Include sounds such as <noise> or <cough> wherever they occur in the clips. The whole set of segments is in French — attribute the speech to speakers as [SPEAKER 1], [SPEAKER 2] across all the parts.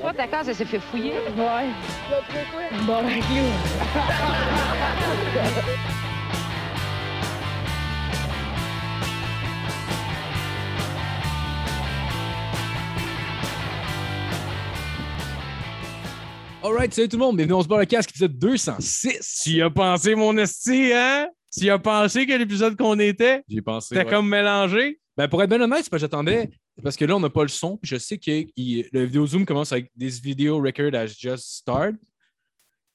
[SPEAKER 1] Toi, ta case, elle s'est fait fouiller.
[SPEAKER 2] Ouais. Bon, ben, you.
[SPEAKER 3] Alright, salut tout le monde, bienvenue, on se barre le casque, épisode 206.
[SPEAKER 4] Tu y as pensé, mon esti, hein? Tu y as pensé que l'épisode qu'on était,
[SPEAKER 3] J'ai pensé.
[SPEAKER 4] t'as
[SPEAKER 3] ouais.
[SPEAKER 4] comme mélangé?
[SPEAKER 3] Ben, pour être bien honnête, c'est parce que j'attendais, parce que là, on n'a pas le son, puis je sais que il- le vidéo Zoom commence avec This video record has just started.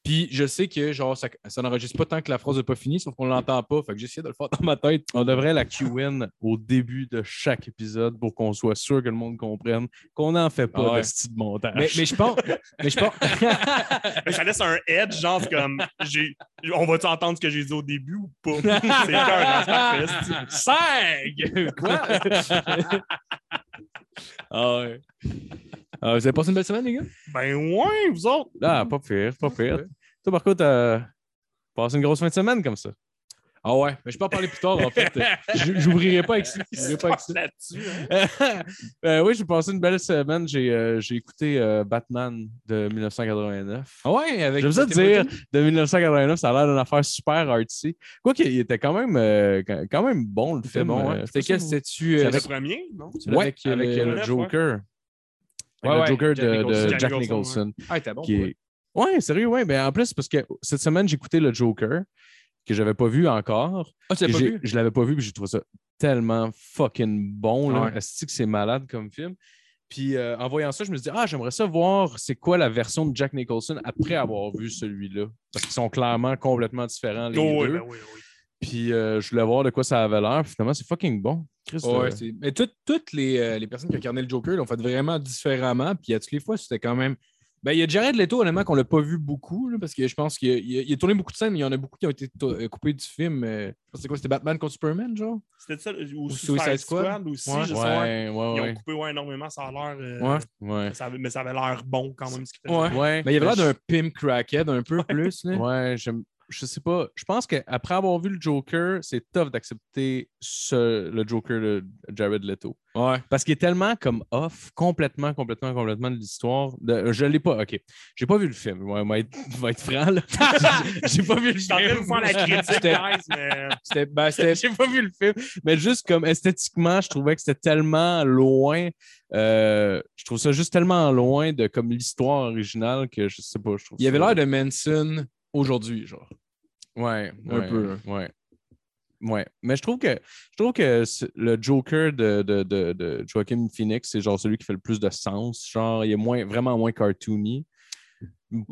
[SPEAKER 3] Puis je sais que genre ça, ça n'enregistre pas tant que la phrase n'est pas finie, sauf qu'on l'entend pas. Fait que j'essayais de le faire dans ma tête.
[SPEAKER 4] On devrait la Q-Win au début de chaque épisode pour qu'on soit sûr que le monde comprenne qu'on n'en fait
[SPEAKER 3] Ah
[SPEAKER 4] pas
[SPEAKER 3] ouais.
[SPEAKER 4] de style de montage.
[SPEAKER 3] Mais, mais je pense, mais je
[SPEAKER 4] <laughs>
[SPEAKER 3] pense,
[SPEAKER 5] Mais ça laisse un edge, genre, c'est comme, j'ai- on va-tu entendre ce que j'ai dit au début ou pas? C'est écœurant, c'est parfait, c'est-
[SPEAKER 3] Sag! Quoi? ah ouais. Ah, vous avez passé une belle semaine, les gars?
[SPEAKER 5] Ben ouais, vous autres!
[SPEAKER 4] Ah, pas pire, pas pire.
[SPEAKER 3] Ouais.
[SPEAKER 4] Toi, par contre, t'as passé une grosse fin de semaine <laughs> comme ça.
[SPEAKER 3] Ah ouais, mais je peux en parler plus tard, en
[SPEAKER 4] <laughs>
[SPEAKER 3] fait. J- J'ouvrirai pas avec ça. J'ouvrirai pas avec ça.
[SPEAKER 5] là-dessus. hein.
[SPEAKER 4] Euh, oui, j'ai passé une belle semaine. J'ai euh, j'ai écouté euh, Batman de 1989.
[SPEAKER 3] Ah ouais, avec.
[SPEAKER 4] Je veux ça te dire, de 1989, ça a l'air d'une affaire super artsy. Quoi qu'il était quand même, euh, quand quand même bon, le
[SPEAKER 3] C'était
[SPEAKER 4] film.
[SPEAKER 3] bon,
[SPEAKER 4] euh,
[SPEAKER 3] ouais.
[SPEAKER 4] je
[SPEAKER 3] C'était
[SPEAKER 4] sais
[SPEAKER 3] quel?
[SPEAKER 4] pas si vous-
[SPEAKER 3] C'était-tu. euh,
[SPEAKER 5] C'est le premier, non?
[SPEAKER 3] celui
[SPEAKER 4] Ouais,
[SPEAKER 3] avec, euh,
[SPEAKER 4] avec, euh,
[SPEAKER 3] le-
[SPEAKER 4] le
[SPEAKER 5] Bref,
[SPEAKER 4] Joker.
[SPEAKER 3] Ouais,
[SPEAKER 4] Avec
[SPEAKER 3] ouais,
[SPEAKER 4] le Joker
[SPEAKER 3] Jack
[SPEAKER 4] de, de
[SPEAKER 3] Nicholson.
[SPEAKER 4] Jack
[SPEAKER 5] Jack Nicholson,
[SPEAKER 4] Nicholson.
[SPEAKER 3] Ah, il était bon.
[SPEAKER 4] qui
[SPEAKER 3] ouais.
[SPEAKER 4] est- Ouais, sérieux, ouais. Mais en plus, parce que cette semaine, j'écoutais le Joker, que j'avais pas vu encore.
[SPEAKER 3] Ah, tu l'as
[SPEAKER 4] Et
[SPEAKER 3] pas
[SPEAKER 4] j'ai-
[SPEAKER 3] vu?
[SPEAKER 4] Je l'avais pas vu, puis j'ai trouvé ça tellement fucking bon. Là.
[SPEAKER 3] Ouais.
[SPEAKER 4] Esti que c'est malade comme film. Puis euh, en voyant ça, je me suis dit, ah, j'aimerais ça voir c'est quoi la version de Jack Nicholson après avoir vu celui-là. Parce qu'ils sont clairement complètement différents, les
[SPEAKER 5] Oh, oui,
[SPEAKER 4] deux.
[SPEAKER 5] ben oui, oui.
[SPEAKER 4] Puis euh, je voulais voir de quoi ça avait l'air. Puis Finalement, c'est fucking bon. Christ,
[SPEAKER 3] Ouais,
[SPEAKER 4] euh,
[SPEAKER 3] Ah, c'est- mais tout- toutes les, euh, les personnes qui incarnaient le Joker l'ont fait vraiment différemment. Puis à toutes les fois, c'était quand même. Ben, il y a Jared Leto, honnêtement, qu'on l'a pas vu beaucoup, là, parce que je pense qu'il a, il a- il a tourné beaucoup de scènes, mais il y en a beaucoup qui ont été to- euh, coupés du film. euh, je pense que c'est quoi C'était Batman contre Superman, genre
[SPEAKER 5] C'était ça, ou,
[SPEAKER 3] Suicide
[SPEAKER 5] Suicide Squad,
[SPEAKER 3] Squad.
[SPEAKER 5] aussi,
[SPEAKER 3] Ouais.
[SPEAKER 5] je sais, ouais.
[SPEAKER 4] ouais, ouais,
[SPEAKER 5] Ils ont
[SPEAKER 4] ouais.
[SPEAKER 5] coupé ouais, énormément, ça a l'air... euh,
[SPEAKER 3] Ouais.
[SPEAKER 4] ouais.
[SPEAKER 5] ça avait- mais ça avait l'air bon quand même, ce qu'ils
[SPEAKER 3] Ouais.
[SPEAKER 5] faisaient.
[SPEAKER 4] Ouais.
[SPEAKER 3] Ben, il y avait l'air
[SPEAKER 4] je-
[SPEAKER 3] d'un pimp crackhead un peu plus. là.
[SPEAKER 4] Ouais, j'aime- je sais pas. Je pense qu'après avoir vu le Joker, c'est tough d'accepter ce- le Joker de Jared Leto.
[SPEAKER 3] Ouais.
[SPEAKER 4] Parce qu'il est tellement comme off, complètement, complètement, complètement de l'histoire. De- Je l'ai pas, ok. J'ai pas vu le film. Ouais, on va être, on va être franc, là.
[SPEAKER 5] <laughs>
[SPEAKER 4] J'ai pas vu le
[SPEAKER 5] Je suis en train de
[SPEAKER 4] film.
[SPEAKER 5] vous faire
[SPEAKER 4] <laughs>
[SPEAKER 5] la critique,
[SPEAKER 3] C'était-
[SPEAKER 5] guys, mais...
[SPEAKER 3] C'était. ben, c'était-
[SPEAKER 4] J'ai pas vu le film, mais juste comme esthétiquement, je trouvais que c'était tellement loin. euh, je trouve ça juste tellement loin de comme l'histoire originale que je sais pas. Je trouve
[SPEAKER 3] il avait
[SPEAKER 4] ça-
[SPEAKER 3] l'air de Manson aujourd'hui, genre.
[SPEAKER 4] Ouais,
[SPEAKER 3] Un
[SPEAKER 4] ouais,
[SPEAKER 3] peu, hein.
[SPEAKER 4] Ouais. Ouais. Mais je trouve que je trouve que c- le Joker de, de, de, de Joaquin Phoenix, c'est genre celui qui fait le plus de sens. Genre, il est moins, vraiment moins cartoony.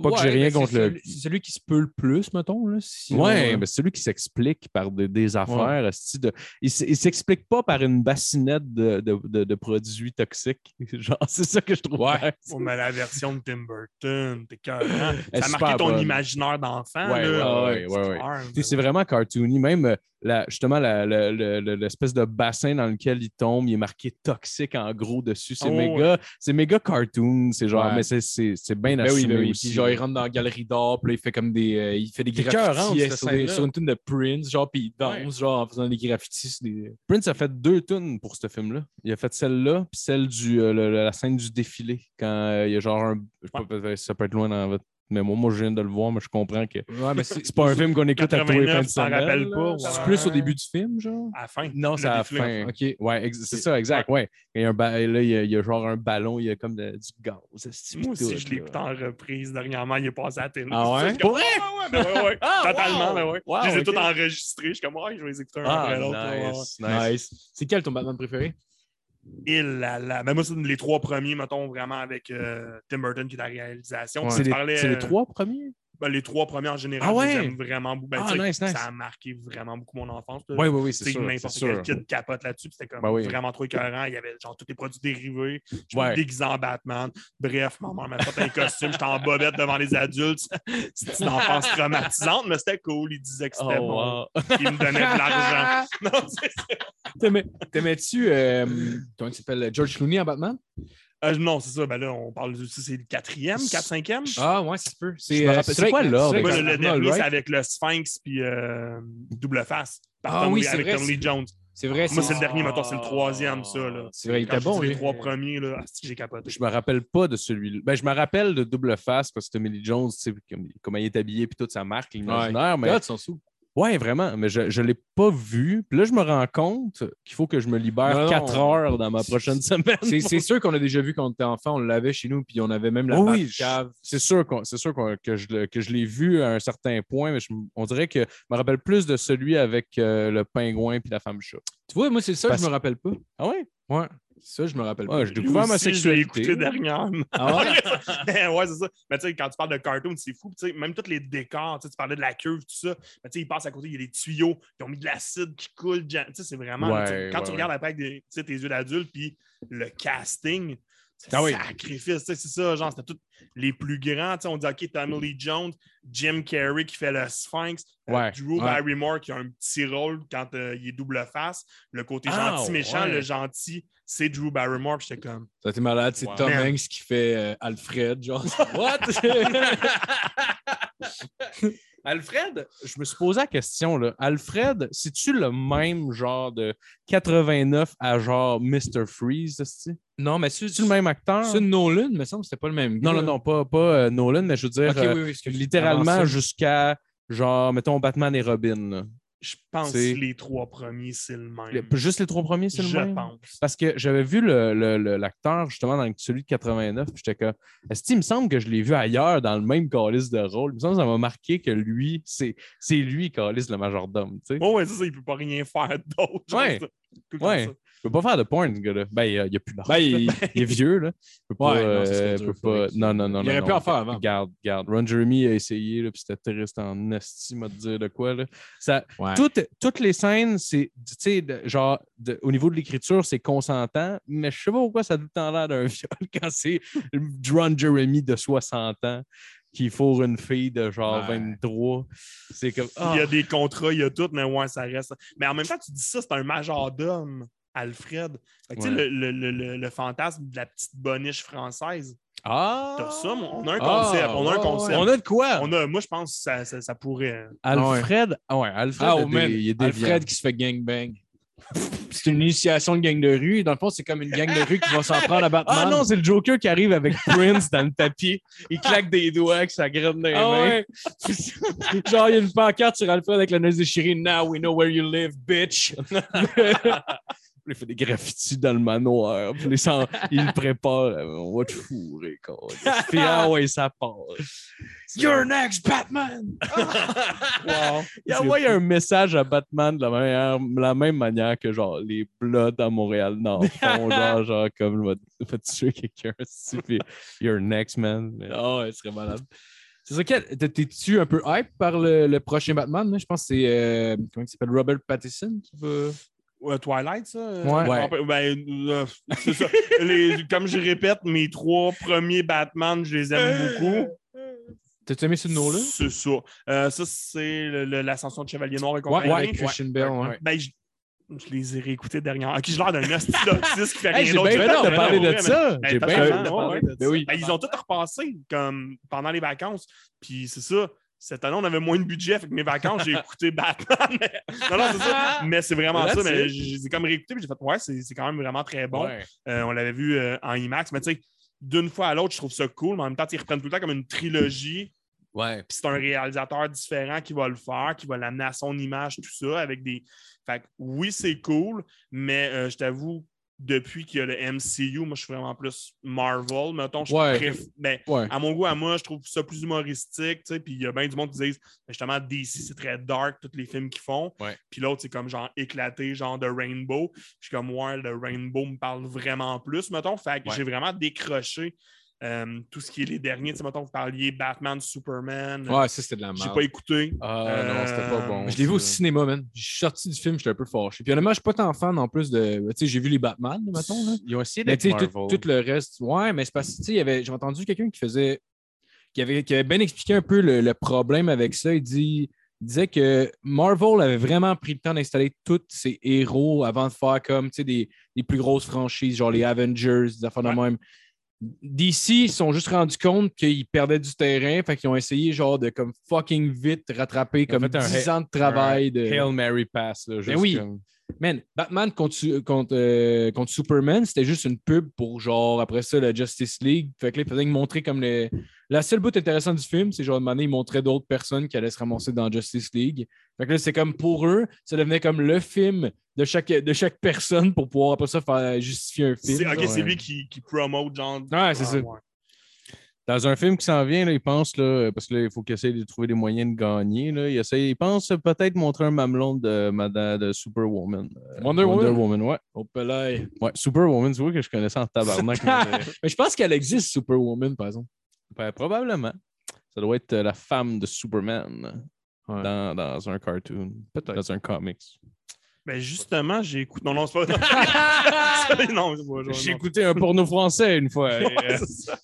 [SPEAKER 4] Pas que j'ai
[SPEAKER 3] Ouais,
[SPEAKER 4] rien
[SPEAKER 3] ben, c'est
[SPEAKER 4] contre le.
[SPEAKER 3] celui- C'est celui qui se peut le plus, mettons. Là, sinon,
[SPEAKER 4] Ouais,
[SPEAKER 3] euh,
[SPEAKER 4] mais c'est celui qui s'explique par des, des affaires. esti, de- il s- il s'explique pas par une bassinette de, de, de- de produits toxiques. <laughs> Genre, c'est ça que je trouve. Ouais.
[SPEAKER 5] Oh, mais la version de Tim Burton, t'es cœur.
[SPEAKER 4] Elle est
[SPEAKER 5] Ça a
[SPEAKER 4] super
[SPEAKER 5] marqué ton
[SPEAKER 4] bonne.
[SPEAKER 5] imaginaire d'enfant.
[SPEAKER 4] Ouais,
[SPEAKER 5] là.
[SPEAKER 4] ouais, ouais, ouais,
[SPEAKER 5] C'est
[SPEAKER 4] ouais.
[SPEAKER 5] clair,
[SPEAKER 4] Tu sais, C'est vraiment cartoony. Même euh, la- justement, la- la- la- la- l'espèce de bassin dans lequel il tombe, il est marqué toxique en gros dessus. C'est
[SPEAKER 5] Oh,
[SPEAKER 4] méga, c'est méga cartoon. C'est genre,
[SPEAKER 3] Ouais.
[SPEAKER 4] mais c'est- c'est c'est bien
[SPEAKER 3] Ben oui,
[SPEAKER 4] assumé
[SPEAKER 3] ben oui.
[SPEAKER 4] aussi.
[SPEAKER 3] Puis genre, il rentre dans la galerie d'art, puis là, il fait comme des. euh, il fait des
[SPEAKER 4] C'est
[SPEAKER 3] graffitis
[SPEAKER 4] écœurant,
[SPEAKER 3] euh,
[SPEAKER 4] cette
[SPEAKER 3] sur, des-
[SPEAKER 4] scène-là.
[SPEAKER 3] sur une tune de Prince, genre, puis il danse,
[SPEAKER 4] Ouais.
[SPEAKER 3] genre, en faisant des graffitis sur des.
[SPEAKER 4] Prince a fait deux tunes pour ce film-là. Il a fait celle-là, puis celle du euh, le- le- la scène du défilé quand euh, il y a genre un. Je sais pas, peut-être ça peut être loin dans votre. Mais moi, moi, je viens de le voir, mais je comprends que
[SPEAKER 3] Ouais, mais c'est
[SPEAKER 4] <laughs> c'est pas un film qu'on écoute à tous les
[SPEAKER 5] 89,
[SPEAKER 4] fins de
[SPEAKER 5] t'en
[SPEAKER 4] semaine.
[SPEAKER 5] rappelles pas,
[SPEAKER 4] là.
[SPEAKER 5] ouais.
[SPEAKER 3] c'est plus au début du film, genre.
[SPEAKER 5] À la fin.
[SPEAKER 4] Non,
[SPEAKER 5] le
[SPEAKER 4] c'est à la
[SPEAKER 5] défilé, en
[SPEAKER 4] fin.
[SPEAKER 3] Ok.
[SPEAKER 4] Ouais, ex- c'est ça, exact. Ouais. Il y a, un ba- là, il y a- il y a genre un ballon, il y a comme de- du gaz. esti,
[SPEAKER 5] Moi
[SPEAKER 4] pis
[SPEAKER 5] aussi,
[SPEAKER 4] tout,
[SPEAKER 5] je l'ai
[SPEAKER 4] là.
[SPEAKER 5] écouté en reprise dernièrement. Il est passé à la télé.
[SPEAKER 3] Ah ouais?
[SPEAKER 5] Je suis comme, ouais, ouais, ben ouais, ouais.
[SPEAKER 4] Ah,
[SPEAKER 5] Totalement,
[SPEAKER 4] wow!
[SPEAKER 5] ben ouais.
[SPEAKER 4] Wow,
[SPEAKER 5] je les ai
[SPEAKER 4] ok.
[SPEAKER 5] tous enregistrés. Je suis comme, ouais, je vais les écouter un
[SPEAKER 4] Ah,
[SPEAKER 5] après l'autre. ouais, ouais, ouais.
[SPEAKER 4] nice, nice.
[SPEAKER 3] C'est quel ton Batman préféré?
[SPEAKER 5] Et là, là. Ben moi, c'est les trois premiers, mettons, vraiment avec euh, Tim Burton qui est la réalisation. Puis
[SPEAKER 4] C'est
[SPEAKER 5] je
[SPEAKER 4] les,
[SPEAKER 5] parlais,
[SPEAKER 4] c'est les
[SPEAKER 5] euh,
[SPEAKER 4] trois premiers?
[SPEAKER 5] ben, les trois premiers en général.
[SPEAKER 4] Ah
[SPEAKER 5] je
[SPEAKER 4] ouais?
[SPEAKER 5] les aime vraiment beaucoup. Ben,
[SPEAKER 4] Ah,
[SPEAKER 5] tu sais,
[SPEAKER 4] nice, nice.
[SPEAKER 5] Ça a marqué vraiment beaucoup mon enfance. là.
[SPEAKER 4] Oui, oui, oui,
[SPEAKER 5] C'est n'importe quel kid capote là-dessus. puis C'était comme
[SPEAKER 4] Ben oui.
[SPEAKER 5] vraiment trop écœurant. Il y avait genre tous les produits dérivés. Je
[SPEAKER 4] Ouais.
[SPEAKER 5] me déguisais en Batman. Bref, ma mère m'a fait un costume. J'étais en bobette devant les adultes. <laughs> C'était une enfance traumatisante, mais c'était cool. Il disait que
[SPEAKER 4] Oh,
[SPEAKER 5] c'était bon. Il me donnait
[SPEAKER 3] <laughs>
[SPEAKER 5] de l'argent. Non, c'est ça.
[SPEAKER 3] T'aimais- T'aimais-tu. euh, comment il s'appelle? George Clooney en Batman?
[SPEAKER 5] Euh, non, c'est ça. Ben là, on parle de ça. C'est le quatrième, quatre, cinquième.
[SPEAKER 3] Ah, ouais, c'est peu.
[SPEAKER 4] Je
[SPEAKER 3] C'est
[SPEAKER 4] me
[SPEAKER 3] euh,
[SPEAKER 4] rappelle-
[SPEAKER 3] c'est
[SPEAKER 4] c'est
[SPEAKER 3] vrai
[SPEAKER 4] quoi
[SPEAKER 3] que-
[SPEAKER 4] l'ordre?
[SPEAKER 3] c'est
[SPEAKER 5] Moi,
[SPEAKER 3] vrai
[SPEAKER 5] le,
[SPEAKER 3] que-
[SPEAKER 5] le
[SPEAKER 3] Arnold,
[SPEAKER 5] dernier,
[SPEAKER 3] right?
[SPEAKER 5] c'est avec le Sphinx puis euh, Double Face. Par
[SPEAKER 3] Ah
[SPEAKER 5] Tommy-
[SPEAKER 3] oui, c'est
[SPEAKER 5] avec
[SPEAKER 3] vrai,
[SPEAKER 5] Tommy
[SPEAKER 3] c'est-
[SPEAKER 5] Jones.
[SPEAKER 3] C'est vrai.
[SPEAKER 5] Moi,
[SPEAKER 3] c'est-
[SPEAKER 5] c'est le dernier, mettons, c'est le troisième, ça. Là.
[SPEAKER 3] C'est vrai, il
[SPEAKER 5] Quand
[SPEAKER 3] était
[SPEAKER 5] je
[SPEAKER 3] bon,
[SPEAKER 5] dis les
[SPEAKER 3] lui.
[SPEAKER 5] trois premiers, là, asti, j'ai capoté.
[SPEAKER 4] Je me rappelle pas de celui-là. Ben, je me rappelle de Double Face parce que Tommy Lee Jones, tu sais, comme- comment il est habillé puis toute sa marque, l'imaginaire. Mais...
[SPEAKER 3] God, ils sont sous.
[SPEAKER 4] Ouais, vraiment. Mais je ne l'ai pas vu. Puis là, je me rends compte qu'il faut que je me
[SPEAKER 3] Non,
[SPEAKER 4] libère
[SPEAKER 3] non.
[SPEAKER 4] 4 heures dans
[SPEAKER 3] <laughs>
[SPEAKER 4] ma prochaine semaine.
[SPEAKER 3] C'est c'est sûr qu'on a déjà vu quand on était enfant, on l'avait chez nous, puis on avait même la
[SPEAKER 4] Oh oui,
[SPEAKER 3] cave.
[SPEAKER 4] C'est sûr, qu'on- c'est sûr qu'on- que je, le- que je l'ai vu à un certain point, mais je m- on dirait que je me rappelle plus de celui avec euh, le pingouin puis la femme chat.
[SPEAKER 3] Tu vois, moi, c'est ça,
[SPEAKER 4] Parce-
[SPEAKER 3] je me rappelle pas.
[SPEAKER 4] Ah ouais?
[SPEAKER 3] Ouais. Ça, je me rappelle
[SPEAKER 4] Ouais,
[SPEAKER 3] pas.
[SPEAKER 4] je découvre ma
[SPEAKER 5] Aussi, Je l'ai écouté
[SPEAKER 4] sexualité.
[SPEAKER 5] dernièrement.
[SPEAKER 3] Ah ouais?
[SPEAKER 5] <laughs> Ben ouais, c'est ça. Mais tu sais, quand tu parles de cartoon, c'est fou. Tu sais, même tous les décors, tu sais, tu parlais de la cuve, tout ça. Mais tu sais, ils passent à côté, il y a des tuyaux, ils ont mis de l'acide qui coule. ja- Tu sais, c'est vraiment.
[SPEAKER 4] Ouais,
[SPEAKER 5] tu sais, quand
[SPEAKER 4] ouais,
[SPEAKER 5] tu
[SPEAKER 4] ouais.
[SPEAKER 5] regardes après avec des- tu sais, tes yeux d'adulte, puis le casting, c'est
[SPEAKER 4] Ah oui.
[SPEAKER 5] sacrifice. Tu sais, c'est ça, genre, c'était tous les plus grands. Tu sais, on dit, OK, Tommy Lee Jones, Jim Carrey qui fait le Sphinx, euh,
[SPEAKER 4] Ouais,
[SPEAKER 5] Drew
[SPEAKER 3] ouais.
[SPEAKER 5] Barrymore qui a un petit rôle quand euh, il est double face. Le côté
[SPEAKER 4] Ah,
[SPEAKER 5] gentil, méchant,
[SPEAKER 4] ouais.
[SPEAKER 5] le gentil, c'est Drew Barrymore. Puis j'étais comme.
[SPEAKER 3] Ça, t'es malade. C'est
[SPEAKER 4] Wow.
[SPEAKER 3] Tom
[SPEAKER 5] Man.
[SPEAKER 3] Hanks qui fait euh, Alfred, genre. <laughs> What?
[SPEAKER 4] Alfred, je me suis posé la question, là. Alfred, c'est-tu le même genre de 89 à genre Mr. Freeze, c'est-tu?
[SPEAKER 3] non, mais c'est
[SPEAKER 4] C'est-tu le même acteur?
[SPEAKER 3] C'est Nolan, me semble, c'était pas le même.
[SPEAKER 4] Non, non, non, pas, pas euh, Nolan, mais je veux dire,
[SPEAKER 3] Ok,
[SPEAKER 4] euh,
[SPEAKER 3] oui, oui, excuse-
[SPEAKER 4] littéralement
[SPEAKER 3] avant ça.
[SPEAKER 4] jusqu'à genre, mettons, Batman et Robin. là.
[SPEAKER 5] Je pense
[SPEAKER 4] C'est-
[SPEAKER 5] que les trois premiers, c'est le même.
[SPEAKER 4] Le- juste les trois premiers, c'est le
[SPEAKER 5] je
[SPEAKER 4] même?
[SPEAKER 5] pense.
[SPEAKER 4] Parce que j'avais vu le- le- le- l'acteur, justement, dans celui de 89, puis j'étais comme, est-ce qu'il me semble que je l'ai vu ailleurs dans le même calice de rôle? Il me semble que ça m'a marqué que lui, c'est c'est lui, calice, le majordome, tu sais.
[SPEAKER 5] Ouais, ouais, c'est ça, il peut pas rien faire d'autre. genre,
[SPEAKER 4] Ouais.
[SPEAKER 5] c'est tout le temps
[SPEAKER 4] Ouais.
[SPEAKER 5] ça.
[SPEAKER 4] Je peux pas faire de porn, ce gars-là. Ben, il n'y a, il a plus d'argent.
[SPEAKER 3] Ben, il-
[SPEAKER 4] Il est vieux, là. Il peut pas.
[SPEAKER 3] Ouais, non, ça serait
[SPEAKER 4] euh,
[SPEAKER 3] dur,
[SPEAKER 4] peut
[SPEAKER 3] faudrait
[SPEAKER 4] pas...
[SPEAKER 3] qu'il-
[SPEAKER 4] Non, non, non.
[SPEAKER 3] Il
[SPEAKER 4] non,
[SPEAKER 3] aurait
[SPEAKER 4] non.
[SPEAKER 3] pu en faire avant.
[SPEAKER 4] Garde, garde. Ron Jeremy a essayé, là, puis c'était triste en estime à te dire de quoi, là. Ça...
[SPEAKER 3] Ouais.
[SPEAKER 4] Toutes, toutes les scènes, c'est, tu sais, de- genre, de- au niveau de l'écriture, c'est consentant, mais je sais pas pourquoi ça a tout le temps l'air d'un <laughs> viol quand c'est Ron Jeremy de 60 ans qui fourre une fille de genre
[SPEAKER 3] Ouais.
[SPEAKER 4] 23. C'est comme. ah,
[SPEAKER 5] Il y a des contrats, il y a tout, mais ouais, ça reste. Mais en même temps, tu dis ça, c'est un majordome, Alfred. Fait que, tu sais,
[SPEAKER 4] Ouais.
[SPEAKER 5] le, le- le- le- le fantasme de la petite boniche française.
[SPEAKER 4] Ah!
[SPEAKER 5] T'as ça, mon- on a un
[SPEAKER 3] Ah,
[SPEAKER 5] concept. on a un
[SPEAKER 3] ouais,
[SPEAKER 5] concept.
[SPEAKER 4] On a de quoi?
[SPEAKER 5] On a- moi, je pense que ça, ça- ça pourrait.
[SPEAKER 4] Alfred. Ah ouais, Alfred.
[SPEAKER 3] Ah,
[SPEAKER 4] a
[SPEAKER 3] oh,
[SPEAKER 4] des-
[SPEAKER 3] man.
[SPEAKER 4] il est
[SPEAKER 3] Alfred qui se fait gangbang. c'est une initiation de gang de rue. Dans le fond, c'est comme une gang de rue qui va s'en prendre à Batman.
[SPEAKER 4] Ah non, c'est le Joker qui arrive avec Prince dans le tapis. Il claque des doigts avec sa graine dans les
[SPEAKER 3] Ah
[SPEAKER 4] mains.
[SPEAKER 3] ouais. <laughs> Genre, il y a une pancarte sur Alfred avec la noise déchirée. Now we know where you live, <laughs> bitch.
[SPEAKER 4] Il fait des graffitis dans le manoir. Puis les sang- il le prépare. là, On va te fourrer, quoi. Puis ah ouais, ça part.
[SPEAKER 3] You're next, Batman.
[SPEAKER 4] Wow. Il envoie un message à Batman de la, manière- la même manière que genre les Bloods à Montréal-Nord font. genre, genre, comme va, va tuer quelqu'un. si, Puis you're next, man. Mais-
[SPEAKER 3] Ah ouais, ce serait malade. C'est ça, quel- t'es- t'es-tu un peu hype par le, le prochain Batman? là? Je pense que c'est, euh, comment il s'appelle, Robert Pattinson qui va...
[SPEAKER 5] Ouais, Twilight, ça? euh,
[SPEAKER 3] Ouais.
[SPEAKER 5] je me rappelle- Ben, euh,
[SPEAKER 4] <laughs>
[SPEAKER 5] c'est ça. Les- comme je répète, mes trois premiers Batman, je les aime
[SPEAKER 4] Euh,
[SPEAKER 5] beaucoup.
[SPEAKER 3] T'as-tu aimé ce nom-là?
[SPEAKER 5] C'est ça. Euh, ça, c'est le- le- l'ascension de Chevalier Noir et compagnie.
[SPEAKER 3] avec Christian Bale, hein? ouais.
[SPEAKER 5] Ben, je, je les ai réécoutés dernièrement. Ok, j'ai l'air d'un astidotiste qui fait
[SPEAKER 4] Hey,
[SPEAKER 5] rien
[SPEAKER 4] j'ai
[SPEAKER 5] d'autre.
[SPEAKER 4] bien
[SPEAKER 5] que
[SPEAKER 4] fait de
[SPEAKER 5] mais
[SPEAKER 4] parler
[SPEAKER 5] non,
[SPEAKER 4] de
[SPEAKER 5] mais-
[SPEAKER 4] ça.
[SPEAKER 5] Ben,
[SPEAKER 4] J'ai
[SPEAKER 5] t'as
[SPEAKER 4] bien
[SPEAKER 5] raison,
[SPEAKER 4] fait de
[SPEAKER 5] ouais,
[SPEAKER 4] parler
[SPEAKER 5] ouais.
[SPEAKER 4] de
[SPEAKER 3] Ben
[SPEAKER 4] ça.
[SPEAKER 3] oui.
[SPEAKER 5] Ben, ils ont tout repassé comme pendant les vacances. Puis c'est ça. Cette année, on avait moins de budget. Fait que mes vacances, j'ai écouté <laughs> Batman. non, non, c'est ça. Mais c'est vraiment
[SPEAKER 4] That's
[SPEAKER 5] ça. Mais
[SPEAKER 4] it.
[SPEAKER 5] j'ai j'ai comme réécouté. Puis j'ai fait, ouais, c'est c'est quand même vraiment très bon.
[SPEAKER 4] Ouais.
[SPEAKER 5] Euh, on l'avait vu euh, en IMAX. Mais tu sais, d'une fois à l'autre, je trouve ça cool. Mais en même temps, tu sais, ils reprennent tout le temps comme une trilogie.
[SPEAKER 4] Ouais.
[SPEAKER 5] Puis c'est un réalisateur différent qui va le faire, qui va l'amener à son image, tout ça, avec des. Fait que oui, c'est cool, mais euh, je t'avoue, depuis qu'il y a le MCU, moi, je suis vraiment plus Marvel, mettons. Je
[SPEAKER 3] Ouais.
[SPEAKER 5] préf- ben,
[SPEAKER 3] Ouais.
[SPEAKER 5] à mon goût, à moi, je trouve ça plus humoristique, tu sais. Puis il y a bien du monde qui disent, ben, justement, DC, c'est très dark, tous les films qu'ils font.
[SPEAKER 4] Ouais.
[SPEAKER 5] Puis l'autre, c'est comme genre éclaté, genre de Rainbow. Puis Je suis comme, ouais, le Rainbow me parle vraiment plus, mettons. Fait que
[SPEAKER 4] Ouais.
[SPEAKER 5] j'ai vraiment décroché. euh, tout ce qui est les derniers, tu sais, mettons, vous parliez Batman, Superman,
[SPEAKER 3] Ouais, ça, c'était de la
[SPEAKER 5] Ah, j'ai
[SPEAKER 3] merde.
[SPEAKER 5] pas écouté.
[SPEAKER 4] Ah non, c'était pas
[SPEAKER 5] Euh,
[SPEAKER 4] bon.
[SPEAKER 3] Je l'ai vu au
[SPEAKER 4] ça.
[SPEAKER 3] cinéma, man. Je suis sorti du film, j'étais un peu fâché. Puis honnêtement, je suis pas tant fan en plus de... Tu sais, j'ai vu les Batman, mettons, là.
[SPEAKER 4] Ils ont essayé
[SPEAKER 3] Mais
[SPEAKER 4] d'être
[SPEAKER 3] tu sais,
[SPEAKER 4] Marvel.
[SPEAKER 3] tout, tout le reste. Ouais, mais c'est parce que tu sais, il y avait- j'ai entendu quelqu'un qui faisait. Qui avait, qui avait bien expliqué un peu le, le problème avec ça. Il, dit, il disait que Marvel avait vraiment pris le temps d'installer tous ses héros avant de faire comme tu sais, des, des plus grosses franchises, genre les Avengers, des affaires de
[SPEAKER 5] Ouais.
[SPEAKER 3] même. DC, ils se sont juste rendus compte qu'ils perdaient du terrain, fait qu'ils ont essayé genre de comme fucking vite rattraper
[SPEAKER 4] Ils ont
[SPEAKER 3] comme
[SPEAKER 4] fait un
[SPEAKER 3] 10
[SPEAKER 4] ha-
[SPEAKER 3] ans de travail. de...
[SPEAKER 4] Hail Mary Pass. Là, juste
[SPEAKER 3] oui.
[SPEAKER 4] comme-
[SPEAKER 3] Man, Batman contre, su- contre, euh, contre Superman, c'était juste une pub pour genre, après ça, la Justice League. Fait que là, ils faisaient montrer comme les. La seule bout intéressante du film, c'est genre, de manière, ils montraient d'autres personnes qui allaient se ramasser dans Justice League. Fait que là, c'est comme pour eux, ça devenait comme le film de chaque, de chaque personne pour pouvoir après ça faire justifier un film.
[SPEAKER 5] C'est- ok,
[SPEAKER 3] Ouais.
[SPEAKER 5] c'est lui qui, qui promote, genre.
[SPEAKER 3] Ouais,
[SPEAKER 4] Ah,
[SPEAKER 3] c'est ça.
[SPEAKER 4] Dans un film qui s'en vient, là, il pense, là, parce que là, il faut qu'il essaye de trouver des moyens de gagner. Là. Il, essaye, il pense euh, peut-être montrer un mamelon de, madame, de Superwoman. Euh,
[SPEAKER 3] Wonder Woman.
[SPEAKER 4] ouais.
[SPEAKER 3] Oh, pelaye.
[SPEAKER 4] ouais. Superwoman, tu vois que je connaissais en tabarnak. moi,
[SPEAKER 3] <laughs>
[SPEAKER 4] de-
[SPEAKER 3] Mais je pense qu'elle existe, Superwoman, par exemple.
[SPEAKER 4] Ben, probablement. Ça doit être euh, la femme de Superman
[SPEAKER 3] Ouais.
[SPEAKER 4] dans, dans un cartoon,
[SPEAKER 3] Peut-être.
[SPEAKER 4] dans un comics.
[SPEAKER 5] Ben justement, j'ai écouté. Non,
[SPEAKER 3] <laughs>
[SPEAKER 5] non, c'est pas. Ça, non, c'est pas-
[SPEAKER 4] J'ai
[SPEAKER 5] non.
[SPEAKER 4] écouté un porno français
[SPEAKER 3] <laughs>
[SPEAKER 4] une fois. et,
[SPEAKER 5] Ouais,
[SPEAKER 4] euh,
[SPEAKER 5] c'est ça.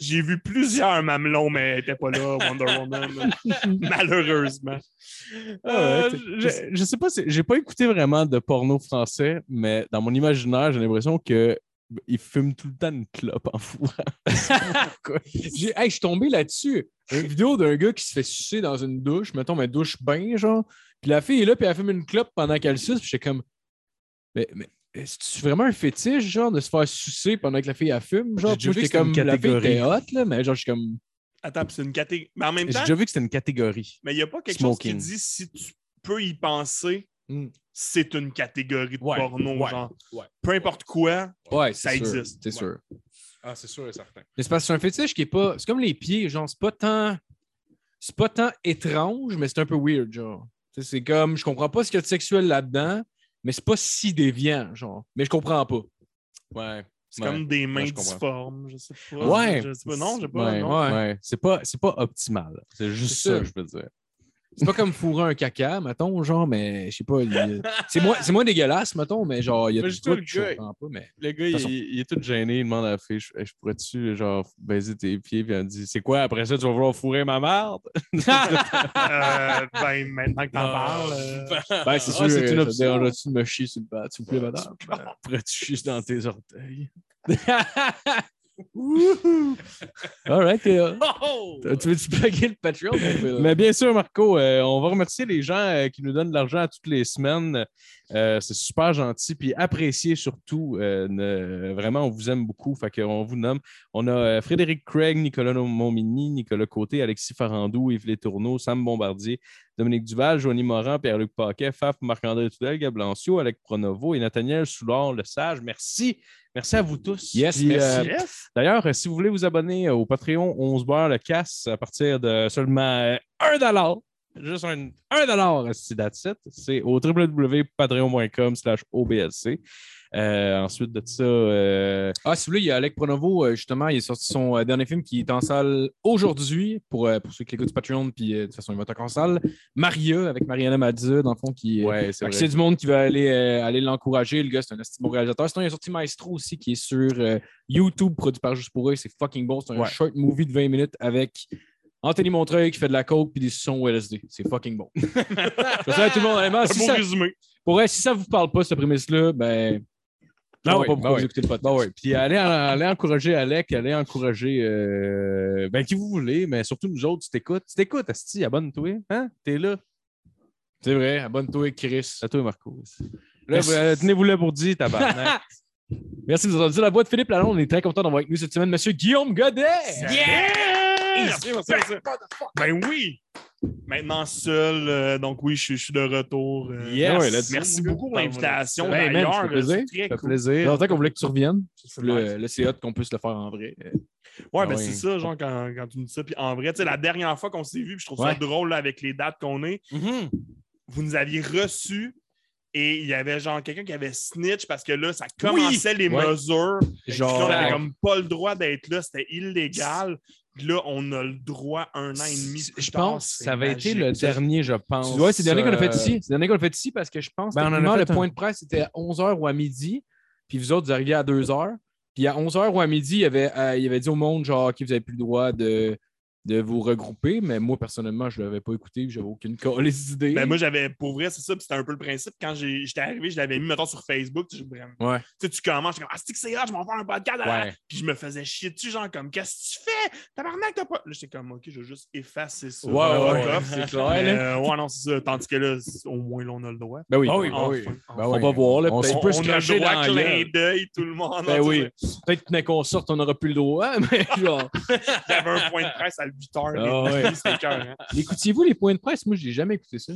[SPEAKER 5] J'ai vu plusieurs mamelons, mais elle n'était pas là, Wonder
[SPEAKER 4] <laughs>
[SPEAKER 5] Woman. Malheureusement.
[SPEAKER 4] Euh,
[SPEAKER 5] Ah ouais,
[SPEAKER 4] je,
[SPEAKER 5] c'est-
[SPEAKER 4] je sais pas, si- j'ai pas écouté vraiment de porno français, mais dans mon imaginaire, j'ai l'impression que il fume tout le temps une clope en fourrant.
[SPEAKER 3] J'ai- hey, je suis tombé là-dessus. Une vidéo d'un gars qui se fait sucer dans une douche, mettons, mais douche bain, genre. Puis la fille est là, puis elle fume une clope pendant qu'elle suce. Puis j'étais comme, mais, mais est-ce vraiment un fétiche, genre, de se faire sucer pendant que la fille elle fume, genre?
[SPEAKER 4] J'ai déjà
[SPEAKER 3] Puis
[SPEAKER 4] vu
[SPEAKER 3] j'étais
[SPEAKER 4] que
[SPEAKER 3] comme,
[SPEAKER 4] c'était une
[SPEAKER 3] la fille était
[SPEAKER 4] catégorie.
[SPEAKER 3] hot, là, mais genre, je suis comme,
[SPEAKER 5] Attends, puis c'est une catégorie. Mais en même
[SPEAKER 4] J'ai
[SPEAKER 5] temps,
[SPEAKER 4] déjà vu que c'était une catégorie.
[SPEAKER 5] mais il n'y a pas quelque
[SPEAKER 4] Smoking.
[SPEAKER 5] chose qui dit si tu peux y penser,
[SPEAKER 3] Hmm.
[SPEAKER 5] c'est une catégorie de
[SPEAKER 4] Ouais,
[SPEAKER 5] porno,
[SPEAKER 4] ouais,
[SPEAKER 5] genre.
[SPEAKER 4] ouais.
[SPEAKER 5] Peu importe quoi,
[SPEAKER 3] ouais,
[SPEAKER 5] ça
[SPEAKER 3] c'est sûr,
[SPEAKER 5] existe.
[SPEAKER 3] C'est
[SPEAKER 5] Ouais.
[SPEAKER 3] sûr.
[SPEAKER 4] Ah, c'est sûr et certain.
[SPEAKER 3] Mais c'est parce que c'est un fétiche qui est pas. C'est comme les pieds, genre, c'est pas tant. C'est pas tant étrange, mais c'est un peu weird, genre. Tu sais, C'est comme, je comprends pas ce qu'il y a de sexuel là-dedans, mais c'est pas si déviant, genre. Mais je comprends pas.
[SPEAKER 4] Ouais.
[SPEAKER 5] c'est comme des mains
[SPEAKER 4] ouais, je comprends.
[SPEAKER 5] difformes, je sais pas.
[SPEAKER 4] Ouais.
[SPEAKER 5] Je sais pas. Non, j'ai pas.
[SPEAKER 4] Ouais,
[SPEAKER 5] non.
[SPEAKER 3] Ouais.
[SPEAKER 4] ouais. C'est pas, c'est pas optimal. C'est juste
[SPEAKER 3] C'est
[SPEAKER 4] ça,
[SPEAKER 3] ça.
[SPEAKER 4] je veux dire.
[SPEAKER 3] C'est pas comme fourrer un caca, mettons, genre, mais je sais pas. il- C'est moins, c'est moins dégueulasse, mettons, mais genre, il y a
[SPEAKER 4] Mais
[SPEAKER 3] des
[SPEAKER 4] je trouve
[SPEAKER 3] trucs que je
[SPEAKER 4] le gars-
[SPEAKER 3] comprends pas, mais.
[SPEAKER 4] Le gars, il,
[SPEAKER 3] façon-
[SPEAKER 4] il est tout gêné. Il demande à la fille Je, je pourrais-tu, genre, baiser tes pieds Puis elle dit C'est quoi après ça, tu vas vouloir fourrer ma <laughs> marde
[SPEAKER 5] Euh, ben, maintenant que t'en parles. euh,
[SPEAKER 3] Ben, c'est
[SPEAKER 4] Ah,
[SPEAKER 3] sûr,
[SPEAKER 4] c'est une
[SPEAKER 3] euh, ça te
[SPEAKER 4] option.
[SPEAKER 3] dérangerait-tu de me chier sur le bat, s'il vous plaît, madame?
[SPEAKER 4] Pourrais-tu chier dans tes <laughs> orteils <laughs>
[SPEAKER 3] All right, Théa.
[SPEAKER 5] Oh!
[SPEAKER 3] Tu veux-tu plugger le Patreon? mon <laughs> Phil?
[SPEAKER 4] Mais bien sûr, Marco, euh, on va remercier les gens euh, qui nous donnent de l'argent toutes les semaines. Euh, c'est super gentil. Puis appréciez surtout. euh, ne- vraiment, on vous aime beaucoup. Fait qu'on vous nomme. On a euh, Frédéric Craig, Nicolas Montmini, Nicolas Côté, Alexis Farandou, Yves Létourneau, Sam Bombardier, Dominique Duval, Joanie Morin, Pierre-Luc Paquet, Faf, Marc-André Tudel, Gab Lancio, Alec Pronovo et Nathaniel Soulard, Le Sage. Merci. Merci à vous tous.
[SPEAKER 3] Yes,
[SPEAKER 4] Puis, euh,
[SPEAKER 3] merci.
[SPEAKER 5] Yes!
[SPEAKER 4] D'ailleurs, euh, si vous voulez vous abonner euh, au Patreon 11 beurre le casse à partir de seulement euh, 1 dollar, juste un, 1 dollar, c'est that's it. C'est au www.patreon.com slash OBLC. Euh, ensuite de ça, euh,
[SPEAKER 3] Ah, si vous voulez, il y a Alec Pronovo, euh, justement, il est sorti son euh, dernier film qui est en salle aujourd'hui pour, euh, pour ceux qui l'écoutent du Patreon, puis euh, de toute façon, il va être en salle. Maria, avec Mariana Madza, dans le fond, qui. euh,
[SPEAKER 4] ouais,
[SPEAKER 3] fait
[SPEAKER 4] c'est
[SPEAKER 3] que c'est
[SPEAKER 4] vrai.
[SPEAKER 3] du monde qui va aller, euh, aller l'encourager. Le gars, c'est un assez bon réalisateur. Sinon, il y a sorti Maestro aussi, qui est sur euh, YouTube, produit par Juste pour eux. C'est fucking bon. C'est un
[SPEAKER 4] Ouais.
[SPEAKER 3] short movie de 20 minutes avec Anthony Montreuil qui fait de la coke puis des sons LSD. C'est fucking
[SPEAKER 4] <laughs>
[SPEAKER 3] bon. Je vous souhaite à tout le monde. honnêtement,
[SPEAKER 5] Un
[SPEAKER 3] si
[SPEAKER 5] beau
[SPEAKER 3] ça,
[SPEAKER 5] résumé.
[SPEAKER 3] pour vrai, si ça vous parle pas, cette prémisse-là, ben.
[SPEAKER 4] Ah
[SPEAKER 3] Non,
[SPEAKER 4] oui,
[SPEAKER 3] pas
[SPEAKER 4] bah
[SPEAKER 3] pourquoi vous
[SPEAKER 4] oui.
[SPEAKER 3] écoutez le podcast.
[SPEAKER 4] Bon, ouais. Puis allez, allez encourager Alec, allez encourager euh, ben, qui vous voulez, mais surtout nous autres, tu t'écoutes. Tu t'écoutes, Asti, abonne-toi. Hein? T'es là.
[SPEAKER 3] C'est vrai. Abonne-toi, Chris.
[SPEAKER 4] À toi, Marco. Là,
[SPEAKER 3] Merci.
[SPEAKER 4] vous- euh, tenez-vous là pour dire, tabarnak.
[SPEAKER 3] Merci de nous avoir dit la voix de Philippe Lalonde. On est très content d'avoir avec nous cette semaine, Monsieur Guillaume Godet.
[SPEAKER 5] Yeah! Merci, merci, merci. Ben oui! Maintenant seul, euh, donc oui, je, je suis de retour. euh,
[SPEAKER 4] Yes!
[SPEAKER 5] donc,
[SPEAKER 4] Ouais, let's go,
[SPEAKER 5] merci
[SPEAKER 4] mon gars.
[SPEAKER 5] beaucoup pour l'invitation.
[SPEAKER 3] Ben, man, ça
[SPEAKER 5] D'ailleurs, euh,
[SPEAKER 3] fait plaisir.
[SPEAKER 4] Ça fait
[SPEAKER 5] c'est très cool.
[SPEAKER 3] Ça fait
[SPEAKER 4] plaisir.
[SPEAKER 3] longtemps qu'on voulait que tu reviennes.
[SPEAKER 5] C'est nice.
[SPEAKER 3] Le, le c'est hot qu'on puisse le faire en vrai. Euh,
[SPEAKER 5] Ouais,
[SPEAKER 4] Ah
[SPEAKER 5] ben
[SPEAKER 4] oui.
[SPEAKER 5] c'est ça, genre, quand, quand tu me dis ça. Puis en vrai, tu sais, la dernière fois qu'on s'est vu, puis je trouve ça
[SPEAKER 3] Ouais.
[SPEAKER 5] drôle là, avec les dates qu'on est,
[SPEAKER 4] Mhm.
[SPEAKER 5] vous nous aviez reçus et il y avait genre quelqu'un qui avait snitch parce que là, ça commençait les
[SPEAKER 3] Ouais.
[SPEAKER 5] mesures. Puis là, on
[SPEAKER 3] Genre,
[SPEAKER 5] n'avait comme pas le droit d'être là, c'était illégal. Puis là, on a le droit un an et demi. plus
[SPEAKER 4] Je
[SPEAKER 5] tard,
[SPEAKER 4] pense que
[SPEAKER 5] c'est
[SPEAKER 4] ça avait été
[SPEAKER 5] magique.
[SPEAKER 4] le dernier, je pense.
[SPEAKER 3] Ouais, c'est le dernier qu'on a fait
[SPEAKER 4] euh,
[SPEAKER 3] ici. C'est le dernier qu'on a fait ici parce que je pense que
[SPEAKER 4] Ben, on en a
[SPEAKER 3] le
[SPEAKER 4] fait un.
[SPEAKER 3] point de presse était à 11h ou à midi. Puis vous autres, vous arriviez à 2h. Puis à 11h ou à midi, il y avait, euh, il y avait dit au monde genre, OK, vous n'avez plus le droit de, de vous regrouper, mais moi, personnellement, je ne l'avais pas écouté, puis j'avais aucune <laughs> colise d'idée.
[SPEAKER 5] Ben, moi, j'avais, pour vrai, c'est ça, puis c'était un peu le principe. Quand j'ai- j'étais arrivé, je l'avais mis, mettons, sur Facebook. Tu sais, vraiment-
[SPEAKER 3] Ouais.
[SPEAKER 5] tu sais, tu commences, je suis comme, ah, c'est que c'est hot, je vais en faire un podcast. là, là.
[SPEAKER 4] Ouais.
[SPEAKER 5] Puis je me faisais chier dessus, genre, comme, qu'est-ce que tu fais? Tabarnak, t'as pas. Là, j'étais comme, ok, je vais juste effacer ça.
[SPEAKER 3] Ouais, ouais,
[SPEAKER 5] Fuck
[SPEAKER 3] ouais,
[SPEAKER 5] off. <laughs>
[SPEAKER 3] c'est
[SPEAKER 5] Mais,
[SPEAKER 3] clair. là.
[SPEAKER 5] euh, ouais, non, c'est ça. Tandis que là, c'est- au moins, là, on a le droit.
[SPEAKER 4] Ben oui.
[SPEAKER 3] Ah oui, ben
[SPEAKER 5] Enfin,
[SPEAKER 3] oui.
[SPEAKER 5] enfin.
[SPEAKER 4] Ben
[SPEAKER 3] On
[SPEAKER 4] oui.
[SPEAKER 3] va voir. Là,
[SPEAKER 4] On
[SPEAKER 3] peut-être
[SPEAKER 4] se-
[SPEAKER 5] On,
[SPEAKER 3] pas se
[SPEAKER 5] on a
[SPEAKER 3] cracher
[SPEAKER 5] le droit,
[SPEAKER 3] dans la
[SPEAKER 5] clin
[SPEAKER 3] gueule.
[SPEAKER 5] d'œil, tout le monde.
[SPEAKER 3] Ben
[SPEAKER 5] en
[SPEAKER 3] oui.
[SPEAKER 5] direct.
[SPEAKER 3] Peut-être tenait qu'on sorte, on n'aura plus le droit, <laughs> mais genre.
[SPEAKER 5] J'avais un point de presse à 8 h.
[SPEAKER 3] Ah
[SPEAKER 5] <laughs>
[SPEAKER 3] ouais.
[SPEAKER 5] C'était écœurant.
[SPEAKER 3] Écoutiez-vous les points de presse? Moi, je n'ai jamais écouté ça.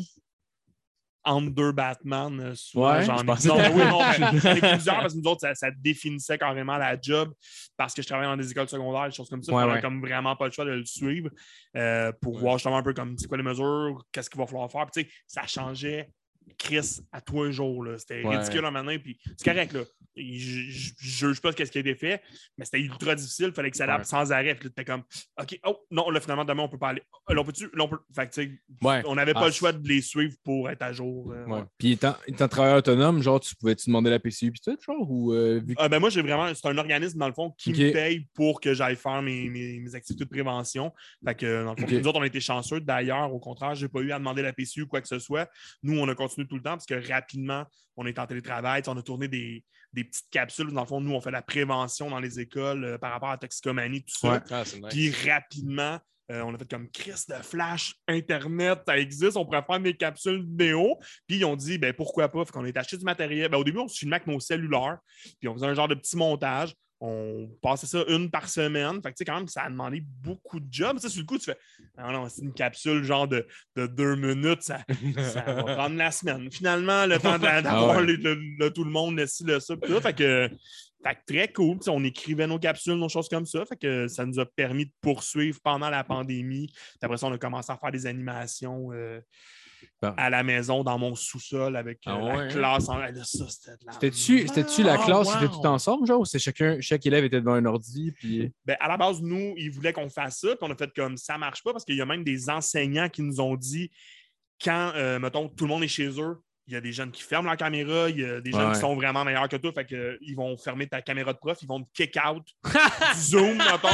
[SPEAKER 5] entre deux Batman, euh, souvent,
[SPEAKER 3] Ouais,
[SPEAKER 5] j'en
[SPEAKER 3] je
[SPEAKER 5] ai
[SPEAKER 3] pensais-
[SPEAKER 5] non, oui, non, mais j'en ai plusieurs parce que nous autres, ça, ça définissait carrément la job parce que je travaillais dans des écoles secondaires, des choses comme ça.
[SPEAKER 3] Ouais,
[SPEAKER 5] on n'avait
[SPEAKER 3] ouais.
[SPEAKER 5] comme vraiment pas le choix de le suivre euh, pour voir justement un peu comme c'est quoi les mesures, qu'est-ce qu'il va falloir faire. Puis, tu sais, ça changeait. Chris à tous les jours. là. C'était
[SPEAKER 4] Ouais.
[SPEAKER 5] ridicule un matin. Puis c'est correct. Là. Et Je je- je juge pas ce qui a été fait, mais c'était ultra difficile. Il fallait que ça adapte
[SPEAKER 4] Ouais.
[SPEAKER 5] sans arrêt. Puis là, t'étais comme OK, oh non, là, finalement, demain, on peut pas aller. Oh, Là, on peut-tu. Là, on peut... Fait que, tu sais,
[SPEAKER 4] Ouais.
[SPEAKER 5] on n'avait pas
[SPEAKER 3] Ah,
[SPEAKER 5] le choix de les suivre pour être à jour. euh,
[SPEAKER 4] Ouais.
[SPEAKER 5] ouais.
[SPEAKER 3] Puis étant, étant travailleur autonome, genre, tu pouvais-tu demander la PCU puis tout, genre, ou euh, vu que-
[SPEAKER 5] Ah, ben moi, j'ai vraiment. C'est un organisme, dans le fond, qui me
[SPEAKER 3] Ok.
[SPEAKER 5] paye pour que j'aille faire mes, mes- mes activités de prévention. Fait que, dans le fond,
[SPEAKER 3] Ok.
[SPEAKER 5] nous autres, on a été chanceux. D'ailleurs, au contraire, j'ai pas eu à demander la PCU ou quoi que ce soit. Nous, on a continué tout le temps parce que rapidement, on est en télétravail. Tu sais, On a tourné des, des petites capsules. Dans le fond, nous, on fait la prévention dans les écoles euh, par rapport à la toxicomanie, tout ça.
[SPEAKER 3] Ouais.
[SPEAKER 4] Ah, c'est nice.
[SPEAKER 5] Puis rapidement, euh, on a fait comme Chris de Flash, Internet, ça existe, on pourrait faire des capsules vidéo. Puis ils ont dit, ben pourquoi pas? Fait qu'on est acheté du matériel. Ben, au début, on se filmait avec nos cellulaires, puis on faisait un genre de petit montage. On passait ça une par semaine. Fait que, tu sais, quand même, ça a demandé beaucoup de jobs. Tu sais, sur le coup, tu fais, ah non, c'est une capsule genre de, de deux minutes, ça,
[SPEAKER 3] <laughs>
[SPEAKER 5] ça va prendre la semaine. Finalement, le temps de la- d'avoir
[SPEAKER 3] Ah ouais.
[SPEAKER 5] les- le- le- tout le monde, le ci, le ça, puis tout. Fait que, fait que très cool. Tu sais, On écrivait nos capsules, nos choses comme ça. Fait que ça nous a permis de poursuivre pendant la pandémie. Puis après ça, on a commencé à faire des animations euh,
[SPEAKER 3] Ah.
[SPEAKER 5] à la maison, dans mon sous-sol, avec euh,
[SPEAKER 3] Ah
[SPEAKER 5] la
[SPEAKER 3] ouais, hein?
[SPEAKER 5] classe. En... Là, ça, c'était de la
[SPEAKER 3] C'était-tu c'était-tu la
[SPEAKER 5] merde.
[SPEAKER 3] classe
[SPEAKER 5] Ah,
[SPEAKER 3] qui était
[SPEAKER 5] wow.
[SPEAKER 3] tout ensemble, genre, ou c'est chacun, chaque élève était devant un ordi, puis. euh,
[SPEAKER 5] Ben, à la base, nous, ils voulaient qu'on fasse ça, puis on a fait comme ça marche pas parce qu'il y a même des enseignants qui nous ont dit quand, euh, mettons, tout le monde est chez eux, il y a des jeunes qui ferment la caméra, il y a des jeunes
[SPEAKER 3] Ouais.
[SPEAKER 5] qui sont vraiment meilleurs que toi, fait que, euh, ils vont fermer ta caméra de prof, ils vont te kick
[SPEAKER 3] <laughs>
[SPEAKER 5] out, du zoom, mettons.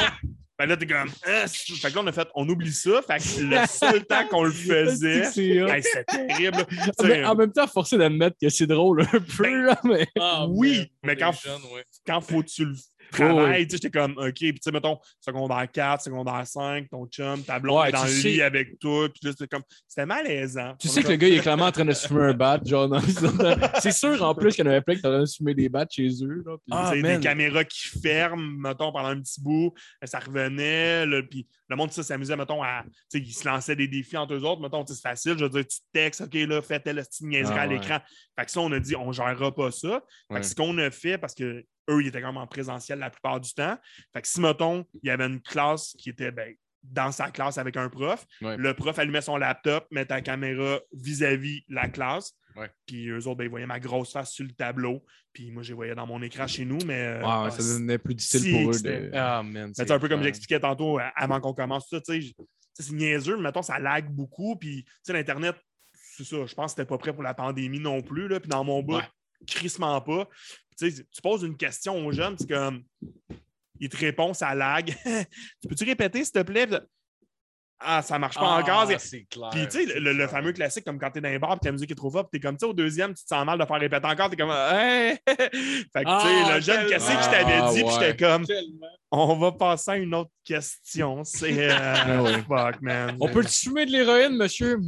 [SPEAKER 5] Ben là, t'es comme, Ah, c'est- fait que là, on a fait, on oublie ça, fait que le
[SPEAKER 3] <laughs>
[SPEAKER 5] seul temps qu'on le faisait,
[SPEAKER 3] C'est hot.
[SPEAKER 5] <laughs> hey, c'était terrible. Tu sais,
[SPEAKER 3] <laughs> Mais en même temps, forcé d'admettre que c'est drôle un
[SPEAKER 5] Ben.
[SPEAKER 3] peu, là, mais.
[SPEAKER 5] oui, mais
[SPEAKER 4] pour
[SPEAKER 5] quand-
[SPEAKER 4] les jeunes, Ah, ouais.
[SPEAKER 5] quand faut que tu le
[SPEAKER 3] Ouais,
[SPEAKER 5] travailles, tu sais, j'étais comme, OK, puis tu sais, mettons, secondaire 4, secondaire 5, ton chum, ta blonde
[SPEAKER 3] Ouais,
[SPEAKER 5] est dans
[SPEAKER 3] tu
[SPEAKER 5] le
[SPEAKER 3] sais-
[SPEAKER 5] lit avec toi, puis là, c'était comme, c'était malaisant.
[SPEAKER 3] Tu
[SPEAKER 5] On
[SPEAKER 3] sais
[SPEAKER 5] a
[SPEAKER 3] que le gars, il est clairement en train de se fumer un bat, genre. dans- <laughs> C'est sûr, en plus, qu'il y en avait plein qui étaient en train de se fumer des bats chez eux, là. puis-
[SPEAKER 4] Ah,
[SPEAKER 5] Tu sais,
[SPEAKER 4] man.
[SPEAKER 5] des caméras qui ferment, mettons, pendant un petit bout, euh, ça revenait, là, puis le monde ça s'amusait, mettons, à. Tu sais, ils se lançaient des défis entre eux autres, mettons, tu sais, c'est facile, je veux dire, tu te textes, OK, là, fais telle petite niaiserie
[SPEAKER 3] Ah,
[SPEAKER 5] à
[SPEAKER 3] ouais.
[SPEAKER 5] l'écran. Fait que ça, on a dit, on gérera pas ça. Fait
[SPEAKER 4] Ouais.
[SPEAKER 5] que ce qu'on a fait, parce que eux, ils étaient quand même en présentiel la plupart du temps. Fait que si, mettons, il y avait une classe qui était, ben, dans sa classe avec un prof.
[SPEAKER 4] Ouais.
[SPEAKER 5] Le prof allumait son laptop, mettait la caméra vis-à-vis la classe.
[SPEAKER 4] Ouais.
[SPEAKER 5] Puis eux autres, ben, ils voyaient ma grosse face sur le tableau. Puis moi, je les voyais dans mon écran chez nous. Mais euh,
[SPEAKER 3] Ouais, ouais,
[SPEAKER 5] ah,
[SPEAKER 3] ça
[SPEAKER 5] c'est-
[SPEAKER 3] devenait plus
[SPEAKER 5] si,
[SPEAKER 3] difficile pour eux.
[SPEAKER 5] c'était-
[SPEAKER 3] De...
[SPEAKER 4] Ah, man.
[SPEAKER 5] c'est un peu comme
[SPEAKER 4] clair.
[SPEAKER 5] j'expliquais tantôt euh, avant qu'on commence ça. tu sais, je- tu sais, C'est niaiseux, mais mettons, ça lag beaucoup. Puis tu sais, l'Internet, c'est ça. Je pense que c'était pas prêt pour la pandémie non plus. Là, puis dans mon bout,
[SPEAKER 3] Ouais.
[SPEAKER 5] crissement pas. Tu sais, tu poses une question aux jeunes, c'est comme. Il te répond, ça lag. <laughs> tu peux-tu répéter, s'il te plaît? Ah, ça marche pas encore. C'est-
[SPEAKER 4] c'est clair.
[SPEAKER 5] puis, tu sais, le, le fameux classique, comme quand t'es dans les bars, puis ta musique est trop forte, puis t'es comme, tu sais, au deuxième, tu te sens mal de faire répéter encore, t'es comme, hey! <laughs> fait que, tu sais,
[SPEAKER 4] Ah,
[SPEAKER 5] le jeune,
[SPEAKER 4] tellement.
[SPEAKER 5] qu'est-ce que je t'avais dit, puis
[SPEAKER 4] Ah,
[SPEAKER 5] j'étais comme,
[SPEAKER 4] Tellement.
[SPEAKER 5] on va passer à une autre question. C'est.
[SPEAKER 3] <laughs>
[SPEAKER 5] euh,
[SPEAKER 3] Ouais, ouais.
[SPEAKER 5] fuck, man.
[SPEAKER 3] Ah On peut le fumer de l'héroïne, monsieur?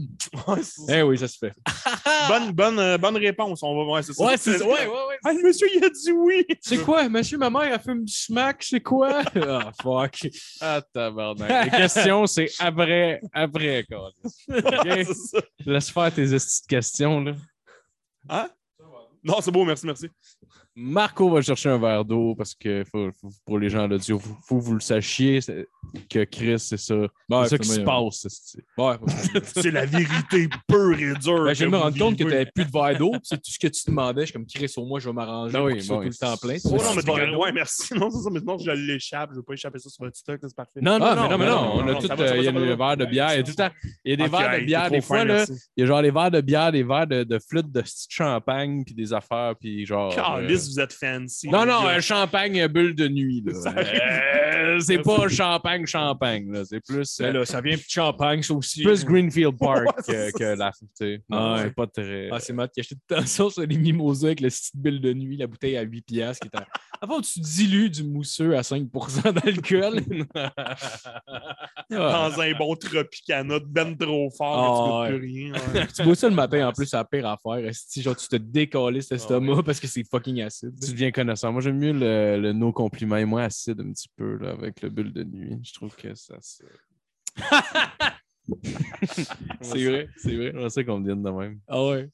[SPEAKER 5] Ouais, c'est ça.
[SPEAKER 3] Eh oui, ça se fait. Ah!
[SPEAKER 5] bonne, bonne, euh, bonne réponse. On va, ouais, c'est ça.
[SPEAKER 4] ouais.
[SPEAKER 5] <laughs> Ah, le monsieur, il a dit oui! <laughs>
[SPEAKER 3] C'est quoi, monsieur, ma mère, elle fume du smack, c'est <laughs> quoi? Ah, fuck.
[SPEAKER 4] Ah, tabarnak. Les questions, c'est après, après, quoi.
[SPEAKER 3] <laughs>
[SPEAKER 5] Ouais, c'est ça.
[SPEAKER 4] Laisse faire tes petites questions, là.
[SPEAKER 5] Hein? Non, c'est beau, merci, merci.
[SPEAKER 4] Marco va chercher un verre d'eau parce que faut- faut- pour les gens à l'audio, faut, faut que vous le sachiez c'est- que Chris, c'est ça.
[SPEAKER 3] Ouais,
[SPEAKER 4] c'est ça qui se
[SPEAKER 3] ouais.
[SPEAKER 4] passe. c'est-
[SPEAKER 3] Ouais, ouais.
[SPEAKER 5] C'est la vérité pure et dure.
[SPEAKER 3] Ben, je viens de me
[SPEAKER 5] vous
[SPEAKER 3] rendre compte que
[SPEAKER 5] vivez.
[SPEAKER 3] t'avais plus de verre d'eau, puis c'est tout ce que tu demandais. Je suis comme, Chris, au moins, je vais m'arranger
[SPEAKER 4] Ben
[SPEAKER 3] pour
[SPEAKER 4] oui,
[SPEAKER 3] que ce soit
[SPEAKER 4] ben
[SPEAKER 3] tout
[SPEAKER 4] oui.
[SPEAKER 3] le temps plein.
[SPEAKER 5] Oh non, mais
[SPEAKER 3] C'est pas
[SPEAKER 5] t'as- ouais, merci. Non, c'est ça, mais non, je l'échappe. Je veux pas échapper ça sur votre TikTok, là, c'est parfait.
[SPEAKER 4] Non, non,
[SPEAKER 3] Ah,
[SPEAKER 4] non,
[SPEAKER 3] mais non,
[SPEAKER 4] mais non,
[SPEAKER 3] non,
[SPEAKER 4] on a
[SPEAKER 5] non,
[SPEAKER 4] tout.
[SPEAKER 5] ça va, ça
[SPEAKER 4] euh,
[SPEAKER 5] va,
[SPEAKER 4] Il y a
[SPEAKER 5] ça va, ça
[SPEAKER 4] des
[SPEAKER 5] va.
[SPEAKER 4] verres de bière. Il y a tout le temps. Il y a des
[SPEAKER 5] Ok,
[SPEAKER 4] verres de
[SPEAKER 5] hey,
[SPEAKER 4] bière.
[SPEAKER 5] t'es
[SPEAKER 4] Des
[SPEAKER 5] trop
[SPEAKER 4] fois,
[SPEAKER 5] fin,
[SPEAKER 4] là,
[SPEAKER 5] merci.
[SPEAKER 4] il y a genre les verres de bière, des verres de, de flûte, de petit champagne, puis des affaires, puis genre. euh,
[SPEAKER 5] Calice, vous êtes fancy.
[SPEAKER 4] Non,
[SPEAKER 5] les
[SPEAKER 4] non,
[SPEAKER 5] gars.
[SPEAKER 4] euh, champagne euh, bulle de nuit. Là.
[SPEAKER 5] <laughs> Ça
[SPEAKER 4] Euh,
[SPEAKER 5] arrive.
[SPEAKER 4] euh, c'est pas champagne, champagne. là. C'est plus,
[SPEAKER 3] Ben
[SPEAKER 4] euh,
[SPEAKER 3] là, ça vient de champagne, ça aussi.
[SPEAKER 4] plus Greenfield Park
[SPEAKER 5] <laughs> Ouais, c'est
[SPEAKER 4] que, que la. tu sais. Non,
[SPEAKER 3] Ah ouais.
[SPEAKER 4] c'est pas très.
[SPEAKER 3] Ah, c'est Matt qui a acheté tout le temps ça sur les mimosas avec le style bill de nuit, la bouteille à 8 piastres. Qui était... <laughs> Avant, tu dilues du mousseux à 5 <laughs> d'alcool. Ah,
[SPEAKER 5] Dans un bon Tropicana de ben trop
[SPEAKER 3] Ah,
[SPEAKER 5] fort, que tu goûtes plus
[SPEAKER 3] <laughs>
[SPEAKER 5] rien. ouais.
[SPEAKER 3] tu bois ça le matin, en plus, c'est la pire affaire. Si genre, tu te décolles cet estomac parce que c'est fucking acide.
[SPEAKER 4] tu deviens connaissant. Moi, j'aime mieux le, le no compliment et moi acide un petit peu là, avec le bulle de nuit. Je trouve que ça, c'est.
[SPEAKER 3] <laughs> C'est vrai, c'est vrai.
[SPEAKER 4] J'aimerais ça qu'on me dise de même.
[SPEAKER 5] <laughs>
[SPEAKER 3] Ah ouais.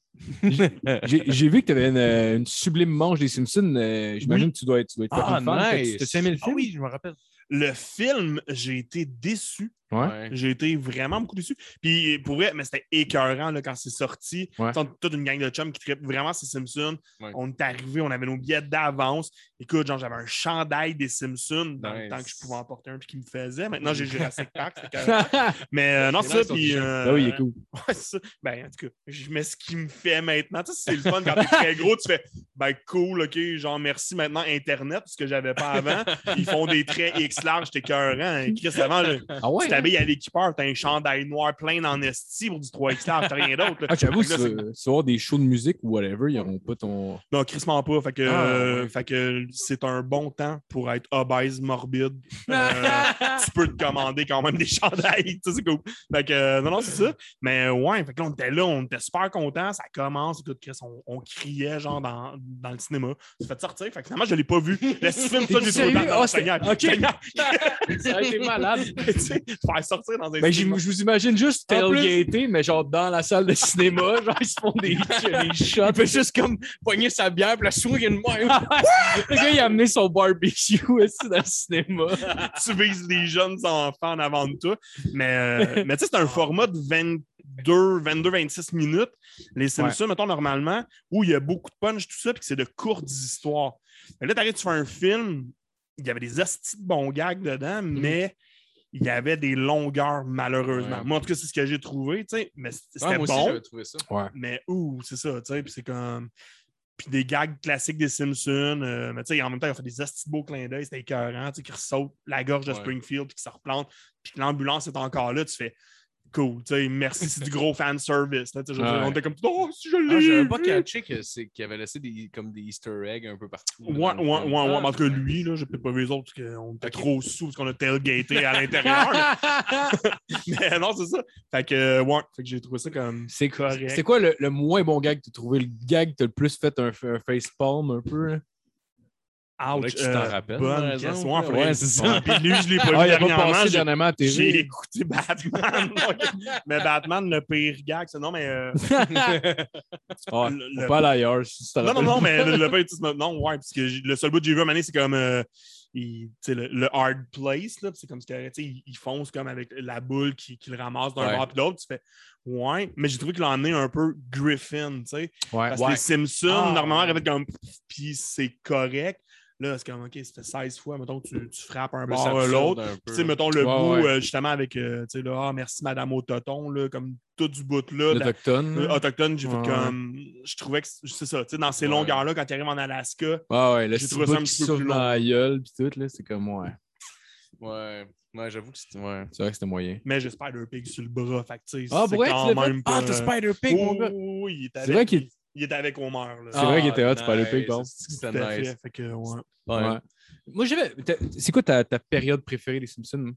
[SPEAKER 3] J'ai j'ai vu que tu avais une, euh, une sublime manche des Simpsons. euh, J'imagine que tu dois être, tu dois être
[SPEAKER 5] Ah,
[SPEAKER 3] fucking fan. Tu t'as aimé le film?
[SPEAKER 4] oui, je me rappelle.
[SPEAKER 5] Le film, j'ai été déçu.
[SPEAKER 3] Ouais.
[SPEAKER 5] J'ai été vraiment beaucoup déçu. Puis pour vrai, mais c'était écœurant là, quand c'est sorti.
[SPEAKER 3] Ouais.
[SPEAKER 5] T'as Toute une gang de chums qui trippent vraiment ces Simpsons.
[SPEAKER 4] Ouais.
[SPEAKER 5] On est arrivé, on avait nos billets d'avance. Écoute, genre, j'avais un chandail des Simpsons dans le
[SPEAKER 4] Nice.
[SPEAKER 5] temps que je pouvais en porter un puis qui me faisait. Maintenant, j'ai Jurassic Park. c'est écœurant. Mais euh, non,
[SPEAKER 4] C'est
[SPEAKER 5] ça,
[SPEAKER 4] nice, ton
[SPEAKER 5] puis.
[SPEAKER 4] t-shirt.
[SPEAKER 5] euh,
[SPEAKER 3] <laughs> Ah oui, il est cool.
[SPEAKER 5] Ouais, ça. Ben, en tout cas, je mets ce qui me fait maintenant. Tu sais, c'est le fun quand t'es très gros, tu fais ben cool, ok, genre merci maintenant Internet, ce que j'avais pas avant.
[SPEAKER 4] <laughs>
[SPEAKER 5] Ils font des traits X large, t'es cœurant. Hein. Chris, avant, là,
[SPEAKER 3] Ah ouais?
[SPEAKER 5] tu t'habilles à l'équipeur, t'as un chandail noir plein en esti pour du 3X large, t'as rien d'autre. là.
[SPEAKER 3] Ah, <laughs> j'avoue,
[SPEAKER 5] Fait que là,
[SPEAKER 3] si
[SPEAKER 5] c'est-
[SPEAKER 3] tu vas voir des shows de musique ou whatever, ils n'auront pas ton.
[SPEAKER 5] Non, Chris ment pas. Fait que,
[SPEAKER 3] Ah,
[SPEAKER 5] euh,
[SPEAKER 3] ouais.
[SPEAKER 5] fait que c'est un bon temps pour être obèse, morbide. Euh, tu peux te commander quand même des <laughs> chandails. Ça, c'est cool. Fait que, euh, non, non, c'est ça. Mais ouais, fait que là, on était là, on était super contents. Ça commence. Écoute, Chris, on, on criait genre dans, dans le cinéma. J'ai fait sortir. Fait que finalement, je l'ai pas vu. Le film, ça,
[SPEAKER 3] T'es
[SPEAKER 5] j'ai
[SPEAKER 3] sérieux?
[SPEAKER 5] trouvé dans- dans
[SPEAKER 3] Ah,
[SPEAKER 5] le
[SPEAKER 3] c'était-
[SPEAKER 5] Seigneur.
[SPEAKER 3] ok.
[SPEAKER 5] Seigneur,
[SPEAKER 3] <laughs>
[SPEAKER 5] <laughs>
[SPEAKER 3] Ça a été malade.
[SPEAKER 5] tu sais, Faire sortir dans un
[SPEAKER 3] Ben, j'im-
[SPEAKER 5] cinéma.
[SPEAKER 3] je vous imagine juste
[SPEAKER 5] En plus-
[SPEAKER 3] tailgater, mais genre dans la salle de cinéma, <laughs> genre ils se font des, des shots. Il fait juste comme poigner sa bière, puis la souris une main. <laughs> le gars, il a amené son barbecue <laughs> aussi dans le cinéma.
[SPEAKER 5] <laughs> tu vises les jeunes enfants en avant de toi. Mais, euh, mais tu sais, c'est un format de 22, 22, 26 minutes. Les Simpsons, mettons, normalement, où il y a beaucoup de punch, tout ça, puis que c'est de courtes histoires. Fait que là, t'arrives, tu fais un film, il y avait des astis de bons gags dedans,
[SPEAKER 4] Mm.
[SPEAKER 5] mais il y avait des longueurs, malheureusement.
[SPEAKER 4] Ouais.
[SPEAKER 5] Moi, en tout cas, c'est ce que j'ai trouvé, tu sais, mais c- c'était
[SPEAKER 4] moi aussi,
[SPEAKER 5] bon
[SPEAKER 4] j'avais trouvé ça.
[SPEAKER 5] mais ouh, c'est ça, tu sais, puis c'est comme... Puis des gags classiques des Simpsons, euh, mais tu sais, en même temps, ils ont fait des astis de beaux clins d'œil, c'était écœurant, tu sais, qui ressautent la gorge de
[SPEAKER 4] Ouais.
[SPEAKER 5] Springfield, puis qui se replante, puis que l'ambulance est encore là, tu fais... Cool, tu sais, merci, c'est du gros fan service. là, tu sais, je veux dire,
[SPEAKER 3] Ouais.
[SPEAKER 5] On était comme, oh, si je l'ai
[SPEAKER 4] Ah, j'avais
[SPEAKER 5] vu!
[SPEAKER 4] pas catché que c'est- qu'il avait laissé des, comme des Easter eggs un peu partout.
[SPEAKER 5] Ouais, ouais, ouais, ouais. Mais En tout cas,
[SPEAKER 4] que
[SPEAKER 5] lui, là, je peux pas vu les autres, parce qu'on était
[SPEAKER 4] Ok.
[SPEAKER 5] trop sous, parce qu'on a tailgaté à l'intérieur.
[SPEAKER 4] <laughs>
[SPEAKER 5] mais, mais non, c'est ça. Fait que, euh, ouais, fait que j'ai trouvé ça comme...
[SPEAKER 3] C'est
[SPEAKER 5] correct.
[SPEAKER 3] C'est quoi le, le moins bon gag que tu as trouvé? Le gag que tu as le plus fait un, un face palm un peu? hein? là?
[SPEAKER 5] Ouch,
[SPEAKER 4] que tu t'en
[SPEAKER 5] euh,
[SPEAKER 4] rappelles, par
[SPEAKER 5] bonne
[SPEAKER 4] exemple,
[SPEAKER 5] question.
[SPEAKER 4] là.
[SPEAKER 5] hein, Ouais, faudrait-
[SPEAKER 4] Ouais, c'est ça.
[SPEAKER 5] Puis lui, je l'ai pas
[SPEAKER 3] Ah,
[SPEAKER 5] vu
[SPEAKER 3] il a pas
[SPEAKER 5] dernièrement,
[SPEAKER 3] passé
[SPEAKER 5] j'ai-
[SPEAKER 3] dernièrement à
[SPEAKER 5] J'ai
[SPEAKER 3] TV.
[SPEAKER 5] écouté Batman. mais Batman, le pire gag, c'est non, mais. euh,
[SPEAKER 3] Ah,
[SPEAKER 5] le- le-
[SPEAKER 3] Pas l'ailleurs. si tu te
[SPEAKER 5] Non, non,
[SPEAKER 3] rappelles.
[SPEAKER 5] non, mais le, le pire, tu sais, non, ouais, parce que j'ai- le seul bout que j'ai vu à un moment donné, c'est comme. euh, il- tu sais, le, le hard place, là, puis c'est comme ce que, tu sais, il, il fonce comme avec la boule qui, qui le ramasse d'un
[SPEAKER 4] Ouais.
[SPEAKER 5] bord puis de l'autre, tu fais ouais, mais j'ai trouvé qu'il en est un peu Griffin, tu sais,
[SPEAKER 3] Ouais.
[SPEAKER 5] parce que
[SPEAKER 3] Ouais.
[SPEAKER 5] les Simpsons,
[SPEAKER 4] Ah.
[SPEAKER 5] normalement, avec comme puis c'est correct, là, c'est comme ok, ça fait 16 fois, mettons, tu, tu frappes un bord euh, l'autre, tu sais, mettons le
[SPEAKER 3] Ouais,
[SPEAKER 5] bout,
[SPEAKER 3] ouais.
[SPEAKER 5] euh, justement, avec, euh, tu sais, là, ah, merci Madame au Toton, là, comme tout du bout là, de la-
[SPEAKER 3] L'Autochtone.
[SPEAKER 5] euh, autochtone, j'ai fait
[SPEAKER 3] Ouais.
[SPEAKER 5] comme, je trouvais que, c- c'est ça, tu sais, dans ces
[SPEAKER 4] Ouais.
[SPEAKER 5] longueurs-là, quand tu arrives en Alaska,
[SPEAKER 3] Ah ouais, le
[SPEAKER 5] J'ai trouvé ça
[SPEAKER 3] petit
[SPEAKER 5] un
[SPEAKER 3] bout
[SPEAKER 5] petit
[SPEAKER 3] qui
[SPEAKER 5] peu
[SPEAKER 3] s'ouvre
[SPEAKER 5] plus
[SPEAKER 3] dans
[SPEAKER 5] long.
[SPEAKER 3] la gueule, pis tout, là, c'est comme, ouais.
[SPEAKER 4] Ouais, ouais j'avoue que c'était. Ouais.
[SPEAKER 3] C'est vrai que c'était moyen.
[SPEAKER 5] mais j'ai Spider-Pig sur le bras, fait que, tu sais,
[SPEAKER 3] Ah,
[SPEAKER 5] c'est
[SPEAKER 3] pour vrai,
[SPEAKER 5] quand
[SPEAKER 3] tu l'as fait?
[SPEAKER 5] même pas... euh,
[SPEAKER 4] Ah, t'as Spider-Pig, mon
[SPEAKER 5] Oui,
[SPEAKER 4] gars.
[SPEAKER 5] oui, oui, il était
[SPEAKER 3] C'est vrai
[SPEAKER 5] avec,
[SPEAKER 3] qu'il-
[SPEAKER 5] il, il était avec Homer, là. Ah,
[SPEAKER 3] C'est vrai qu'il était hot, Spider-Pig,
[SPEAKER 4] Ah, nice.
[SPEAKER 3] bon.
[SPEAKER 5] Tout
[SPEAKER 4] C'était
[SPEAKER 5] à
[SPEAKER 4] nice.
[SPEAKER 5] fait, fait que, ouais.
[SPEAKER 4] Ouais.
[SPEAKER 3] Ouais. Moi, j'avais. t'as- C'est quoi ta, ta période préférée des Simpsons?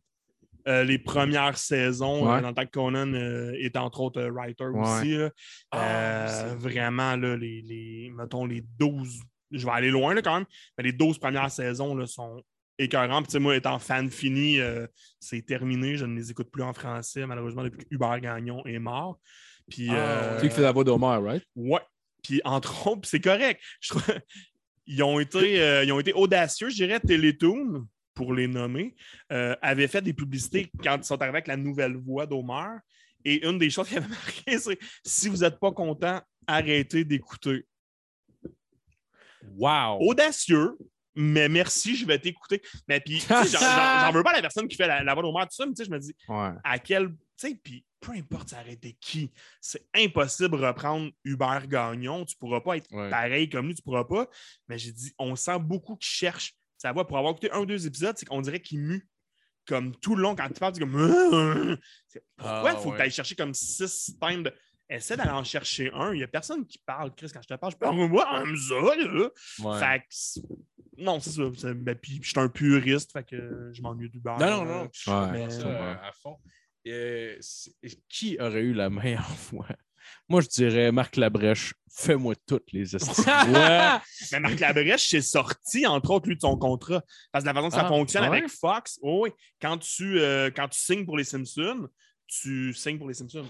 [SPEAKER 5] Euh, les premières saisons,
[SPEAKER 3] Ouais.
[SPEAKER 5] euh, dans le temps que Conan euh, est entre autres euh, writer
[SPEAKER 3] Ouais.
[SPEAKER 5] aussi. là.
[SPEAKER 4] Ah,
[SPEAKER 5] Euh, vraiment, là, les, les- mettons, les 12, je vais aller loin là, quand même, mais les 12 premières saisons là, sont écœurantes. Puis, tu sais, moi, étant fan fini, euh, c'est terminé. Je ne les écoute plus en français, malheureusement, depuis que Hubert Gagnon est mort. Puis,
[SPEAKER 4] Ah,
[SPEAKER 5] euh,
[SPEAKER 3] Tu qui fait la voix d'Homer, right?
[SPEAKER 5] Ouais. Puis entre <laughs> autres, puis c'est correct. Je trouve- ils, ont été, euh, ils ont été audacieux, je dirais, Télétoon, pour les nommer, euh, avait fait des publicités quand ils sont arrivés avec la nouvelle voix d'Homer. Et une des choses qui avait <laughs> marqué, c'est si vous n'êtes pas content, arrêtez d'écouter.
[SPEAKER 4] Wow!
[SPEAKER 5] Audacieux, mais merci, je vais t'écouter. Mais puis, tu sais, j'en- j'en j'en veux pas la personne qui fait la, la voix d'Homer, tout ça, mais tu sais, je me dis,
[SPEAKER 3] Ouais.
[SPEAKER 5] à quel. Tu sais, puis peu importe ça aurait été qui, c'est impossible de reprendre Hubert Gagnon. Tu pourras pas être
[SPEAKER 4] Ouais.
[SPEAKER 5] pareil comme lui, tu pourras pas. Mais j'ai dit, on sent beaucoup qu'il cherche ça voix, pour avoir écouté un ou deux épisodes, c'est qu'on dirait qu'il mue. Comme tout le long, quand tu parles, c'est comme. <laughs> C'est- Pourquoi
[SPEAKER 4] Ah,
[SPEAKER 5] il faut
[SPEAKER 4] ouais.
[SPEAKER 5] que tu ailles chercher comme six times de. Essaie d'aller en chercher un. Il n'y a personne qui parle. Chris, quand je te parle, je parle. Moi, comme ça, là.
[SPEAKER 4] Ouais.
[SPEAKER 5] Fait que c'est- Non, c'est ça. c'est- ben, puis je suis un puriste, fait que euh, je m'ennuie du beurre.
[SPEAKER 4] Non, non, non. je suis
[SPEAKER 3] Ouais.
[SPEAKER 4] vraiment
[SPEAKER 5] Mais-
[SPEAKER 4] ça, euh, à fond. Euh, c'est- qui aurait eu la meilleure <laughs> voix? Moi, je dirais Marc Labrèche, fais-moi toutes <laughs> les estis.
[SPEAKER 5] Mais Marc Labrèche, c'est sorti, entre autres, lui, de son contrat. Parce que la façon que ça
[SPEAKER 4] Ah,
[SPEAKER 5] fonctionne
[SPEAKER 4] ouais?
[SPEAKER 5] avec Fox, oh oui, quand tu, euh, quand tu signes pour les Simpsons, tu signes pour les Simpsons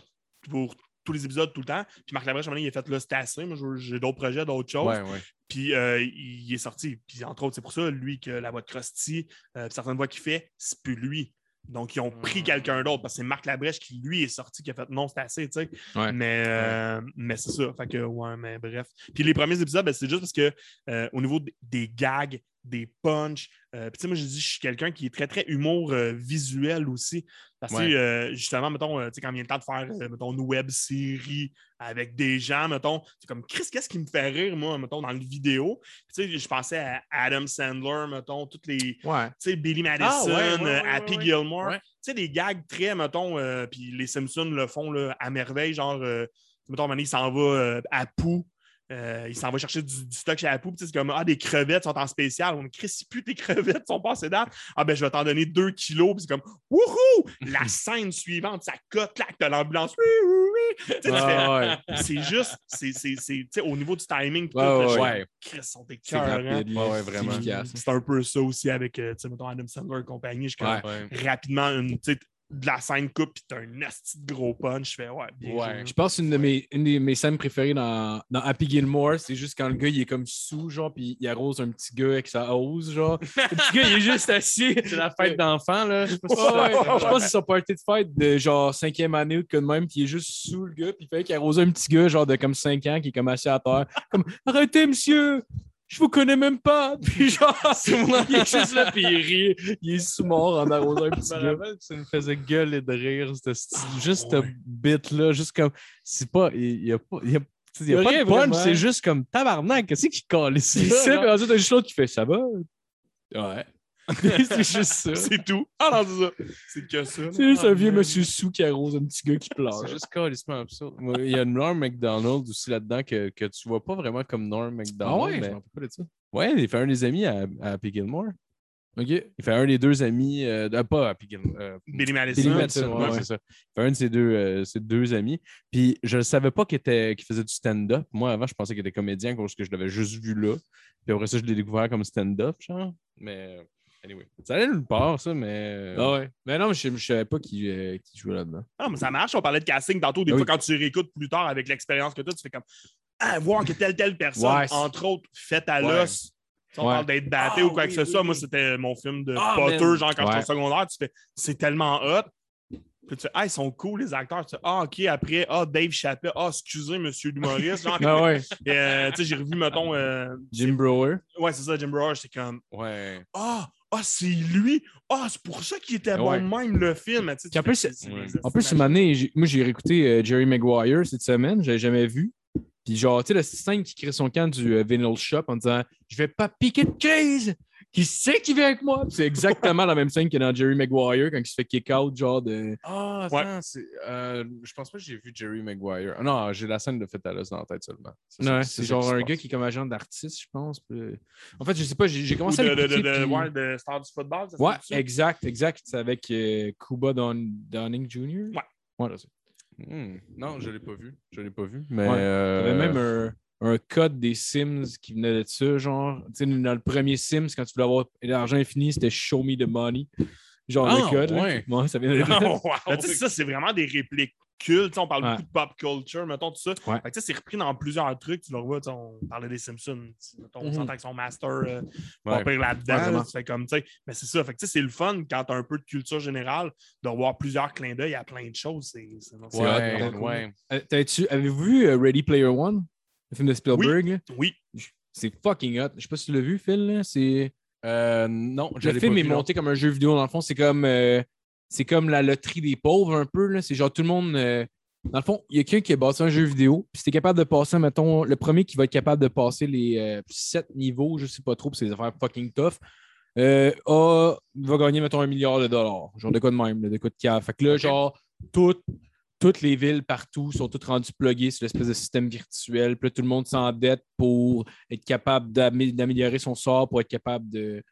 [SPEAKER 5] pour tous les épisodes, tout le temps. Puis Marc Labrèche, à un moment donné, il a fait là, c'est assez. Moi, je- j'ai d'autres projets, d'autres choses.
[SPEAKER 4] ouais, ouais.
[SPEAKER 5] Puis euh, il est sorti. Puis entre autres, c'est pour ça, lui, que la voix de Krusty, euh, puis certaines voix qu'il fait, c'est plus lui. Donc, ils ont pris quelqu'un d'autre parce que c'est Marc Labrèche qui, lui, est sorti, qui a fait non, c'est assez, tu sais.
[SPEAKER 3] Ouais.
[SPEAKER 5] Mais, euh, mais c'est ça. Fait que, ouais, mais bref. Puis les premiers épisodes, ben, c'est juste parce que euh, au niveau d- des gags, des punchs, euh, puis tu sais, moi, je dis, je suis quelqu'un qui est très, très humour euh, visuel aussi. Parce que,
[SPEAKER 4] Ouais.
[SPEAKER 5] euh, justement, mettons, euh, tu sais, quand vient le temps de faire, euh, mettons, une web série avec des gens, mettons, c'est comme, Chris, qu'est-ce qui me fait rire, moi, mettons, dans le vidéo? Puis, tu sais, je pensais à Adam Sandler, mettons, toutes les,
[SPEAKER 3] Ouais.
[SPEAKER 5] tu sais, Billy Madison,
[SPEAKER 4] Ah, ouais, ouais, ouais,
[SPEAKER 5] euh, Happy
[SPEAKER 4] ouais, ouais.
[SPEAKER 5] Gilmore,
[SPEAKER 4] Ouais.
[SPEAKER 5] tu sais, des gags très, mettons, euh, puis les Simpsons le font là, à merveille, genre, euh, mettons, à un moment donné, il s'en va euh, à Pou, euh, il s'en va chercher du, du stock chez Pou, puis tu sais, c'est comme, ah, des crevettes sont en spécial, on me crie, si plus tes <laughs> crevettes sont passées date, ah, ben, je vais t'en donner 2 kilos, puis c'est comme, wouhou,
[SPEAKER 4] <laughs>
[SPEAKER 5] la scène suivante, ça cote, clac, t'as l'ambulance, oui, oui, oui, Tu sais, tu fais-
[SPEAKER 4] Ah,
[SPEAKER 5] <laughs>
[SPEAKER 4] ouais.
[SPEAKER 5] c'est juste, c'est, c'est, c'est, tu sais, au niveau du timing, puis
[SPEAKER 3] Ouais,
[SPEAKER 5] tout, là,
[SPEAKER 3] ouais,
[SPEAKER 5] je suis
[SPEAKER 4] ouais.
[SPEAKER 5] comme, Chris, sont des
[SPEAKER 3] C'est
[SPEAKER 5] cœurs, hein.
[SPEAKER 3] rapide.
[SPEAKER 4] Ouais, ouais,
[SPEAKER 3] c'est
[SPEAKER 4] vraiment.
[SPEAKER 3] efficace.
[SPEAKER 5] C'est un peu ça aussi avec, euh, tu sais, mettons, Adam Sandler et compagnie. Je suis comme,
[SPEAKER 3] Ouais.
[SPEAKER 5] rapidement une petite de la scène coupe puis t'as un nasty de gros punch. Je fais ouais, bien
[SPEAKER 4] Ouais.
[SPEAKER 5] joué. <laughs>
[SPEAKER 3] Je pense une de mes, une des- mes scènes préférées dans, dans Happy Gilmore, c'est juste quand le gars il est comme sous, genre, puis il arrose un petit gars avec sa hose,
[SPEAKER 4] <laughs>
[SPEAKER 3] genre. Le petit gars il est juste assis.
[SPEAKER 4] C'est la fête d'enfant, là. Je sais pas si
[SPEAKER 3] Ouais,
[SPEAKER 4] ça-
[SPEAKER 3] ouais. Je pense que c'est son party de fête de genre cinquième année ou de quoi de même, puis il est juste sous le gars, puis il fait qu'il arrose un petit gars, genre de comme 5 ans, qui est comme assis à terre. Comme Arrêtez, monsieur! Je vous connais même pas! <laughs> Puis
[SPEAKER 4] <laughs>
[SPEAKER 3] genre, il est juste là, puis il rit. Il est sous-mort en arrosant un petit
[SPEAKER 4] Je me
[SPEAKER 3] gars.
[SPEAKER 4] rappelle que ça me faisait gueuler de rire, cette- cette- juste
[SPEAKER 5] ouais.
[SPEAKER 4] cette bit-là, juste comme, c'est pas, il n'y a pas, il y a, il y
[SPEAKER 3] Il y a
[SPEAKER 4] a pas
[SPEAKER 3] rien,
[SPEAKER 4] de punch,
[SPEAKER 3] vraiment.
[SPEAKER 4] c'est juste comme tabarnak, qu'est-ce qui colle ici?
[SPEAKER 3] Il sait, puis
[SPEAKER 4] <laughs>
[SPEAKER 3] ensuite, t'as juste l'autre qui fait ça va? Ouais. c'est juste ça.
[SPEAKER 5] C'est tout. Ah non, c'est ça. C'est que ça. Ah,
[SPEAKER 3] C'est juste un vieux monsieur sous qui arrose un petit gars qui pleure.
[SPEAKER 4] C'est Ah, juste carrément absurde. Moi, Il y a Norm McDonald aussi là-dedans que, que tu vois pas vraiment comme Norm
[SPEAKER 3] Ah
[SPEAKER 4] McDonald.
[SPEAKER 3] ouais,
[SPEAKER 4] mais-
[SPEAKER 3] je m'en peux pas de ça.
[SPEAKER 4] Ouais, il fait un des amis à, à Happy Gilmore.
[SPEAKER 3] OK.
[SPEAKER 4] Il fait un des deux amis, euh, de- pas à Happy Gilmore, euh,
[SPEAKER 5] Billy Madison.
[SPEAKER 4] Billy
[SPEAKER 3] Billy
[SPEAKER 4] Madison,
[SPEAKER 3] Madison,
[SPEAKER 4] ouais,
[SPEAKER 3] ouais.
[SPEAKER 4] c'est ça. Il fait un de ses deux, euh, ses deux amis. Puis je ne savais pas qu'il était- qu'il faisait du stand-up. Moi, avant, je pensais qu'il était comédien parce que je l'avais juste vu là. Puis après ça, je l'ai découvert comme stand-up, genre. Mais euh, anyway, ça allait nulle part, ça, mais. euh,
[SPEAKER 3] Ah ouais. Mais non, je, je savais pas qui, euh, qui jouait là-dedans.
[SPEAKER 5] Ah non, mais ça marche. On parlait de casting tantôt. Des
[SPEAKER 4] Ah
[SPEAKER 5] fois,
[SPEAKER 4] oui.
[SPEAKER 5] quand tu réécoutes plus tard avec l'expérience que tu as, tu fais comme Ah, voir que telle, telle personne,
[SPEAKER 3] Ouais, c'est-
[SPEAKER 5] entre autres, fait à
[SPEAKER 4] Ouais.
[SPEAKER 5] l'os. Tu sais, On
[SPEAKER 3] Ouais.
[SPEAKER 5] parle d'être batté
[SPEAKER 4] Ah,
[SPEAKER 5] ou quoi
[SPEAKER 4] oui,
[SPEAKER 5] que ce
[SPEAKER 4] oui,
[SPEAKER 5] soit. Moi,
[SPEAKER 4] oui.
[SPEAKER 5] c'était mon film de
[SPEAKER 4] Ah,
[SPEAKER 5] Potter,
[SPEAKER 4] man.
[SPEAKER 5] genre quand
[SPEAKER 3] Ouais.
[SPEAKER 5] j'étais au secondaire, tu fais c'est tellement hot. Puis tu fais Ah, ils sont cool, les acteurs. Tu fais Ah, ok, après, ah, Dave Chappelle, ah, excusez, monsieur l'humoriste. Genre,
[SPEAKER 3] Ah <laughs> ouais.
[SPEAKER 5] Et, euh, tu sais, j'ai revu, mettons, euh,
[SPEAKER 3] Jim Brower.
[SPEAKER 5] ouais, c'est ça, Jim Brower, c'est comme,
[SPEAKER 4] Ouais.
[SPEAKER 5] ah, ah, c'est lui, ah, c'est pour ça qu'il était bon
[SPEAKER 4] Ouais.
[SPEAKER 5] de même le film. Tu sais, tu
[SPEAKER 3] Puis en
[SPEAKER 5] fais,
[SPEAKER 3] plus,
[SPEAKER 5] c'est- c'est
[SPEAKER 4] ouais.
[SPEAKER 5] des
[SPEAKER 3] En plus, cette année, j'ai- moi, j'ai réécouté euh, Jerry Maguire cette semaine. Je l'avais jamais vu. Puis genre, tu sais, le scène qui crée son camp du euh, Vinyl Shop en disant « Je vais pas piquer de case! Qui sait qui vient avec moi? » Puis C'est exactement la même scène que dans Jerry Maguire quand il se fait kick-out, genre de...
[SPEAKER 4] Ah,
[SPEAKER 5] Ouais.
[SPEAKER 4] attends, c'est- euh, je pense pas que j'ai vu Jerry Maguire. Ah non, j'ai la scène de Fête à l'os dans la tête seulement. C'est ça-
[SPEAKER 3] Ouais,
[SPEAKER 4] c'est
[SPEAKER 3] c'est
[SPEAKER 4] ça
[SPEAKER 3] genre
[SPEAKER 4] se
[SPEAKER 3] un
[SPEAKER 4] passe.
[SPEAKER 3] gars qui est comme agent d'artiste, je pense. puis- En fait, je sais pas, j'ai j'ai
[SPEAKER 5] Ou
[SPEAKER 3] commencé à
[SPEAKER 5] de, de, de,
[SPEAKER 3] l'écouter,
[SPEAKER 5] de,
[SPEAKER 3] puis-
[SPEAKER 5] ouais, de Star du football. ça,
[SPEAKER 3] Ouais,
[SPEAKER 5] c'est ça?
[SPEAKER 3] exact, exact. C'est avec euh, Cuba Don- Downing Jr.
[SPEAKER 5] Ouais.
[SPEAKER 3] Ouais, là, c'est-
[SPEAKER 4] Hmm. Non, je l'ai pas vu. Je l'ai pas vu. Mais.
[SPEAKER 3] Ouais. Il y
[SPEAKER 4] euh,
[SPEAKER 3] avait même un, un code des Sims qui venait de ça, genre, tu sais, dans le premier Sims, quand tu voulais avoir l'argent infini, c'était Show Me the Money. Genre
[SPEAKER 4] Ah,
[SPEAKER 3] le code. là.
[SPEAKER 4] ouais.
[SPEAKER 3] Ouais, ça vient de <laughs> là.
[SPEAKER 5] Oh, wow. Mais tu sais, ça, c'est vraiment des répliques cultes. Tu sais, On parle
[SPEAKER 3] Ouais.
[SPEAKER 5] beaucoup de pop culture, mettons, tout ça.
[SPEAKER 3] Ouais.
[SPEAKER 5] Fait que, tu sais, c'est repris dans plusieurs trucs. Tu le revois, tu sais, on parlait des Simpsons. tu sais, mettons, On
[SPEAKER 3] Mhm.
[SPEAKER 5] s'entend que son master, euh,
[SPEAKER 4] Ouais.
[SPEAKER 5] pas pire là-dedans.
[SPEAKER 3] Ouais,
[SPEAKER 5] là,
[SPEAKER 3] vraiment.
[SPEAKER 5] tu fais comme, tu sais. Mais c'est ça. Fait que, tu sais, c'est le fun quand t'as un peu de culture générale, de voir plusieurs clins d'œil à plein de choses. C'est c'est- c'est
[SPEAKER 3] hot,
[SPEAKER 4] Ouais,
[SPEAKER 3] vraiment
[SPEAKER 5] vraiment
[SPEAKER 3] cool.
[SPEAKER 4] ouais.
[SPEAKER 3] Euh, t'as-tu- Avez-vous vu euh, Ready Player One, le film de Spielberg? là?
[SPEAKER 5] cool. Oui.
[SPEAKER 3] C'est fucking hot. Je sais pas si tu l'as vu, Phil. là. C'est...
[SPEAKER 4] Euh, non, je
[SPEAKER 3] Le
[SPEAKER 4] l'ai
[SPEAKER 3] film
[SPEAKER 4] pas
[SPEAKER 3] est
[SPEAKER 4] vu, non.
[SPEAKER 3] monté comme un jeu vidéo, dans le fond. C'est comme, euh, c'est comme la loterie des pauvres, un peu. là. C'est genre tout le monde. euh, dans le fond, il y a quelqu'un qui a bâti un jeu vidéo. Puis si t'es capable de passer, mettons, le premier qui va être capable de passer les euh, sept niveaux, je sais pas trop, puis c'est des affaires fucking tough. euh, A va gagner, mettons, un milliard de dollars. Genre de quoi de même, là, de quoi de cas. Fait que là, genre, toutes, toutes les villes partout sont toutes rendues pluguées sur l'espèce de système virtuel. Puis là, tout le monde s'endette pour être capable d'amé- d'améliorer son sort, pour être capable de.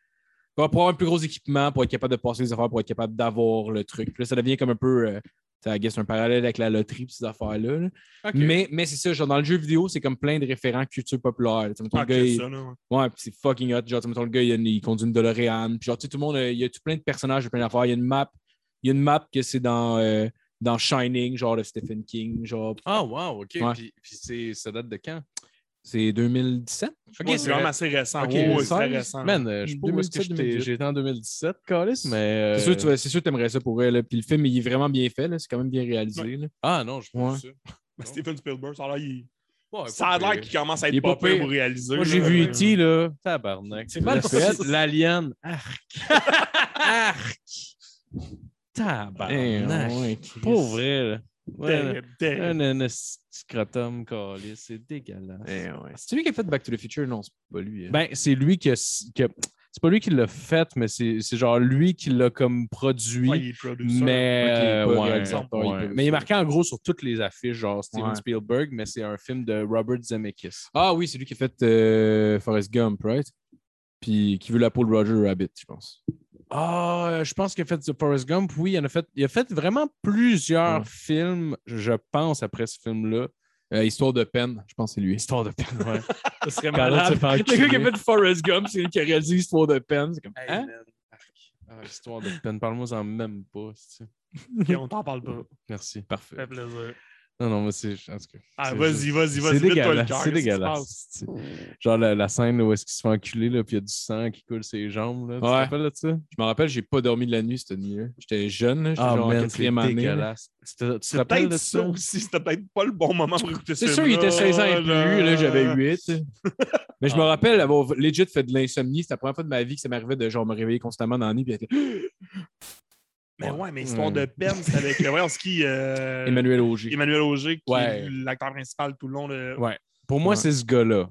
[SPEAKER 3] Pour pour avoir un plus gros équipement, pour être capable de passer les affaires, pour être capable d'avoir le truc. Puis là, ça devient comme un peu. euh, ça, I guess, un parallèle avec la loterie et ces affaires-là. là. Mais, mais c'est ça, genre dans le jeu vidéo, c'est comme plein de référents culture populaire. Tu sais, mettons, le
[SPEAKER 5] Ah,
[SPEAKER 3] gars,
[SPEAKER 5] que
[SPEAKER 3] il-
[SPEAKER 5] ça, là, ouais.
[SPEAKER 3] Ouais, pis c'est fucking hot. Genre, tu sais, mettons, le gars, il, a une- il conduit une DeLorean. Puis, genre, tu sais, tout le monde, euh, il y a tout plein de personnages, il y a plein d'affaires. Il y a une map. Il y a une map que c'est dans, euh, dans Shining, genre de Stephen King. Genre,
[SPEAKER 4] Ah, wow, OK.
[SPEAKER 3] Ouais.
[SPEAKER 4] Puis, puis c'est- ça date de quand?
[SPEAKER 3] c'est 2017. je
[SPEAKER 5] Ouais,
[SPEAKER 3] pense.
[SPEAKER 5] c'est quand même assez récent.
[SPEAKER 4] Ok,
[SPEAKER 5] Ouais, ouais, c'est
[SPEAKER 3] 16,
[SPEAKER 5] très récent.
[SPEAKER 4] Man, euh, je sais pas où est-ce que
[SPEAKER 3] 2017,
[SPEAKER 4] j'étais.
[SPEAKER 3] 2018.
[SPEAKER 4] J'étais en 2017, Calis, mais.
[SPEAKER 3] C'est
[SPEAKER 4] euh,
[SPEAKER 3] sûr, tu vas- c'est sûr que t'aimerais ça pour elle. Puis le film, il est vraiment bien fait. là. C'est quand même bien réalisé. là.
[SPEAKER 4] Ah, non, je
[SPEAKER 3] Ouais.
[SPEAKER 4] pense ça.
[SPEAKER 5] Mais Steven Spielberg, ça a l'air, il-
[SPEAKER 4] Ouais,
[SPEAKER 5] ça
[SPEAKER 4] pas
[SPEAKER 5] a l'air
[SPEAKER 4] pire.
[SPEAKER 5] qu'il commence à
[SPEAKER 3] Il est
[SPEAKER 5] être
[SPEAKER 3] pas
[SPEAKER 5] pas pire
[SPEAKER 3] pire.
[SPEAKER 5] pour réaliser.
[SPEAKER 4] Moi, j'ai
[SPEAKER 5] là.
[SPEAKER 4] vu E
[SPEAKER 5] Ouais.
[SPEAKER 4] E.T., là. Tabarnak.
[SPEAKER 3] E C'est mal
[SPEAKER 4] La
[SPEAKER 3] fait.
[SPEAKER 4] fête, L'alien. Arc.
[SPEAKER 3] <laughs>
[SPEAKER 4] Arc. Ah, Tabarnak.
[SPEAKER 3] Eh, ouais,
[SPEAKER 4] Pour vrai, là. Ouais,
[SPEAKER 5] Terrible, terrible.
[SPEAKER 4] un un esti scrotum, Calis. C'est dégueulasse.
[SPEAKER 3] Eh, ouais. C'est lui qui a fait Back to the Future? Non, c'est pas lui. hein.
[SPEAKER 4] Ben, c'est lui qui a. que- C'est pas lui qui l'a fait, mais c'est c'est genre lui qui l'a comme produit.
[SPEAKER 5] Ouais, il est producer.
[SPEAKER 4] Mais,
[SPEAKER 3] Ok,
[SPEAKER 4] euh,
[SPEAKER 3] pas
[SPEAKER 4] ouais,
[SPEAKER 3] réalisateur, il
[SPEAKER 4] ouais.
[SPEAKER 3] peut-
[SPEAKER 4] mais il est marqué en gros sur toutes les affiches, genre Steven
[SPEAKER 3] Ouais.
[SPEAKER 4] Spielberg, mais c'est un film de Robert Zemeckis.
[SPEAKER 3] Ah oui, c'est lui qui a fait euh, Forrest Gump, right? Puis qui veut la peau de Roger Rabbit, je pense.
[SPEAKER 4] Ah, euh, je pense qu'il a fait The Forrest Gump. Oui, il en a fait, il a fait vraiment plusieurs
[SPEAKER 3] Ouais.
[SPEAKER 4] films, je pense, après ce film-là.
[SPEAKER 3] Euh, Histoire de peine, je pense que c'est lui.
[SPEAKER 4] Histoire de peine, ouais.
[SPEAKER 3] <laughs> Ça serait
[SPEAKER 4] Quand l'autre se fait
[SPEAKER 3] Le gars qui a
[SPEAKER 4] enculer.
[SPEAKER 3] fait Forrest Gump, c'est lui qui a réalisé Histoire de peine. C'est comme, hein?
[SPEAKER 4] Ah, histoire de peine, parle-moi en même pas. c'est-tu.
[SPEAKER 5] Ok, on t'en parle pas.
[SPEAKER 4] Merci.
[SPEAKER 5] Ça
[SPEAKER 4] Parfait.
[SPEAKER 5] fait plaisir.
[SPEAKER 4] Non, non, mais c'est. en tout cas,
[SPEAKER 5] Ah,
[SPEAKER 4] c'est
[SPEAKER 5] vas-y, vas-y, vas-y.
[SPEAKER 4] C'est
[SPEAKER 5] mets-toi le
[SPEAKER 4] dégueulasse.
[SPEAKER 5] cœur,
[SPEAKER 4] C'est
[SPEAKER 5] qu'est-ce qui se
[SPEAKER 4] dégueulasse. c'est- Genre la, la scène où est-ce qu'il se fait enculer, là, puis il y a du sang qui coule ses jambes. Là. Tu te
[SPEAKER 3] Ouais.
[SPEAKER 4] rappelles de ça?
[SPEAKER 3] Je me rappelle, j'ai pas dormi de la nuit cette nuit-là. J'étais jeune, là, j'étais
[SPEAKER 4] Ben- Ah,
[SPEAKER 3] genre en
[SPEAKER 4] man,
[SPEAKER 3] quatrième
[SPEAKER 4] c'est
[SPEAKER 3] année. là.
[SPEAKER 4] dégueulasse. Tu te, tu te
[SPEAKER 5] C'est
[SPEAKER 4] rappelles
[SPEAKER 5] peut-être
[SPEAKER 4] de
[SPEAKER 5] ça
[SPEAKER 4] ça?
[SPEAKER 5] aussi. C'était peut-être pas le bon moment pour écouter ça.
[SPEAKER 3] C'est sûr, il était 16 ans et plus, là, j'avais
[SPEAKER 4] <laughs>
[SPEAKER 3] 8. Mais je me
[SPEAKER 4] Ah.
[SPEAKER 3] rappelle avoir legit fait de l'insomnie. C'était la première fois de ma vie que ça m'arrivait de genre me réveiller constamment dans le nid puis être là,
[SPEAKER 5] Mais ouais, mais histoire
[SPEAKER 4] Hmm.
[SPEAKER 5] de peine, c'est avec le voyons, c'est qui, euh,
[SPEAKER 3] Emmanuel Auger.
[SPEAKER 5] Emmanuel Auger, qui
[SPEAKER 4] Ouais.
[SPEAKER 5] est l'acteur principal tout le long de.
[SPEAKER 4] Ouais. Pour moi,
[SPEAKER 3] Ouais.
[SPEAKER 4] c'est ce gars-là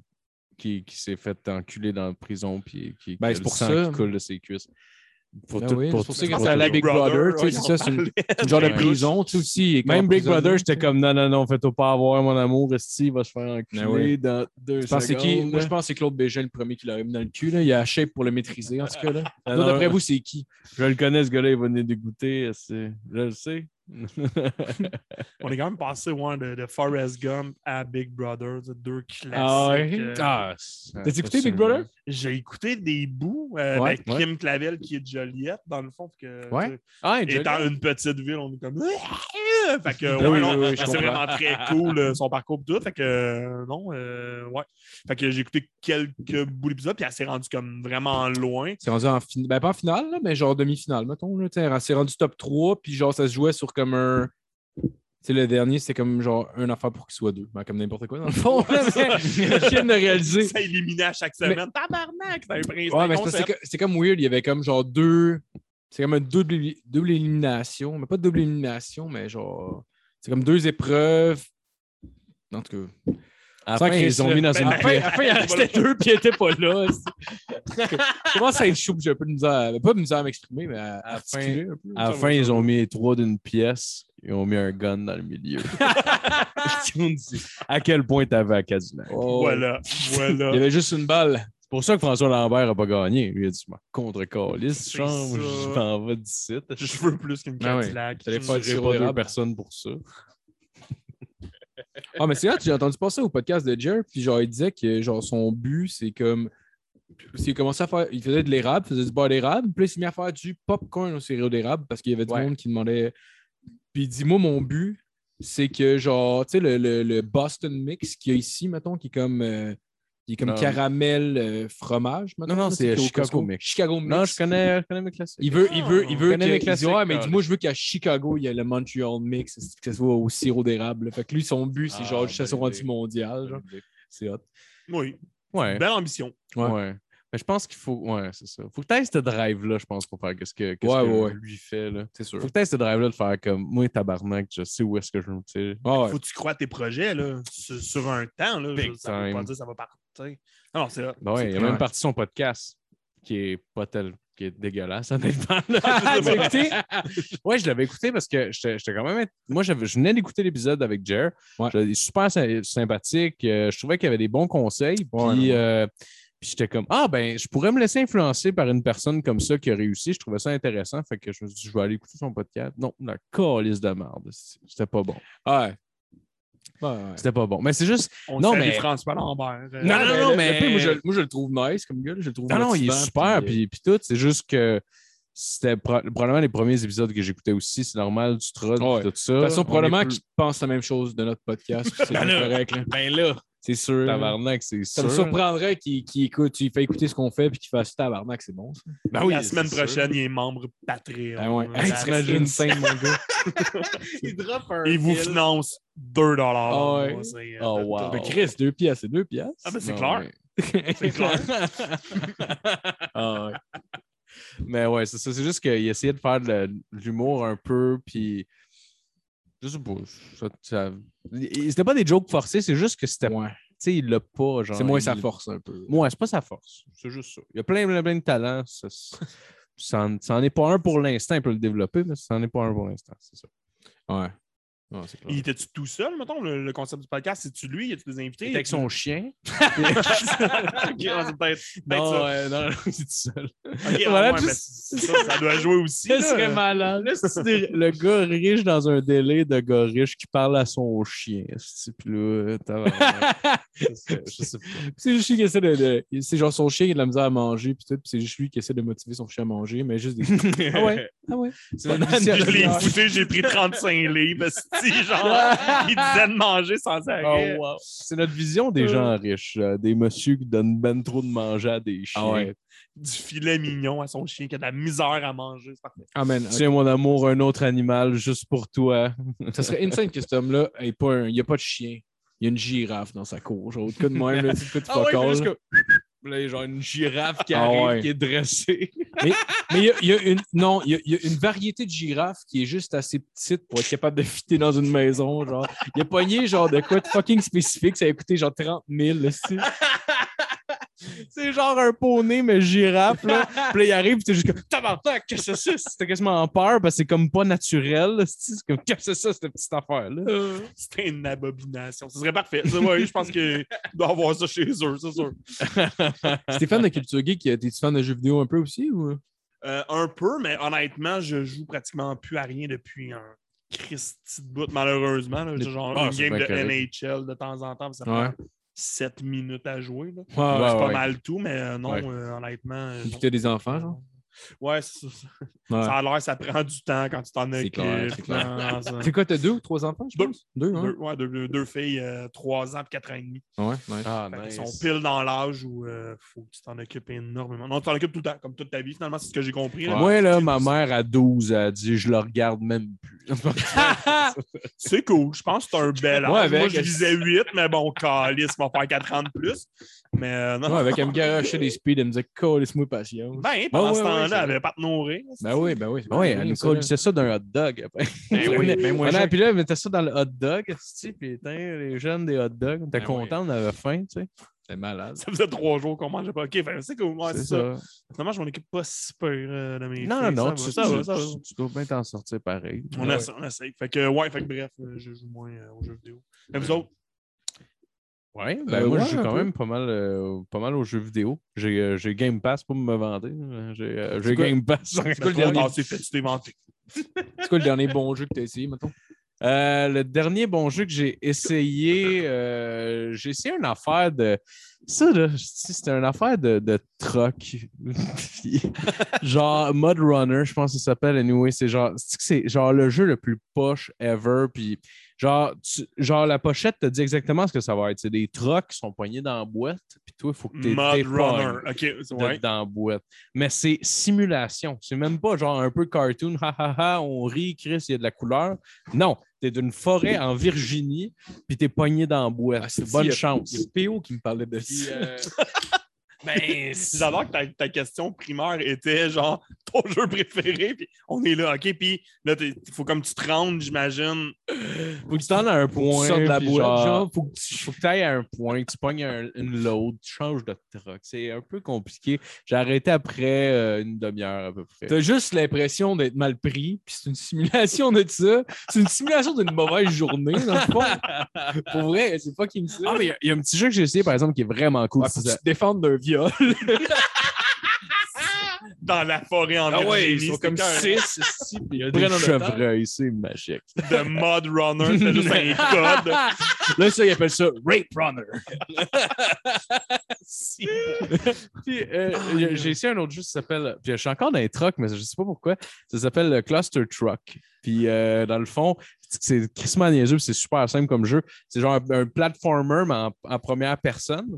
[SPEAKER 4] qui, qui s'est fait enculer dans la prison puis qui, qui
[SPEAKER 3] Ben,
[SPEAKER 4] a
[SPEAKER 3] c'est
[SPEAKER 4] le
[SPEAKER 3] pour
[SPEAKER 4] sang
[SPEAKER 3] ça.
[SPEAKER 4] qui coule de ses cuisses. Pour
[SPEAKER 3] Ben
[SPEAKER 4] tout,
[SPEAKER 3] oui,
[SPEAKER 4] pour
[SPEAKER 3] c'est pour
[SPEAKER 4] tout-
[SPEAKER 3] ça que
[SPEAKER 4] pour
[SPEAKER 3] ça
[SPEAKER 4] tout.
[SPEAKER 3] allait Big Brother, tu sais,
[SPEAKER 5] ouais,
[SPEAKER 3] c'est
[SPEAKER 4] <laughs>
[SPEAKER 5] on
[SPEAKER 3] ça, c'est une-
[SPEAKER 5] parlait.
[SPEAKER 3] C'est genre de
[SPEAKER 5] Ouais.
[SPEAKER 3] prison, tu sais aussi.
[SPEAKER 4] Même Big Brother, j'étais comme non, non, non, fais-toi pas avoir, mon amour, Esti, il va se faire enculer
[SPEAKER 3] Ben oui.
[SPEAKER 4] dans deux
[SPEAKER 3] Je pense que c'est
[SPEAKER 4] secondes.
[SPEAKER 3] qui? Moi, je pense que c'est Claude Bégin le premier qui l'a mis dans le cul. Là. Il a la shape pour le maîtriser, en tout cas. Là.
[SPEAKER 4] <laughs>
[SPEAKER 3] Toi,
[SPEAKER 4] Ah, non,
[SPEAKER 3] d'après vous, c'est qui?
[SPEAKER 4] je le connais, ce gars-là, il va nous dégoûter. esti. Je le sais.
[SPEAKER 5] On est quand même passé ouais, de, de Forrest Gump à Big Brother, de deux classiques. euh,
[SPEAKER 4] Ah, c'est-
[SPEAKER 3] T'as-tu écouté Big
[SPEAKER 4] c'est-
[SPEAKER 3] Brother?
[SPEAKER 5] J'ai écouté des bouts euh,
[SPEAKER 3] Ouais,
[SPEAKER 5] avec
[SPEAKER 4] ouais.
[SPEAKER 5] Kim Clavel qui est de Joliette, dans le fond. Que,
[SPEAKER 3] Ouais.
[SPEAKER 5] tu sais,
[SPEAKER 4] Ah, il est
[SPEAKER 5] Étant
[SPEAKER 4] joli.
[SPEAKER 5] une petite ville, on est comme. fait que,
[SPEAKER 3] Oui,
[SPEAKER 5] ouais, non,
[SPEAKER 3] oui, oui, je
[SPEAKER 5] c'est
[SPEAKER 3] comprends.
[SPEAKER 5] vraiment très cool euh, son parcours pis tout. Fait que, euh, non, euh, ouais. Fait que j'ai écouté quelques bouts d'épisodes, puis elle s'est rendue comme vraiment loin.
[SPEAKER 3] C'est rendu en finale. Ben, pas en finale, là, mais genre demi-finale, mettons. Là, t'sais. c'est rendu top 3, puis genre, ça se jouait sur comme un. Tu sais, le dernier, c'était comme genre un affaire pour qu'il soit deux. Ben, comme n'importe <laughs> quoi, dans le fond. là, mais le chien de réaliser.
[SPEAKER 5] Ça éliminait à chaque semaine. Tabarnak, c'est un principe.
[SPEAKER 3] Ouais, mais c'est parce que c'est que- c'est comme weird. Il y avait comme genre deux. C'est comme une double, éli- double élimination. Mais pas double élimination, mais genre. C'est comme deux épreuves. En tout cas.
[SPEAKER 4] À la
[SPEAKER 3] Sans
[SPEAKER 4] fin, ils
[SPEAKER 3] Chris,
[SPEAKER 4] ont
[SPEAKER 3] là.
[SPEAKER 4] mis dans
[SPEAKER 5] Ben,
[SPEAKER 4] une
[SPEAKER 5] ben,
[SPEAKER 4] plaie.
[SPEAKER 3] <laughs>
[SPEAKER 5] ben,
[SPEAKER 3] Après, il en restait deux, puis il était pas là. <laughs> Je commence à être chou, puis j'ai un peu de misère. Pas de misère à m'exprimer, mais à,
[SPEAKER 4] À la
[SPEAKER 3] articuler un peu.
[SPEAKER 4] À la fin, ils ont mis les trois d'une pièce. Ils ont mis un gun dans le milieu. Ils ont dit à quel point t'avais à Cadillac.
[SPEAKER 3] Oh.
[SPEAKER 5] Voilà,
[SPEAKER 3] Il y
[SPEAKER 5] voilà.
[SPEAKER 3] avait juste une balle.
[SPEAKER 4] C'est pour ça que François Lambert n'a pas gagné. Lui, il a dit Je m'en contre Calis.
[SPEAKER 5] C'est
[SPEAKER 4] Je
[SPEAKER 5] ça.
[SPEAKER 4] m'en vais d'ici.
[SPEAKER 5] Je veux plus qu'une
[SPEAKER 3] Ah ouais.
[SPEAKER 5] Cadillac.
[SPEAKER 3] T'allais
[SPEAKER 4] Je
[SPEAKER 3] faire-
[SPEAKER 4] ne
[SPEAKER 3] Sur
[SPEAKER 4] pas
[SPEAKER 3] les
[SPEAKER 4] deux
[SPEAKER 3] rames.
[SPEAKER 4] personnes pour ça.
[SPEAKER 3] Ah, mais c'est là, j'ai entendu passer au podcast de Jer, puis genre, il disait que genre, son but, c'est comme. Il, commençait à faire, il faisait de l'érable, il faisait du beurre d'érable, puis là, il s'est mis à faire du popcorn au sirop d'érable parce qu'il y avait du
[SPEAKER 4] Ouais.
[SPEAKER 3] monde qui demandait. Puis il dit Moi, mon but, c'est que genre, tu sais, le, le- le Boston Mix qu'il y a ici, mettons, qui est comme. euh, qui est comme
[SPEAKER 4] Non.
[SPEAKER 3] caramel euh, fromage. mettons,
[SPEAKER 4] non,
[SPEAKER 3] là,
[SPEAKER 4] c'est
[SPEAKER 3] qu'il y a au
[SPEAKER 4] Chicago
[SPEAKER 3] Costco.
[SPEAKER 4] Mix.
[SPEAKER 3] Chicago Mix.
[SPEAKER 4] Non, je connais, je connais mes classiques.
[SPEAKER 3] Il veut, il veut, il veut.
[SPEAKER 4] connaît
[SPEAKER 3] que-
[SPEAKER 4] mes
[SPEAKER 3] il dit,
[SPEAKER 4] classiques,
[SPEAKER 3] ouais, mais il dit,
[SPEAKER 4] Carlis.
[SPEAKER 3] moi, je veux qu'à Chicago, il y ait le Montreal Mix, que ça soit au sirop d'érable. là. Fait que lui, son but, c'est
[SPEAKER 4] Ah,
[SPEAKER 3] genre, juste à son
[SPEAKER 4] bonne
[SPEAKER 3] rendu
[SPEAKER 4] idée.
[SPEAKER 3] mondial. genre. C'est hot.
[SPEAKER 5] Oui,
[SPEAKER 4] Ouais.
[SPEAKER 5] belle ambition.
[SPEAKER 3] Ouais.
[SPEAKER 4] ouais. Mais je pense qu'il faut. Ouais, c'est ça. Faut que tu aies ce drive-là, je pense, pour faire ce que, qu'est-ce
[SPEAKER 3] Ouais,
[SPEAKER 4] que
[SPEAKER 3] ouais, ouais.
[SPEAKER 4] lui fait. Là.
[SPEAKER 3] C'est sûr.
[SPEAKER 4] Faut que tu aies ce drive-là de faire comme moi, tabarnak, je sais où est-ce que je veux. tu sais.
[SPEAKER 3] Ah ouais.
[SPEAKER 5] Faut que tu crois à tes projets là, sur, sur un temps. Là,
[SPEAKER 4] Big
[SPEAKER 5] Je- ça veut
[SPEAKER 4] time.
[SPEAKER 5] pas dire que ça va partir. Non, non, c'est là.
[SPEAKER 4] Ben ouais,
[SPEAKER 5] C'est
[SPEAKER 4] il a
[SPEAKER 5] clair.
[SPEAKER 4] même parti son podcast qui est pas tel. qui est dégueulasse, honnêtement.
[SPEAKER 3] <laughs>
[SPEAKER 5] Ah,
[SPEAKER 3] tu l'as écouté?
[SPEAKER 4] <laughs> ouais, je l'avais écouté parce que j'étais j'étais quand même. Moi, j'avais- je venais d'écouter l'épisode avec Jer.
[SPEAKER 3] Ouais.
[SPEAKER 4] Je- Il est super sy- sympathique. Euh, je trouvais qu'il y avait des bons conseils. Puis,
[SPEAKER 3] Ouais, ouais, ouais.
[SPEAKER 4] euh, puis j'étais comme Ah, ben, je pourrais me laisser influencer par une personne comme ça qui a réussi. Je trouvais ça intéressant. Fait que je me suis dit, je vais aller écouter son podcast. Non, la calice de merde. C'était pas bon.
[SPEAKER 3] ah Ouais. Ah Ouais, ouais.
[SPEAKER 4] C'était pas bon. Mais c'est juste.
[SPEAKER 5] On
[SPEAKER 4] Non,
[SPEAKER 5] non, mais...
[SPEAKER 4] mais-
[SPEAKER 5] François Lambert. euh,
[SPEAKER 4] Non, non,
[SPEAKER 3] le-
[SPEAKER 4] non,
[SPEAKER 3] ben, le-
[SPEAKER 4] mais-
[SPEAKER 3] le pire, moi, je, moi, je le trouve nice comme gars. là. Je le trouve
[SPEAKER 4] Ah Non, non, il est
[SPEAKER 3] motivant,
[SPEAKER 4] super,
[SPEAKER 3] puis, euh,
[SPEAKER 4] puis, puis tout. C'est juste que c'était pro- probablement les premiers épisodes que j'écoutais aussi. C'est normal, du troll,
[SPEAKER 3] Ouais.
[SPEAKER 4] puis tout ça.
[SPEAKER 3] De toute façon,
[SPEAKER 4] On est
[SPEAKER 3] probablement
[SPEAKER 4] plus-
[SPEAKER 3] qu'ils pensent la même chose de notre podcast. <laughs> puis C'est
[SPEAKER 4] Ben là.
[SPEAKER 3] correct. là.
[SPEAKER 4] Ben là,
[SPEAKER 3] C'est sûr.
[SPEAKER 4] tabarnak, c'est
[SPEAKER 3] Ça
[SPEAKER 4] sûr.
[SPEAKER 3] me surprendrait qu'il qu'il écoute, il fait écouter ce qu'on fait puis qu'il fasse tabarnak, c'est bon. Ça.
[SPEAKER 4] Ben oui,
[SPEAKER 5] la semaine
[SPEAKER 4] c'est sûr.
[SPEAKER 5] prochaine, il est membre Patreon.
[SPEAKER 3] Ah ouais. Hey,
[SPEAKER 5] That's
[SPEAKER 3] t'imagines
[SPEAKER 5] it.
[SPEAKER 3] une scène, mon <laughs> gars.
[SPEAKER 4] Il drop un.
[SPEAKER 5] Il vous
[SPEAKER 4] fil.
[SPEAKER 5] finance 2 dollars.
[SPEAKER 3] Ah ouais.
[SPEAKER 4] Oh, wow.
[SPEAKER 3] Ben Chris, deux piastres, c'est deux piastres.
[SPEAKER 5] Ah, ben c'est
[SPEAKER 4] Non,
[SPEAKER 5] clair.
[SPEAKER 4] mais-
[SPEAKER 5] C'est clair.
[SPEAKER 3] Ah, ouais.
[SPEAKER 4] <laughs> Mais ouais, c'est ça. C'est juste qu'il essayait de faire de la- de l'humour un peu, puis. Je sais pas. ça- ça- il- C'était pas des jokes forcés, c'est juste que c'était. Tu
[SPEAKER 3] Ouais.
[SPEAKER 4] sais, il l'a pas. genre,
[SPEAKER 3] C'est moins
[SPEAKER 4] il-
[SPEAKER 3] sa force un peu.
[SPEAKER 4] Ouais, c'est pas sa force. C'est juste ça. Il y a plein, plein, plein de talents. Ça, c'est- ça en- ça en est pas un pour l'instant. Il peut le développer, mais ça en est pas un pour l'instant. C'est ça.
[SPEAKER 3] Ouais. Non, c'est clair.
[SPEAKER 5] <laughs> Il était-tu tout seul, mettons, le, le concept du podcast? C'est-tu lui? Y a-tu des invités?
[SPEAKER 4] chien.
[SPEAKER 5] Ok, ouais, c'est peut-être peut-être
[SPEAKER 4] Non,
[SPEAKER 5] ça.
[SPEAKER 4] euh, non, non, il est tout seul.
[SPEAKER 5] Ok, ah,
[SPEAKER 4] Voilà,
[SPEAKER 5] ouais,
[SPEAKER 4] juste-
[SPEAKER 5] mais c'est ça, ça doit
[SPEAKER 3] <laughs>
[SPEAKER 5] jouer aussi.
[SPEAKER 4] Ça
[SPEAKER 5] là.
[SPEAKER 4] serait malade. Là, c'est des- le gars riche dans un délai de gars riche qui parle à son chien. c'est- Puis là, tabarnak. Ça serait- je sais pas.
[SPEAKER 3] C'est juste lui qui essaie de. de- C'est genre son chien, il a de la misère à manger, puis tout, puis c'est juste lui qui essaie de motiver son chien à manger, mais juste des. ah ouais, ah ouais.
[SPEAKER 4] C'est une
[SPEAKER 3] Banane,
[SPEAKER 5] Je
[SPEAKER 4] vision-
[SPEAKER 5] l'ai écouté, j'ai pris 35 livres. Si,
[SPEAKER 3] <laughs>
[SPEAKER 5] genre, il disait de manger
[SPEAKER 3] Ah
[SPEAKER 5] sans arrêt.
[SPEAKER 4] Oh, wow. C'est notre vision des gens riches, euh, des messieurs qui donnent ben trop de manger à des chiens.
[SPEAKER 3] Ah ouais.
[SPEAKER 5] Du filet mignon à son chien qui a de la misère à manger. C'est parfait.
[SPEAKER 3] Amen.
[SPEAKER 4] Tiens, mon amour, un autre animal juste pour toi.
[SPEAKER 3] Ça serait insane que cet homme-là ait pas un. Il n'y a pas de chien. Il y a une girafe dans sa cour. Genre, au cas de même, là, petit
[SPEAKER 4] Ah
[SPEAKER 3] petit fuck all, là.
[SPEAKER 4] genre une girafe qui
[SPEAKER 3] Ah
[SPEAKER 4] arrive,
[SPEAKER 3] ouais.
[SPEAKER 4] qui est dressée.
[SPEAKER 3] Mais il y a, il y a une. Non, il y a, il y a une variété de girafes qui est juste assez petite pour être capable de fitter dans une maison. Genre, il a pogné genre de quoi de fucking spécifique. Ça a coûté genre 30 000. Là, c'est-
[SPEAKER 4] C'est genre un poney, mais girafe, là. Puis là, il arrive, puis t'es juste comme « Tabarnak, qu'est-ce que c'est ça? » C'était quasiment en peur, parce que c'est comme pas naturel, là. C'est c'est comme « Qu'est-ce que c'est ça, cette petite affaire-là?
[SPEAKER 3] Euh.
[SPEAKER 5] C'était une abomination. Ce serait parfait. Ça, ouais, je pense qu'il doit avoir ça chez eux, c'est sûr.
[SPEAKER 3] Stéphane de Culture Geek, t'es fan de jeux vidéo un peu aussi ou?
[SPEAKER 5] Euh, un peu, mais honnêtement, je joue pratiquement plus à rien depuis un Christy de bout, malheureusement. là. Je dis genre
[SPEAKER 4] Ah,
[SPEAKER 5] une
[SPEAKER 4] c'est
[SPEAKER 5] game de
[SPEAKER 4] bien correct.
[SPEAKER 5] NHL de temps en temps, puis ça
[SPEAKER 3] Ouais.
[SPEAKER 5] prend 7 minutes à jouer. là.
[SPEAKER 4] Ouais,
[SPEAKER 5] c'est pas
[SPEAKER 4] ouais.
[SPEAKER 5] mal tout, mais euh, non,
[SPEAKER 4] Ouais.
[SPEAKER 5] euh, honnêtement. euh,
[SPEAKER 3] Puis t'as des enfants, genre?
[SPEAKER 5] non. Ouais, c'est- ça, <laughs>
[SPEAKER 3] Ouais.
[SPEAKER 5] a l'air, ça prend du temps quand tu t'en
[SPEAKER 3] C'est
[SPEAKER 5] occupes.
[SPEAKER 3] clair, c'est clair.
[SPEAKER 4] <laughs>
[SPEAKER 5] Non, ça-
[SPEAKER 3] C'est quoi, t'as deux ou trois enfants, je
[SPEAKER 5] Deux.
[SPEAKER 3] pense? Deux, hein?
[SPEAKER 5] Deux, ouais, deux- deux- deux filles, euh, 3 ans et 4 ans et demi.
[SPEAKER 3] Ouais, nice.
[SPEAKER 4] Ah,
[SPEAKER 5] Ils
[SPEAKER 4] nice.
[SPEAKER 5] sont pile dans l'âge où il faut que tu t'en occupes énormément. Non, tu t'en occupes tout le temps, comme toute ta vie, finalement, c'est ce que j'ai compris. là.
[SPEAKER 4] Moi, là, ma mère, à 12, elle dit « Je le regarde même plus.
[SPEAKER 3] <laughs>
[SPEAKER 5] C'est cool. Je pense que c'est un bel âge.
[SPEAKER 3] Ouais, avec-
[SPEAKER 5] Moi, je visais 8, mais bon, calice, ils vont faire 4 ans de plus. Mais euh, non.
[SPEAKER 3] Ouais, avec elle me garachait des speeds, elle me disait « Calisse-moi patience
[SPEAKER 5] Ben, pendant
[SPEAKER 3] Ouais,
[SPEAKER 5] ce
[SPEAKER 3] ouais, ouais,
[SPEAKER 5] temps-là,
[SPEAKER 3] ça-
[SPEAKER 5] elle n'avait pas de nourrir. ».
[SPEAKER 3] Ben oui, ben oui. ».
[SPEAKER 4] Ouais, elle nous
[SPEAKER 3] Calisse.
[SPEAKER 4] colissait ça d'un hot dog. après.
[SPEAKER 3] Ben oui, ben moi,
[SPEAKER 4] Voilà,
[SPEAKER 3] j'ai-
[SPEAKER 4] puis là, elle mettait ça dans le hot dog, esti, puis tain, les jeunes des hot dogs, on était
[SPEAKER 3] Ben
[SPEAKER 4] contents, on avait faim, tu sais.
[SPEAKER 3] C'est malade.
[SPEAKER 5] Ça faisait 3 jours qu'on mangeait pas. Ok, ben, c'est cool. Ouais, c'est ça. Finalement, je m'en occupe pas si peu euh, de mes
[SPEAKER 4] Non, non,
[SPEAKER 5] filles.
[SPEAKER 4] non,
[SPEAKER 5] ça
[SPEAKER 4] tu,
[SPEAKER 5] va, ça
[SPEAKER 4] tu-
[SPEAKER 5] va, ça va.
[SPEAKER 4] tu- tu dois bien t'en sortir pareil.
[SPEAKER 5] On
[SPEAKER 3] Ouais.
[SPEAKER 5] essaie, on essaie. Fait que, ouais, fait que bref, euh, je joue moins euh, aux jeux vidéo. Mais vous autres,
[SPEAKER 4] Ouais, ben
[SPEAKER 3] Euh,
[SPEAKER 4] moi,
[SPEAKER 3] ouais,
[SPEAKER 4] je joue
[SPEAKER 3] un
[SPEAKER 4] quand
[SPEAKER 3] peu.
[SPEAKER 4] même pas mal, euh, pas mal aux jeux vidéo. J'ai euh, j'ai Game Pass pour me vanter. hein. J'ai euh, j'ai
[SPEAKER 3] quoi-
[SPEAKER 4] Game Pass. <laughs> sur
[SPEAKER 5] ben,
[SPEAKER 4] le
[SPEAKER 5] toi,
[SPEAKER 4] dernier.
[SPEAKER 5] non, c'est fait, tu t'es vanté.
[SPEAKER 3] C'est quoi le dernier bon jeu que t'as essayé, mettons?
[SPEAKER 4] Euh, le dernier bon jeu que j'ai essayé, euh, j'ai essayé une affaire de. Ça, là, je- c'était une affaire de, de truck. <laughs> Puis, genre Mud Runner, je pense que ça s'appelle anyway. C'est genre, c'est que c'est genre le jeu le plus poche ever. Puis genre, tu- genre la pochette te dit exactement ce que ça va être. C'est des trucks qui sont poignés dans la boîte. Puis toi, il faut que tu
[SPEAKER 5] Mud Runner. Ok, c'est-
[SPEAKER 4] de-
[SPEAKER 5] ouais.
[SPEAKER 4] dans la boîte. Mais c'est simulation. C'est même pas genre un peu cartoon, ha ha ha, on rit, Chris, il y a de la couleur. Non, t'es d'une forêt en Virginie, puis t'es pogné dans la boîte.
[SPEAKER 3] Ah, c'est-
[SPEAKER 4] Bonne
[SPEAKER 3] il y a-
[SPEAKER 4] chance.
[SPEAKER 3] Il y a PO qui me parlait de
[SPEAKER 4] Puis,
[SPEAKER 3] ça.
[SPEAKER 4] euh, ben, c'est-
[SPEAKER 5] <laughs> J'adore que ta, ta question primaire était genre <laughs> ton jeu préféré, puis on est là, OK, puis là, il faut comme tu te rendes, j'imagine.
[SPEAKER 4] Faut que tu t'en à
[SPEAKER 3] Faut
[SPEAKER 4] un
[SPEAKER 3] que
[SPEAKER 4] point.
[SPEAKER 3] tu sortes de la
[SPEAKER 4] puis
[SPEAKER 3] boîte, genre,
[SPEAKER 4] faut que tu faut que t'ailles à un point, que tu pognes un- une load, tu changes de truck. C'est un peu compliqué. J'ai arrêté après euh, une demi-heure à peu près.
[SPEAKER 3] T'as juste l'impression d'être mal pris, puis c'est une simulation de ça. C'est une simulation d'une mauvaise journée, dans le fond. <laughs> Pour vrai, c'est fucking ça.
[SPEAKER 4] Ah, mais il y a- il y, a un petit jeu que j'ai essayé, par exemple, qui est vraiment cool.
[SPEAKER 3] Ouais, faut
[SPEAKER 4] C'est
[SPEAKER 3] que tu te défendes d'un viol.
[SPEAKER 5] Dans la forêt
[SPEAKER 3] Ah
[SPEAKER 5] en Virginie, c'était qu'un-
[SPEAKER 3] six, puis
[SPEAKER 4] des chevreuils, c'est magique.
[SPEAKER 5] de Mud Runner, c'était juste un code.
[SPEAKER 3] Là, ça, ils appellent ça Rape Runner.
[SPEAKER 4] Puis, euh, j'ai- j'ai essayé un autre jeu qui s'appelle. Puis, je suis encore dans les trucks, mais je ne sais pas pourquoi. Ça s'appelle le Cluster Truck. Puis, euh, dans le fond, c'est crissement niaiseux, puis c'est super simple comme jeu. C'est genre un, un platformer, mais en, en première personne.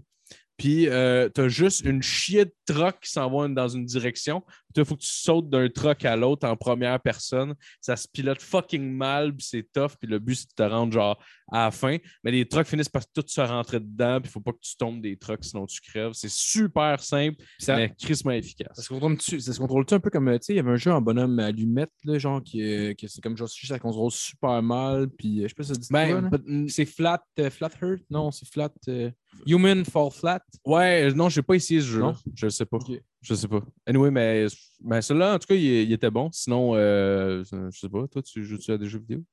[SPEAKER 4] Puis, euh, t'as juste une chier de truck qui s'en va dans une direction. Puis, il faut que tu sautes d'un truck à l'autre en première personne. Ça se pilote fucking mal, puis c'est tough. Puis, le but, c'est de te rendre genre à la fin. Mais les trucks finissent par tout se rentrer dedans. Puis, il faut pas que tu tombes des trucks, sinon tu crèves. C'est super simple,
[SPEAKER 3] Ça,
[SPEAKER 4] mais crissement efficace.
[SPEAKER 3] ça se contrôle-tu ça se contrôle-tu un peu comme, euh, tu sais, il y avait un jeu en bonhomme allumette, là, genre, qui, euh, qui c'est comme genre, ça se contrôle super mal, puis euh, je sais pas si ça dit
[SPEAKER 4] Ben,
[SPEAKER 3] quoi, là.
[SPEAKER 4] peut-
[SPEAKER 3] C'est flat, euh, flat hurt? Non, c'est flat. euh, human fall flat.
[SPEAKER 4] Ouais, euh, non, j'ai pas essayé ce jeu.
[SPEAKER 3] Non?
[SPEAKER 4] Je sais pas.
[SPEAKER 3] Ok.
[SPEAKER 4] Je sais pas. Anyway, mais, mais celui-là, en tout cas, il, il était bon. Sinon, euh, je sais pas, toi, tu joues-tu à des jeux vidéo?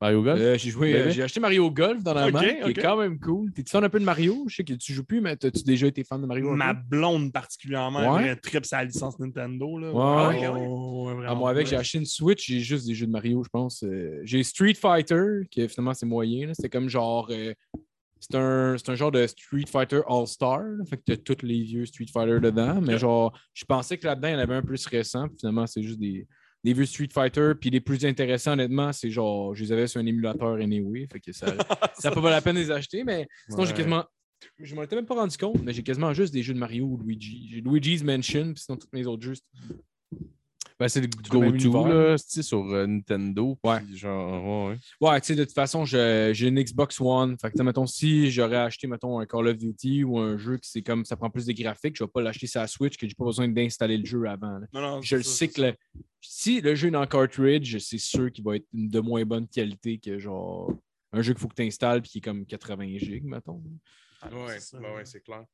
[SPEAKER 4] Mario Golf?
[SPEAKER 3] Euh, j'ai joué,
[SPEAKER 4] Ben
[SPEAKER 3] euh,
[SPEAKER 4] oui.
[SPEAKER 3] j'ai acheté Mario Golf dans la
[SPEAKER 5] Ok,
[SPEAKER 3] main, qui
[SPEAKER 5] ok.
[SPEAKER 3] est quand même cool. T'es-tu fan un peu de Mario? Je sais que tu joues plus, mais t'as-tu déjà été fan de Mario? un
[SPEAKER 5] Ma
[SPEAKER 3] peu?
[SPEAKER 5] blonde particulièrement,
[SPEAKER 3] Ouais.
[SPEAKER 5] elle trip sa licence Nintendo. Là.
[SPEAKER 3] Ouais,
[SPEAKER 5] Ah,
[SPEAKER 3] ouais.
[SPEAKER 5] ouais,
[SPEAKER 3] Ah,
[SPEAKER 5] vraiment.
[SPEAKER 3] moi, avec,
[SPEAKER 5] Ouais.
[SPEAKER 3] j'ai acheté une Switch, j'ai juste des jeux de Mario, je pense. Euh, j'ai Street Fighter, qui finalement, c'est moyen. là. C'était comme genre. euh, c'est un, c'est un genre de Street Fighter All-Star. là. Fait que t'as tous les vieux Street Fighter dedans. Mais
[SPEAKER 5] Ok.
[SPEAKER 3] genre, je pensais que là-dedans, il y en avait un plus récent. puis finalement, c'est juste des, des vieux Street Fighter. Puis les plus intéressants, honnêtement, c'est genre, je les avais sur un émulateur anyway. Fait
[SPEAKER 5] <laughs>
[SPEAKER 3] que ça n'a pas valu la peine de les acheter. Mais sinon, j'ai
[SPEAKER 4] Ouais.
[SPEAKER 3] quasiment. Je m'en étais même pas rendu compte, mais j'ai quasiment juste des jeux de Mario ou Luigi. J'ai Luigi's Mansion, puis sinon, tous mes autres jeux,
[SPEAKER 4] Ben, c'est le
[SPEAKER 3] tout le même
[SPEAKER 4] go-to,
[SPEAKER 3] univers.
[SPEAKER 4] là, tu sais, sur euh, Nintendo. puis
[SPEAKER 3] Ouais.
[SPEAKER 4] Genre, ouais, ouais.
[SPEAKER 3] Ouais, tu sais, de toute façon, je- j'ai une Xbox One. Fait que, tu sais, mettons, si j'aurais acheté, mettons, un Call of Duty ou un jeu qui c'est comme ça prend plus de graphiques, je vais pas l'acheter sur la Switch que j'ai pas besoin d'installer le jeu avant. là.
[SPEAKER 5] Non, non,
[SPEAKER 3] Je le
[SPEAKER 5] c'est ça,
[SPEAKER 3] sais
[SPEAKER 5] c'est
[SPEAKER 3] que le- si le jeu est en cartridge, c'est sûr qu'il va être de moins bonne qualité que genre un jeu qu'il faut que tu installes puis qui est comme 80 gigs, mettons.
[SPEAKER 5] ça.
[SPEAKER 4] Ouais,
[SPEAKER 5] C'est ça.
[SPEAKER 4] ben ouais, c'est clair.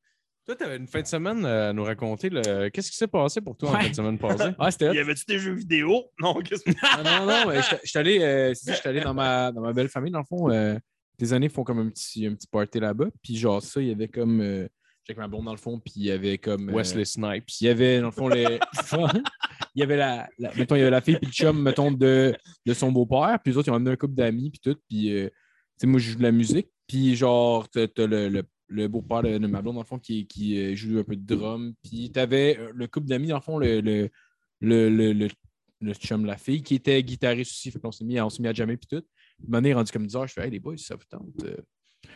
[SPEAKER 4] Toi, tu avais une fin de semaine euh, à nous raconter. le- Qu'est-ce qui s'est passé pour toi en
[SPEAKER 3] Ouais.
[SPEAKER 4] fin de semaine passée?
[SPEAKER 3] Ah, c'était
[SPEAKER 5] Il y avait-tu des jeux vidéo? Non, <laughs> qu'est-ce que
[SPEAKER 3] Ah, non, non, mais je suis allé, euh, c'est ça, j'étais allé dans, ma, dans ma belle famille, dans le fond. euh, des années font comme un petit, un petit party là-bas. Puis genre ça, il y avait comme. euh, j'étais avec ma blonde dans le fond, puis il y avait comme. euh,
[SPEAKER 4] <laughs> Wesley Snipes.
[SPEAKER 3] il y avait, dans le fond, les... <laughs> il y avait la, la- mettons, il y avait la fille puis le chum, mettons, de, de son beau-père. Puis les autres, ils ont amené un couple d'amis, puis tout. Puis, euh, tu sais, moi, je joue de la musique. Puis, genre, t'as t'as le, le- le beau-père de, de ma blonde, dans le fond, qui, qui euh, joue un peu de drum. Puis, t'avais euh, le couple d'amis, dans le fond, le, le, le, le, le- le chum, la fille, qui était guitariste aussi. Fait qu'on s'est mis, à- on s'est mis à jammer, puis tout. Puis, maintenant, il est rendu comme 10 heures. Je fais, hey, les boys, ça vous tente? euh,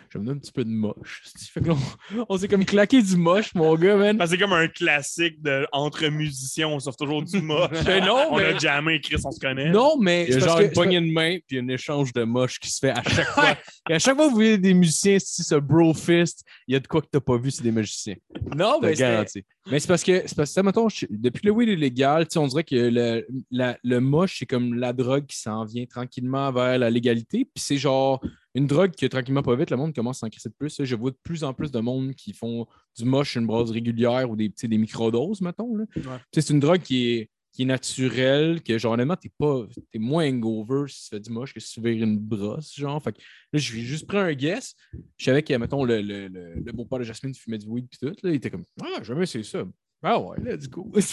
[SPEAKER 3] je vais me donner un petit peu de moche. <laughs> Fait que là, on, on s'est comme claqué du moche, mon gars, man.
[SPEAKER 5] Parce que c'est comme un classique de entre musiciens, on sort toujours
[SPEAKER 3] <laughs>
[SPEAKER 5] du moche.
[SPEAKER 3] Ben non,
[SPEAKER 5] on
[SPEAKER 3] mais-
[SPEAKER 5] a jamais Chris, on se connaît.
[SPEAKER 3] Non, mais.
[SPEAKER 4] Il y a
[SPEAKER 3] Ben, c'est
[SPEAKER 4] genre
[SPEAKER 3] parce que-
[SPEAKER 4] une poignée de main puis un échange de moche qui se fait à
[SPEAKER 3] <laughs>
[SPEAKER 4] chaque fois. Et à chaque fois que vous voyez des musiciens, si ce bro fist, il y a de quoi que t'as pas vu, c'est des magiciens.
[SPEAKER 3] Non,
[SPEAKER 4] Je te
[SPEAKER 3] mais. c'est-
[SPEAKER 4] garantis.
[SPEAKER 3] Mais c'est parce que, c'est parce que ça, mettons, je- depuis le weed illégal, tu sais, on dirait que le, la- le moche, c'est comme la drogue qui s'en vient tranquillement vers la légalité. Puis c'est genre une drogue que tranquillement, pas vite, le monde commence à s'en crisser de plus. là. Je vois de plus en plus de monde qui font du moche, une brasse régulière ou des, tu sais, des microdoses, mettons. là. Tu sais, C'est une drogue qui est, qui est naturelle, que genre, honnêtement, t'es, pas, t'es moins hangover si tu fais du moche que si tu vires une brosse, genre. Fait que là, j'ai juste pris un guess. Je savais que, mettons, le, le, le, le beau-père de Jasmine fumait du weed pis tout. Là, il était comme Ah, jamais c'est ça. Ah ouais, là, du <laughs> coup. on a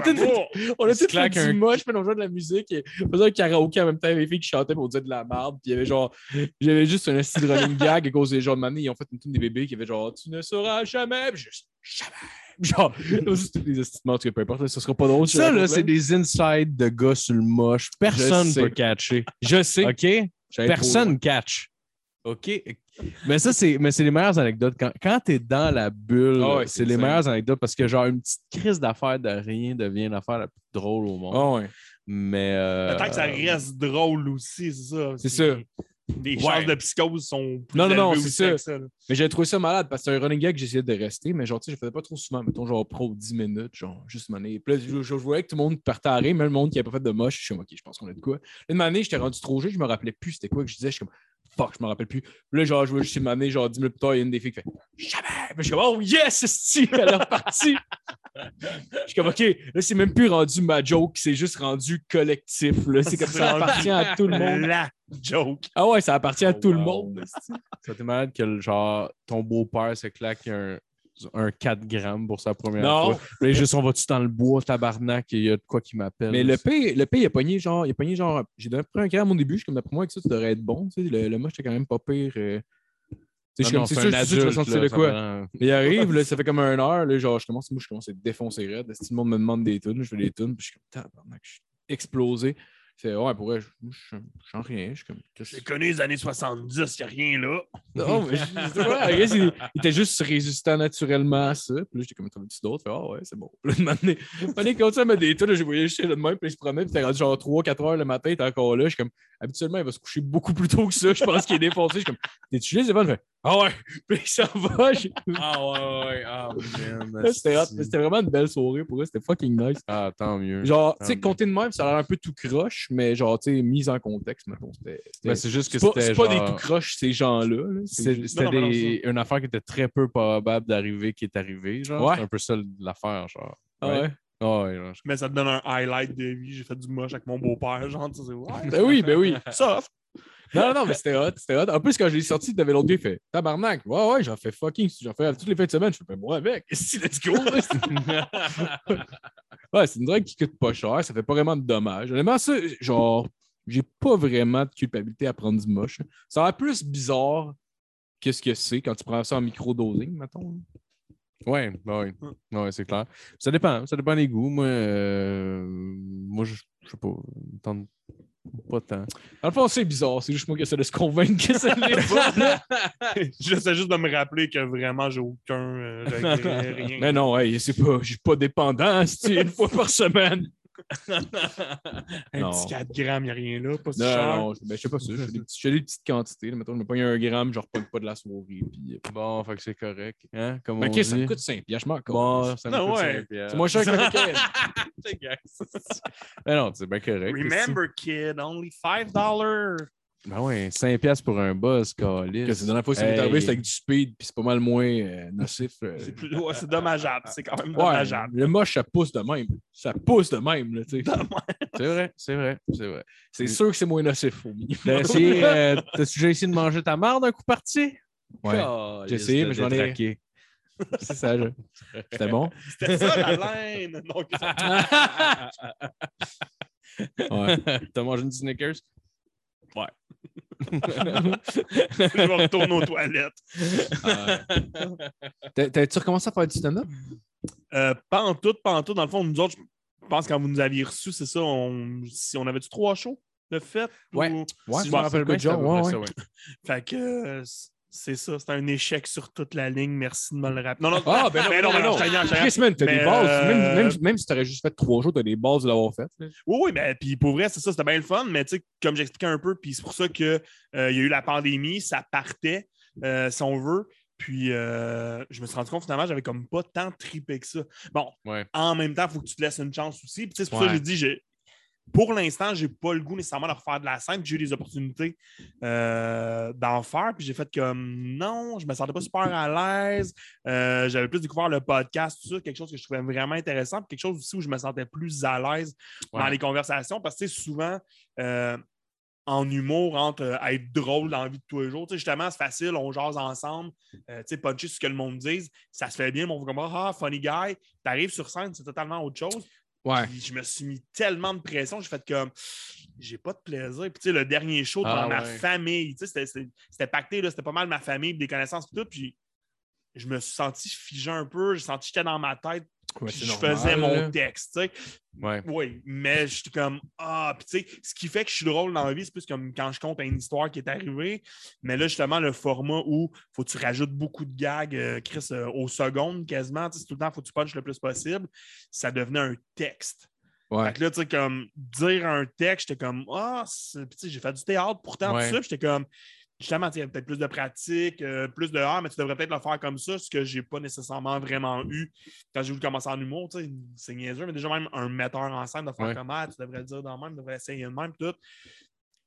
[SPEAKER 3] tout,
[SPEAKER 5] Bravo!
[SPEAKER 3] on a
[SPEAKER 4] Il se
[SPEAKER 3] tout fait
[SPEAKER 4] claque un-
[SPEAKER 3] du moche, mais on jouait de la musique. Et on faisait un karaoké en même temps. Il y avait des filles qui chantaient pour dire de la merde. Puis il y avait genre, j'avais juste un style running gag à cause des gens de ma année. Ils ont fait une tune des bébés qui avait genre Tu ne sauras jamais. Puis juste jamais. Genre, <laughs> juste toutes les estimants, en tout cas, peu importe, là, ce sera pas drôle.
[SPEAKER 4] Ça, là, c'est
[SPEAKER 3] des...
[SPEAKER 4] des insides de gars sur le moche. Personne
[SPEAKER 3] Je sais. <laughs>
[SPEAKER 4] peut catcher.
[SPEAKER 3] Je sais.
[SPEAKER 4] OK?
[SPEAKER 3] J'allais trop loin.
[SPEAKER 4] Personne catch. OK? Mais ça, c'est mais c'est les meilleures anecdotes. Quand, quand t'es dans la bulle,
[SPEAKER 3] Ah ouais,
[SPEAKER 4] c'est
[SPEAKER 3] c'est
[SPEAKER 4] les
[SPEAKER 3] insane.
[SPEAKER 4] meilleures anecdotes parce que, genre, une petite crise d'affaires de rien devient l'affaire la plus drôle au monde.
[SPEAKER 3] Ah ouais.
[SPEAKER 4] Mais. euh,
[SPEAKER 5] Tant que ça reste drôle aussi, c'est ça.
[SPEAKER 3] C'est ça.
[SPEAKER 5] Les
[SPEAKER 4] Ouais.
[SPEAKER 5] chances de psychose sont plus
[SPEAKER 3] Non, non,
[SPEAKER 5] élevées
[SPEAKER 3] non,
[SPEAKER 5] aussi
[SPEAKER 3] c'est
[SPEAKER 5] avec ça, là.
[SPEAKER 3] Mais j'ai trouvé ça malade parce que c'est un running gag que j'essayais de rester, mais genre, tu sais, je le faisais pas trop souvent. Mettons, genre, pro 10 minutes, genre, juste une année. Puis là, je, je- je voyais que tout le monde partait à rire, même le monde qui avait pas fait de moche. Je suis comme, OK, je pense qu'on a de quoi. Là, une année, j'étais rendu trop jeune, je me rappelais plus c'était quoi que je disais. Je suis comme, fuck, je me rappelle plus. Puis là, genre, je vois juste une année, genre, 10 minutes plus tard, il y a une des filles qui fait, jamais. Puis je suis comme, oh yes, si, <laughs> elle est repartie. je suis comme, OK, là, c'est même plus rendu ma joke, c'est juste rendu collectif. là. C'est comme ça, ça
[SPEAKER 5] rendu-
[SPEAKER 3] appartient à tout le monde.
[SPEAKER 5] La joke.
[SPEAKER 3] Ah ouais, ça appartient à
[SPEAKER 4] Oh,
[SPEAKER 3] tout le
[SPEAKER 4] wow.
[SPEAKER 3] monde. esti.
[SPEAKER 4] Ça t'est malade que le- genre ton beau-père se claque un, un 4 grammes pour sa première
[SPEAKER 3] Non.
[SPEAKER 4] fois. Là, juste on va-tu dans le bois, tabarnak, il y a de quoi qui m'appelle.
[SPEAKER 3] Mais le P, le P, il a pogné genre, il a pogné genre, j'ai donné pris un gramme au début, je suis comme d'après moi avec ça, tu devrais être bon, tu sais, le, le moche, c'était quand même pas pire. euh. Tu sais, je suis comme,
[SPEAKER 4] Non, non,
[SPEAKER 3] c'est
[SPEAKER 4] un
[SPEAKER 3] sûr, c'est sûr, tu vas
[SPEAKER 4] adulte,
[SPEAKER 3] sentir
[SPEAKER 4] là,
[SPEAKER 3] de
[SPEAKER 4] ça
[SPEAKER 3] quoi.
[SPEAKER 4] prend-
[SPEAKER 3] Il arrive, là, ça fait comme une heure, là, genre, je commence, moi, je commence à être défoncé raide, si le monde me demande des tunes, je fais des tunes, puis je suis comme, tabarnak, je suis explosé. Je fais, ouais, pour vrai, je je- je sens rien, je suis comme, qu'est-ce
[SPEAKER 5] J'ai
[SPEAKER 3] que
[SPEAKER 5] connu les années 70, il n'y a rien là.
[SPEAKER 3] Non, mais je- je sais pas, I guess il, il était juste résistant naturellement à ça. Puis là, j'étais comme, t'en veux-tu d'autres? Fait, Ah ouais, c'est bon. Puis là, de m'amener- m'amener comme ça, mais des trucs, là, j'ai voyagé chez le même, puis il se promenait, puis t'es rendu genre 3-4 heures le matin, il était encore là. Je suis comme, habituellement, il va se coucher beaucoup plus tôt que ça. Je pense qu'il est défoncé. Je suis comme, t'es-tu juste devant? Il fait, ah ouais. <laughs> Puis il s'en va. J'ai-
[SPEAKER 4] Ah ouais, ouais, ah
[SPEAKER 3] Là,
[SPEAKER 4] man.
[SPEAKER 3] C'était hot. C'était vraiment une belle soirée pour eux. C'était fucking nice.
[SPEAKER 4] Ah, tant mieux.
[SPEAKER 3] Genre, tu
[SPEAKER 4] Ah,
[SPEAKER 3] sais, compter de même, ça a l'air un peu tout croche, mais genre, tu sais, mise en contexte, mettons. C'était. c'était-
[SPEAKER 4] Mais Ben, c'est juste que
[SPEAKER 3] C'est pas,
[SPEAKER 4] c'était
[SPEAKER 3] c'est pas
[SPEAKER 4] genre-
[SPEAKER 3] des tout croches, ces gens-là. là. C'est-
[SPEAKER 4] c'est-
[SPEAKER 5] Non,
[SPEAKER 4] C'était
[SPEAKER 5] non, mais non,
[SPEAKER 4] des- une affaire qui était très peu probable d'arriver qui est arrivée, genre.
[SPEAKER 3] Ouais.
[SPEAKER 4] C'est un peu ça l'affaire, genre.
[SPEAKER 3] Ah ouais.
[SPEAKER 4] Ah ouais, genre, je-
[SPEAKER 5] Mais ça te donne un highlight de vie. J'ai fait du moche avec mon beau-père, genre, tu sais, ouais.
[SPEAKER 3] Ben oui, ben oui.
[SPEAKER 5] Soft.
[SPEAKER 3] Non, non, non, mais c'était hot, c'était hot. En plus, quand je l'ai sorti, t'avais l'autre gars, il fait Tabarnak, ouais, ouais, j'en fais fucking, j'en fais toutes les fins de semaine, je fais ben, moi avec. <laughs> Si, let's go. là, c'est- ouais, c'est une drogue qui coûte pas cher, ça fait pas vraiment de dommages. Honnêtement, ça, genre, j'ai pas vraiment de culpabilité à prendre du moche. Ça a l'air plus bizarre que ce que c'est quand tu prends ça en micro-dosing, mettons.
[SPEAKER 4] Ouais, bah ouais,
[SPEAKER 3] Hum.
[SPEAKER 4] ouais, c'est clair. Ça dépend, ça dépend des goûts. Moi, euh, moi je je sais pas, me tente pas tant.
[SPEAKER 3] Dans le fond, c'est bizarre, c'est juste moi qui essaie de se convaincre que ça l'est pas.
[SPEAKER 5] <laughs> J'essaie juste de me rappeler que vraiment, j'ai aucun euh, regret, rien.
[SPEAKER 3] Mais non, hey, c'est pas, je suis pas dépendant, <laughs> c'est une fois par semaine.
[SPEAKER 5] un
[SPEAKER 3] non.
[SPEAKER 5] petit 4 grammes, il n'y a rien là. Pas si cher.
[SPEAKER 3] Non, non, je- ben, je sais pas ça. Je fais des, petits- je fais des petites quantités. là. Mettons, je me pogne un gramme, je repogne pas de la soirée. Puis... euh,
[SPEAKER 4] Bon, Ah, oh, fait que c'est correct. Hein, comme
[SPEAKER 3] Ben,
[SPEAKER 4] on
[SPEAKER 3] ok, ça me
[SPEAKER 4] dit.
[SPEAKER 3] coûte 5 piastres, je m'en colle.
[SPEAKER 4] Bon, ça me
[SPEAKER 5] Non,
[SPEAKER 4] coûte
[SPEAKER 5] ouais.
[SPEAKER 4] cinq piastres.
[SPEAKER 3] C'est moins cher que <laughs> la cocaïne.
[SPEAKER 4] Mais Ben non, c'est bien correct.
[SPEAKER 5] Remember, kid, only 5 dollars.
[SPEAKER 4] Ben ouais, 5 piastres pour un buzz,
[SPEAKER 3] Que
[SPEAKER 4] calice.
[SPEAKER 3] c'est la dernière fois que ça m'est
[SPEAKER 4] Hey.
[SPEAKER 3] arrivé, c'était avec du speed, puis c'est pas mal moins euh, nocif. euh.
[SPEAKER 5] C'est plus- ouais, c'est dommageable. C'est quand même
[SPEAKER 3] Ouais,
[SPEAKER 5] dommageable. <laughs>
[SPEAKER 3] le moche, ça pousse de même. Ça pousse de même, là, tu sais.
[SPEAKER 4] C'est vrai, c'est vrai, c'est vrai.
[SPEAKER 3] C'est sûr que c'est moins nocif au minimum. <laughs>
[SPEAKER 4] T'as essayé, euh, t'as-tu déjà essayé de manger ta marde un coup parti?
[SPEAKER 3] Ouais.
[SPEAKER 4] Calice
[SPEAKER 3] J'ai essayé,
[SPEAKER 4] de
[SPEAKER 3] mais je m'en ai-
[SPEAKER 4] détraqué.
[SPEAKER 3] C'est ça, je- C'était bon?
[SPEAKER 5] C'était ça la <laughs> laine. Non, que ça-
[SPEAKER 3] Ouais.
[SPEAKER 4] T'as mangé une Snickers?
[SPEAKER 5] je vais retourner aux toilettes.
[SPEAKER 3] Ah, ouais. T'as- T'as-tu recommencé à faire du stand-up?
[SPEAKER 5] Euh, pas en tout, pas en tout. Dans le fond, nous autres, je pense que quand vous nous aviez reçus, c'est ça, on, si on avait du trois shows de fait.
[SPEAKER 4] Ouais.
[SPEAKER 5] ou-
[SPEAKER 3] Ouais,
[SPEAKER 4] Si
[SPEAKER 3] je me rappelle
[SPEAKER 4] bien,
[SPEAKER 3] bien,
[SPEAKER 4] c'est à
[SPEAKER 3] genre,
[SPEAKER 4] peu
[SPEAKER 3] ouais,
[SPEAKER 4] près
[SPEAKER 3] ouais.
[SPEAKER 4] ça, ouais.
[SPEAKER 5] Fait que euh, c- c'est ça, c'était un échec sur toute la ligne. Merci de me le rappeler. Non, non,
[SPEAKER 3] Ah, ben non,
[SPEAKER 5] Mais
[SPEAKER 3] ben non, ben non.
[SPEAKER 5] je t'agnais, je t'agnais.
[SPEAKER 3] Chris, man, t'as
[SPEAKER 5] Mais,
[SPEAKER 3] des bases.
[SPEAKER 5] euh,
[SPEAKER 3] Même, même- même si t'aurais juste fait trois jours, t'as des bases de l'avoir fait. là.
[SPEAKER 5] Oui, oui, ben, puis pour vrai, c'est ça, c'était bien le fun, mais tu sais, comme j'expliquais un peu, puis c'est pour ça qu'il y a eu la pandémie, ça partait, euh, si on veut. Puis euh, je me suis rendu compte finalement, j'avais comme pas tant tripé que ça. Bon,
[SPEAKER 4] Ouais.
[SPEAKER 5] en même temps, il faut que tu te laisses une chance aussi. Puis tu sais, c'est pour ça
[SPEAKER 4] Ouais.
[SPEAKER 5] que j'ai dit, j'ai- pour l'instant, j'ai pas le goût nécessairement de refaire de la scène, puis j'ai eu des opportunités euh, d'en faire, puis j'ai fait comme non, je me sentais pas super à l'aise. Euh, j'avais plus découvert le podcast, tout ça, quelque chose que je trouvais vraiment intéressant, puis quelque chose aussi où je me sentais plus à l'aise dans
[SPEAKER 4] Ouais.
[SPEAKER 5] les conversations, parce que tu sais, souvent, euh, en humour, entre euh, être drôle dans la vie de tous les jours, tu sais, justement, c'est facile, on jase ensemble, euh, tu sais, puncher sur ce que le monde dise, ça se fait bien, mais on va comme ah, funny guy, t'arrives sur scène, c'est totalement autre chose.
[SPEAKER 3] Ouais.
[SPEAKER 5] Puis je me suis mis tellement de pression, j'ai fait comme j'ai pas de plaisir. Puis tu sais, le dernier show devant
[SPEAKER 4] Ah
[SPEAKER 5] ma
[SPEAKER 4] ouais.
[SPEAKER 5] famille, tu sais, c'était- c'était c'était pacté, là, c'était pas mal ma famille, puis des connaissances, puis tout. Puis je me suis senti figé un peu, j'ai senti que j'étais dans ma tête,
[SPEAKER 3] Ouais,
[SPEAKER 5] puis
[SPEAKER 3] c'est
[SPEAKER 5] je
[SPEAKER 3] normal,
[SPEAKER 5] faisais mon
[SPEAKER 3] là.
[SPEAKER 5] texte, tu sais.
[SPEAKER 4] Ouais.
[SPEAKER 5] Oui, mais je suis comme Ah, puis tu sais, ce qui fait que je suis drôle dans la vie, c'est plus comme quand je compte une histoire qui est arrivée. Mais là, justement, le format où faut que tu rajoutes beaucoup de gags, euh, Chris, euh, aux secondes quasiment, tu sais, c'est tout le temps, faut que tu punches le plus possible, ça devenait un texte.
[SPEAKER 3] Ouais.
[SPEAKER 5] Fait que là, tu sais, comme dire un texte, j'étais comme Ah, c'est- puis tu sais, j'ai fait du théâtre pourtant,
[SPEAKER 4] Ouais.
[SPEAKER 5] tout ça. Puis J'étais comme Justement, tu sais, il y a peut-être plus de pratique, euh, plus de Ah, mais tu devrais peut-être le faire comme ça, ce que j'ai pas nécessairement vraiment eu quand j'ai voulu commencer en humour. tu sais, C'est niaiseux, mais déjà, même un metteur en scène de faire
[SPEAKER 4] Ouais.
[SPEAKER 5] comme Ah, tu devrais le dire dans le même, tu devrais essayer de même, tout.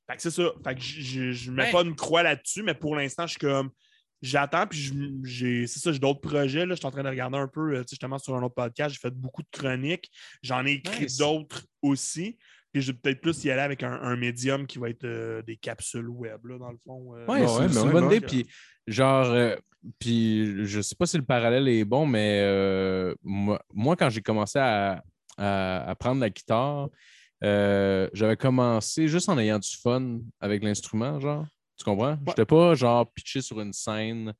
[SPEAKER 5] Fait que c'est ça. Fait que je- je je mets
[SPEAKER 4] Ben-
[SPEAKER 5] pas une croix là-dessus, mais pour l'instant, je suis comme j'attends, puis je- j'ai, c'est ça, j'ai d'autres projets. Là, je suis en train de regarder un peu, euh, tu sais, justement, sur un autre podcast. J'ai fait beaucoup de chroniques. J'en ai écrit
[SPEAKER 4] Nice.
[SPEAKER 5] d'autres aussi. Puis je vais peut-être plus y aller avec un, un médium qui va être euh, des capsules web, là, dans le fond. euh.
[SPEAKER 4] Ouais,
[SPEAKER 3] Ouais,
[SPEAKER 4] c'est
[SPEAKER 3] ouais,
[SPEAKER 4] c'est
[SPEAKER 3] ben
[SPEAKER 4] une
[SPEAKER 3] ouais,
[SPEAKER 4] bonne
[SPEAKER 5] ouais.
[SPEAKER 4] idée. Puis, genre, euh, puis je sais pas si le parallèle est bon, mais euh, moi, moi, quand j'ai commencé à, à- à prendre la guitare, euh, j'avais commencé juste en ayant du fun avec l'instrument, genre. Tu comprends? J'étais pas, genre, pitché sur une scène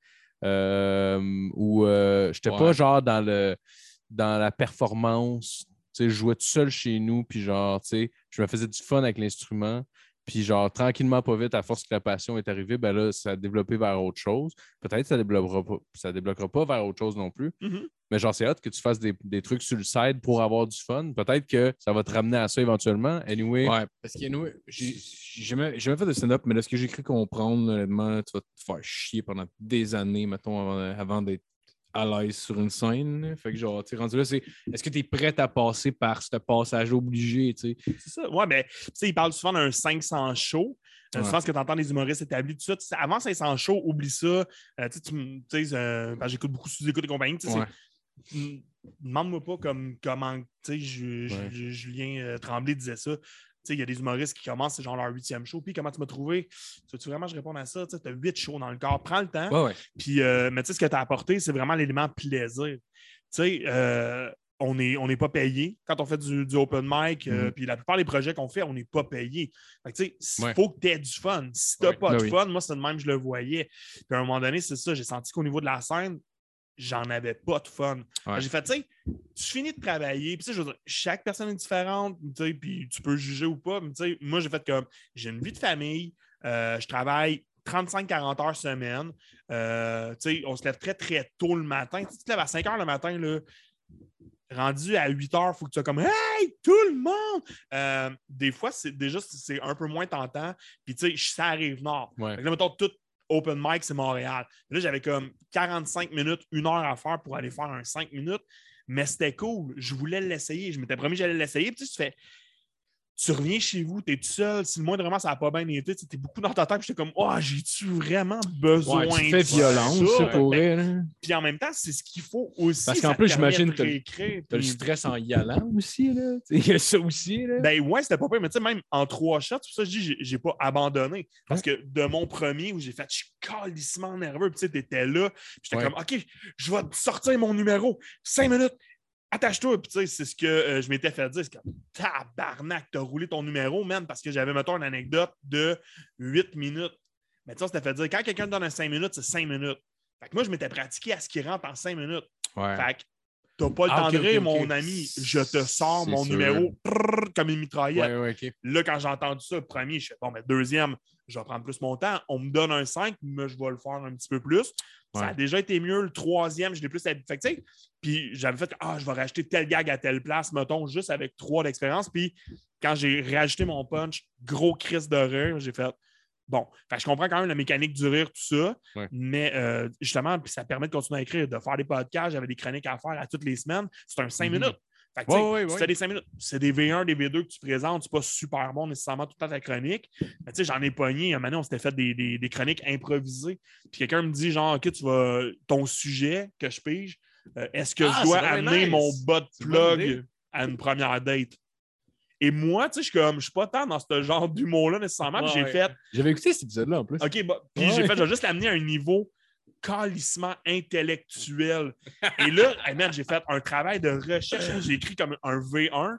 [SPEAKER 4] euh, ou euh, j'étais pas,
[SPEAKER 3] Ouais.
[SPEAKER 4] genre, dans le dans la performance. Tu sais, je jouais tout seul chez nous, puis genre, tu sais, je me faisais du fun avec l'instrument. Puis genre, tranquillement, pas vite, à force que la passion est arrivée, ben là, ça a développé vers autre chose. Peut-être que ça développera pas, ça débloquera pas vers autre chose non plus.
[SPEAKER 5] Mhm.
[SPEAKER 4] Mais genre, c'est hâte que tu fasses des, des trucs sur le side pour avoir du fun. Peut-être que ça va te ramener à ça éventuellement. Anyway,
[SPEAKER 3] Ouais, parce que nous, j'ai j'ai jamais, j'ai jamais fait de stand-up, mais de ce que j'ai cru comprendre, honnêtement, tu vas te faire chier pendant des années, mettons, avant, avant d'être à l'aise sur une scène. Fait que genre, tu sais, rendu là, c'est est-ce que tu es prêt à passer par ce passage obligé, tu sais?
[SPEAKER 5] <laughs> C'est ça. Ouais, mais tu sais, ils parlent souvent d'un 500 show. Euh,
[SPEAKER 3] Ouais.
[SPEAKER 5] Souvent, ce que tu entends des humoristes établis, tout ça. tu sais, Avant 500 shows, oublie ça. Euh, tu sais, tu me- tu sais, euh, parce que j'écoute beaucoup sous-écoute et compagnie. tu sais, c'est-
[SPEAKER 3] Ouais.
[SPEAKER 5] Mm, demande-moi pas comme comment tu sais Ju- Ju-
[SPEAKER 4] Ouais.
[SPEAKER 5] Ju- Julien euh, Tremblay disait ça. Tu sais, Il y a des humoristes qui commencent, c'est genre leur huitième show. Puis comment tu m'as trouvé? Tu veux vraiment que je réponde à ça? Tu as huit shows dans le corps. Prends le temps.
[SPEAKER 3] Ouais, ouais.
[SPEAKER 5] Puis, euh, mais tu sais, ce que tu as apporté, c'est vraiment l'élément plaisir. Tu sais, euh, on n'est on n'est pas payé. Quand on fait du, du open mic, euh,
[SPEAKER 3] Mm-hmm.
[SPEAKER 5] puis la plupart des projets qu'on fait, on n'est pas payé. Fait que, tu sais, il
[SPEAKER 4] Ouais.
[SPEAKER 5] faut que tu aies du fun. Si tu n'as
[SPEAKER 3] Ouais,
[SPEAKER 5] pas
[SPEAKER 3] ben
[SPEAKER 5] de
[SPEAKER 3] oui.
[SPEAKER 5] fun, moi, c'est de même, je le voyais. Puis à un moment donné, c'est ça, j'ai senti qu'au niveau de la scène, j'en avais pas de fun.
[SPEAKER 3] Ouais.
[SPEAKER 5] J'ai fait, tu sais, tu finis de travailler, puis tu sais, je veux dire, chaque personne est différente, tu sais, puis tu peux juger ou pas, mais tu sais, moi, j'ai fait comme, j'ai une vie de famille, euh, je travaille 35-40 heures semaine, euh, tu sais, on se lève très, très tôt le matin. Tu te lèves à 5 heures le matin, là, rendu à 8 heures, il faut que tu sois comme, hey, tout le monde! Euh, des fois, c'est déjà, c'est un peu moins tentant, puis tu sais, je suis sur la Rive-Nord.
[SPEAKER 4] Ouais.
[SPEAKER 5] Fait que Là, mettons, tout open mic, c'est Montréal. Là, j'avais comme 45 minutes, une heure à faire pour aller faire un 5 minutes, mais c'était cool. Je voulais l'essayer. Je m'étais promis que j'allais l'essayer. Puis tu sais, tu fais. Tu reviens chez vous, t'es tout seul. Si le moindre vraiment ça n'a pas bien été, tu sais, t'es beaucoup dans ta tête. Puis j'étais comme, oh, j'ai-tu vraiment besoin
[SPEAKER 3] Ouais, tu te
[SPEAKER 5] de
[SPEAKER 3] fais
[SPEAKER 5] ça?
[SPEAKER 3] violence,
[SPEAKER 5] Ben,
[SPEAKER 3] ça, pour elle. hein.
[SPEAKER 5] Puis en même temps, c'est ce qu'il faut aussi.
[SPEAKER 3] Parce qu'en
[SPEAKER 5] ça te
[SPEAKER 3] plus,
[SPEAKER 5] permet
[SPEAKER 3] j'imagine
[SPEAKER 5] de
[SPEAKER 3] que t'as le-
[SPEAKER 5] réécrire,
[SPEAKER 3] T'as le
[SPEAKER 5] puis-
[SPEAKER 3] stress en y allant aussi, là. <laughs> Tu sais, Il y a ça aussi, là.
[SPEAKER 5] Ben ouais, c'était pas pire, mais tu sais, même en trois shots, c'est pour ça que je dis, j'ai- j'ai pas abandonné. Parce que de mon premier où j'ai fait, je suis calissement nerveux, puis tu sais, t'étais là, puis j'étais
[SPEAKER 4] Ouais.
[SPEAKER 5] comme, OK, je vais te sortir mon numéro, cinq minutes, attache-toi, puis tu sais, c'est ce que euh, je m'étais fait dire, c'est comme, tabarnak, t'as roulé ton numéro, man, parce que j'avais, mettons, une anecdote de huit minutes. Mais tu sais, on s'était fait dire, quand quelqu'un te donne un cinq minutes, c'est cinq minutes. Fait que moi, je m'étais pratiqué à ce qui rentre en cinq minutes.
[SPEAKER 3] Ouais.
[SPEAKER 5] Fait que t'as pas le
[SPEAKER 4] Ah,
[SPEAKER 5] temps
[SPEAKER 4] ok,
[SPEAKER 5] de
[SPEAKER 4] ok,
[SPEAKER 5] rire,
[SPEAKER 4] ok.
[SPEAKER 5] mon ami. Je te sors
[SPEAKER 4] C'est
[SPEAKER 5] mon
[SPEAKER 4] sûr.
[SPEAKER 5] numéro prrr, comme une mitraillette.
[SPEAKER 4] ouais, ouais, ok.
[SPEAKER 5] Là, quand j'ai entendu ça, le premier, je fais bon, mais deuxième, je vais prendre plus mon temps. On me donne un 5, mais je vais le faire un petit peu plus. Ça a
[SPEAKER 4] Ouais.
[SPEAKER 5] déjà été mieux. Le troisième, je l'ai plus habitué. Fait que, tu sais, Puis j'avais fait Ah, je vais racheter tel gag à telle place, mettons, juste avec trois d'expérience. Puis quand j'ai rajouté mon punch, gros crise de rire, j'ai fait Bon, Fait que je comprends quand même la mécanique du rire, tout ça,
[SPEAKER 4] Ouais.
[SPEAKER 5] mais euh, justement, puis ça permet de continuer à écrire, de faire des podcasts, j'avais des chroniques à faire à toutes les semaines. C'est un 5
[SPEAKER 4] Mhm.
[SPEAKER 5] minutes. Fait que, tu sais,
[SPEAKER 4] Ouais, ouais,
[SPEAKER 5] si
[SPEAKER 4] ouais.
[SPEAKER 5] t'as des 5 minutes, c'est des V1, des V2 que tu présentes, c'est pas super bon nécessairement tout le temps ta chronique. Mais tu sais, j'en ai pogné. Un moment donné, on s'était fait des, des- des chroniques improvisées. Puis quelqu'un me dit, genre, OK, tu vas. Ton sujet que je pige, euh, est-ce que
[SPEAKER 4] Ah,
[SPEAKER 5] je dois
[SPEAKER 4] c'est vraiment
[SPEAKER 5] amener
[SPEAKER 4] nice.
[SPEAKER 5] mon bas de
[SPEAKER 4] C'est une bonne
[SPEAKER 5] plug
[SPEAKER 4] idée.
[SPEAKER 5] à une première date? Et moi, tu sais, je suis comme, je suis pas tant dans ce genre d'humour-là nécessairement. puis j'ai
[SPEAKER 4] Ouais.
[SPEAKER 5] fait,
[SPEAKER 3] J'avais écouté cet épisode-là, en plus.
[SPEAKER 5] OK, bah, puis
[SPEAKER 3] Ouais.
[SPEAKER 5] j'ai fait, je vais juste l'amener à un niveau calissement intellectuel. Et là, hey, man, j'ai fait un travail de recherche où j'ai écrit comme un V1.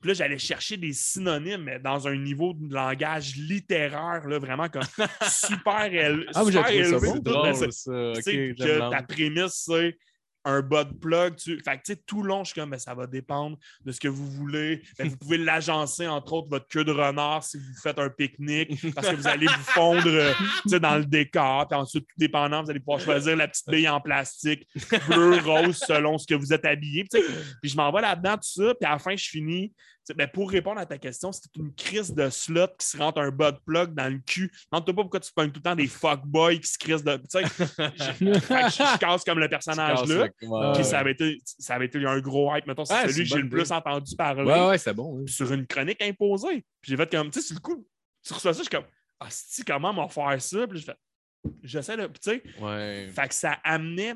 [SPEAKER 5] Puis là, j'allais chercher des synonymes mais dans un niveau de langage littéraire, là, vraiment comme super, éle-
[SPEAKER 3] Ah, mais j'ai trouvé
[SPEAKER 5] super
[SPEAKER 3] ça
[SPEAKER 5] élevé.
[SPEAKER 3] bon.
[SPEAKER 5] tout, mais c'est-
[SPEAKER 4] drôle, ça.
[SPEAKER 5] tu
[SPEAKER 4] Ok,
[SPEAKER 5] sais,
[SPEAKER 4] j'aime
[SPEAKER 5] que
[SPEAKER 4] l'angle.
[SPEAKER 5] ta prémisse, c'est un bas de plug. Tu... Fait que, tu sais, tout le long, je suis comme, ben, ça va dépendre de ce que vous voulez. Ben, vous pouvez l'agencer, entre autres, votre queue de renard si vous faites un pique-nique, parce que vous allez vous fondre euh, tu sais, dans le décor. Puis ensuite, tout dépendant, vous allez pouvoir choisir la petite bille en plastique, bleu, rose, selon ce que vous êtes habillé. Puis, tu sais, puis je m'en vais là-dedans, tout ça. Puis à la fin, je finis. C'est- ben, pour répondre à ta question, c'est une crise de slot qui se rentre un butt plug dans le cul. Demande-toi pas pourquoi tu pognes tout le temps des fuckboys qui se crissent de.
[SPEAKER 3] <laughs>
[SPEAKER 5] Tu sais, fait que je, je casse comme le personnage là. Puis ça avait, été, ça avait été un gros hype. Mettons, c'est
[SPEAKER 3] Ouais, c'est
[SPEAKER 5] celui
[SPEAKER 3] une
[SPEAKER 5] que j'ai
[SPEAKER 3] bonne
[SPEAKER 5] le plus entendu parler
[SPEAKER 3] Ouais, ouais, c'est bon. hein. ouais.
[SPEAKER 5] sur une chronique imposée. Puis j'ai fait comme, tu sais, sur le coup, tu reçois ça, je suis comme, ah, si, comment m'en faire ça? Puis j'ai fait, j'essaie de. Puis tu sais,
[SPEAKER 4] Ouais.
[SPEAKER 5] fait que ça amenait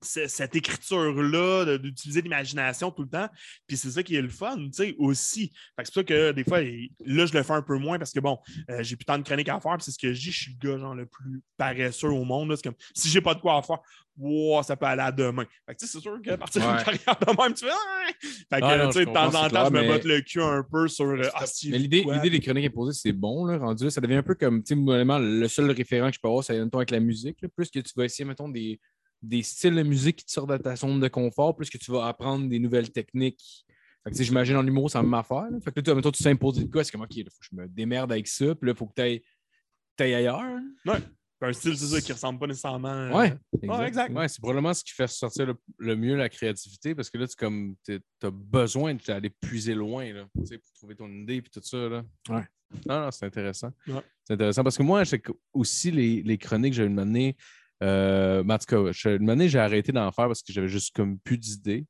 [SPEAKER 5] ce- cette écriture-là, de- d'utiliser l'imagination tout le temps. Puis c'est ça qui est le fun, tu sais, aussi. Fait que c'est pour ça que des fois, il- là, je le fais un peu moins parce que bon, euh, j'ai plus tant de chroniques à faire. Puis c'est ce que je dis, je suis le gars genre le plus paresseux au monde. là. C'est comme si j'ai pas de quoi à faire, wow, ça peut aller à demain. Fait que tu sais, c'est sûr que partir
[SPEAKER 3] Ouais.
[SPEAKER 5] d'une carrière de même, tu fais. Ah! Fait que
[SPEAKER 4] Ah,
[SPEAKER 5] euh,
[SPEAKER 4] non,
[SPEAKER 5] tu sais,
[SPEAKER 4] je
[SPEAKER 5] de
[SPEAKER 4] comprends,
[SPEAKER 5] temps
[SPEAKER 4] c'est
[SPEAKER 5] en temps,
[SPEAKER 4] clair,
[SPEAKER 5] je me
[SPEAKER 4] mais-
[SPEAKER 5] botte le cul un peu sur. euh, ah, si,
[SPEAKER 3] Mais l'idée,
[SPEAKER 5] quoi?
[SPEAKER 3] l'idée des chroniques imposées, c'est bon, là, rendu là. Ça devient un peu comme, tu sais, normalement, le seul référent que je peux avoir, c'est mettons, avec la musique. là. Plus que tu vas essayer, mettons, des, des styles de musique qui te sortent de ta zone de confort, plus que tu vas apprendre des nouvelles techniques. Fait que, tu sais, j'imagine en humour, c'est la même affaire. là. Fait que là, tu- mettons, tu t'imposes de quoi, c'est comme, OK, là, faut que je me démerde avec ça, puis là, faut que tu ailles, ailleurs. là.
[SPEAKER 5] Un style, c'est ça, qui ressemble pas nécessairement. euh,
[SPEAKER 3] Ouais,
[SPEAKER 5] ouais, exact.
[SPEAKER 4] Ouais, c'est probablement ce qui fait sortir le, le mieux la créativité parce que là, tu comme, as besoin d'aller puiser loin là, tu sais, pour trouver ton idée et tout ça. Là.
[SPEAKER 3] Ouais.
[SPEAKER 4] Non, non, c'est intéressant.
[SPEAKER 5] Ouais.
[SPEAKER 4] C'est intéressant parce que moi, je sais que aussi les, les chroniques, j'avais une année, euh, ben, en tout cas, je- une année, j'ai arrêté d'en faire parce que j'avais juste comme plus d'idées.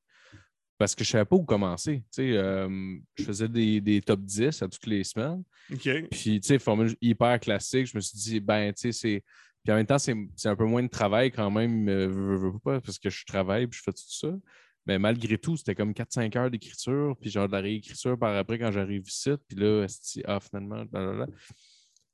[SPEAKER 4] Parce que je ne savais pas où commencer. Tu sais, euh, je faisais des, des top 10 à toutes les semaines.
[SPEAKER 5] OK.
[SPEAKER 4] Puis, tu sais, formule hyper classique, je me suis dit, ben, tu sais, c'est. Puis en même temps, c'est c'est un peu moins de travail quand même, euh, veux, veux pas, parce que je travaille puis je fais tout ça. Mais malgré tout, c'était comme 4-5 heures d'écriture, puis genre de la réécriture par après quand j'arrive ici. Puis là, esti, ah, finalement, blablabla.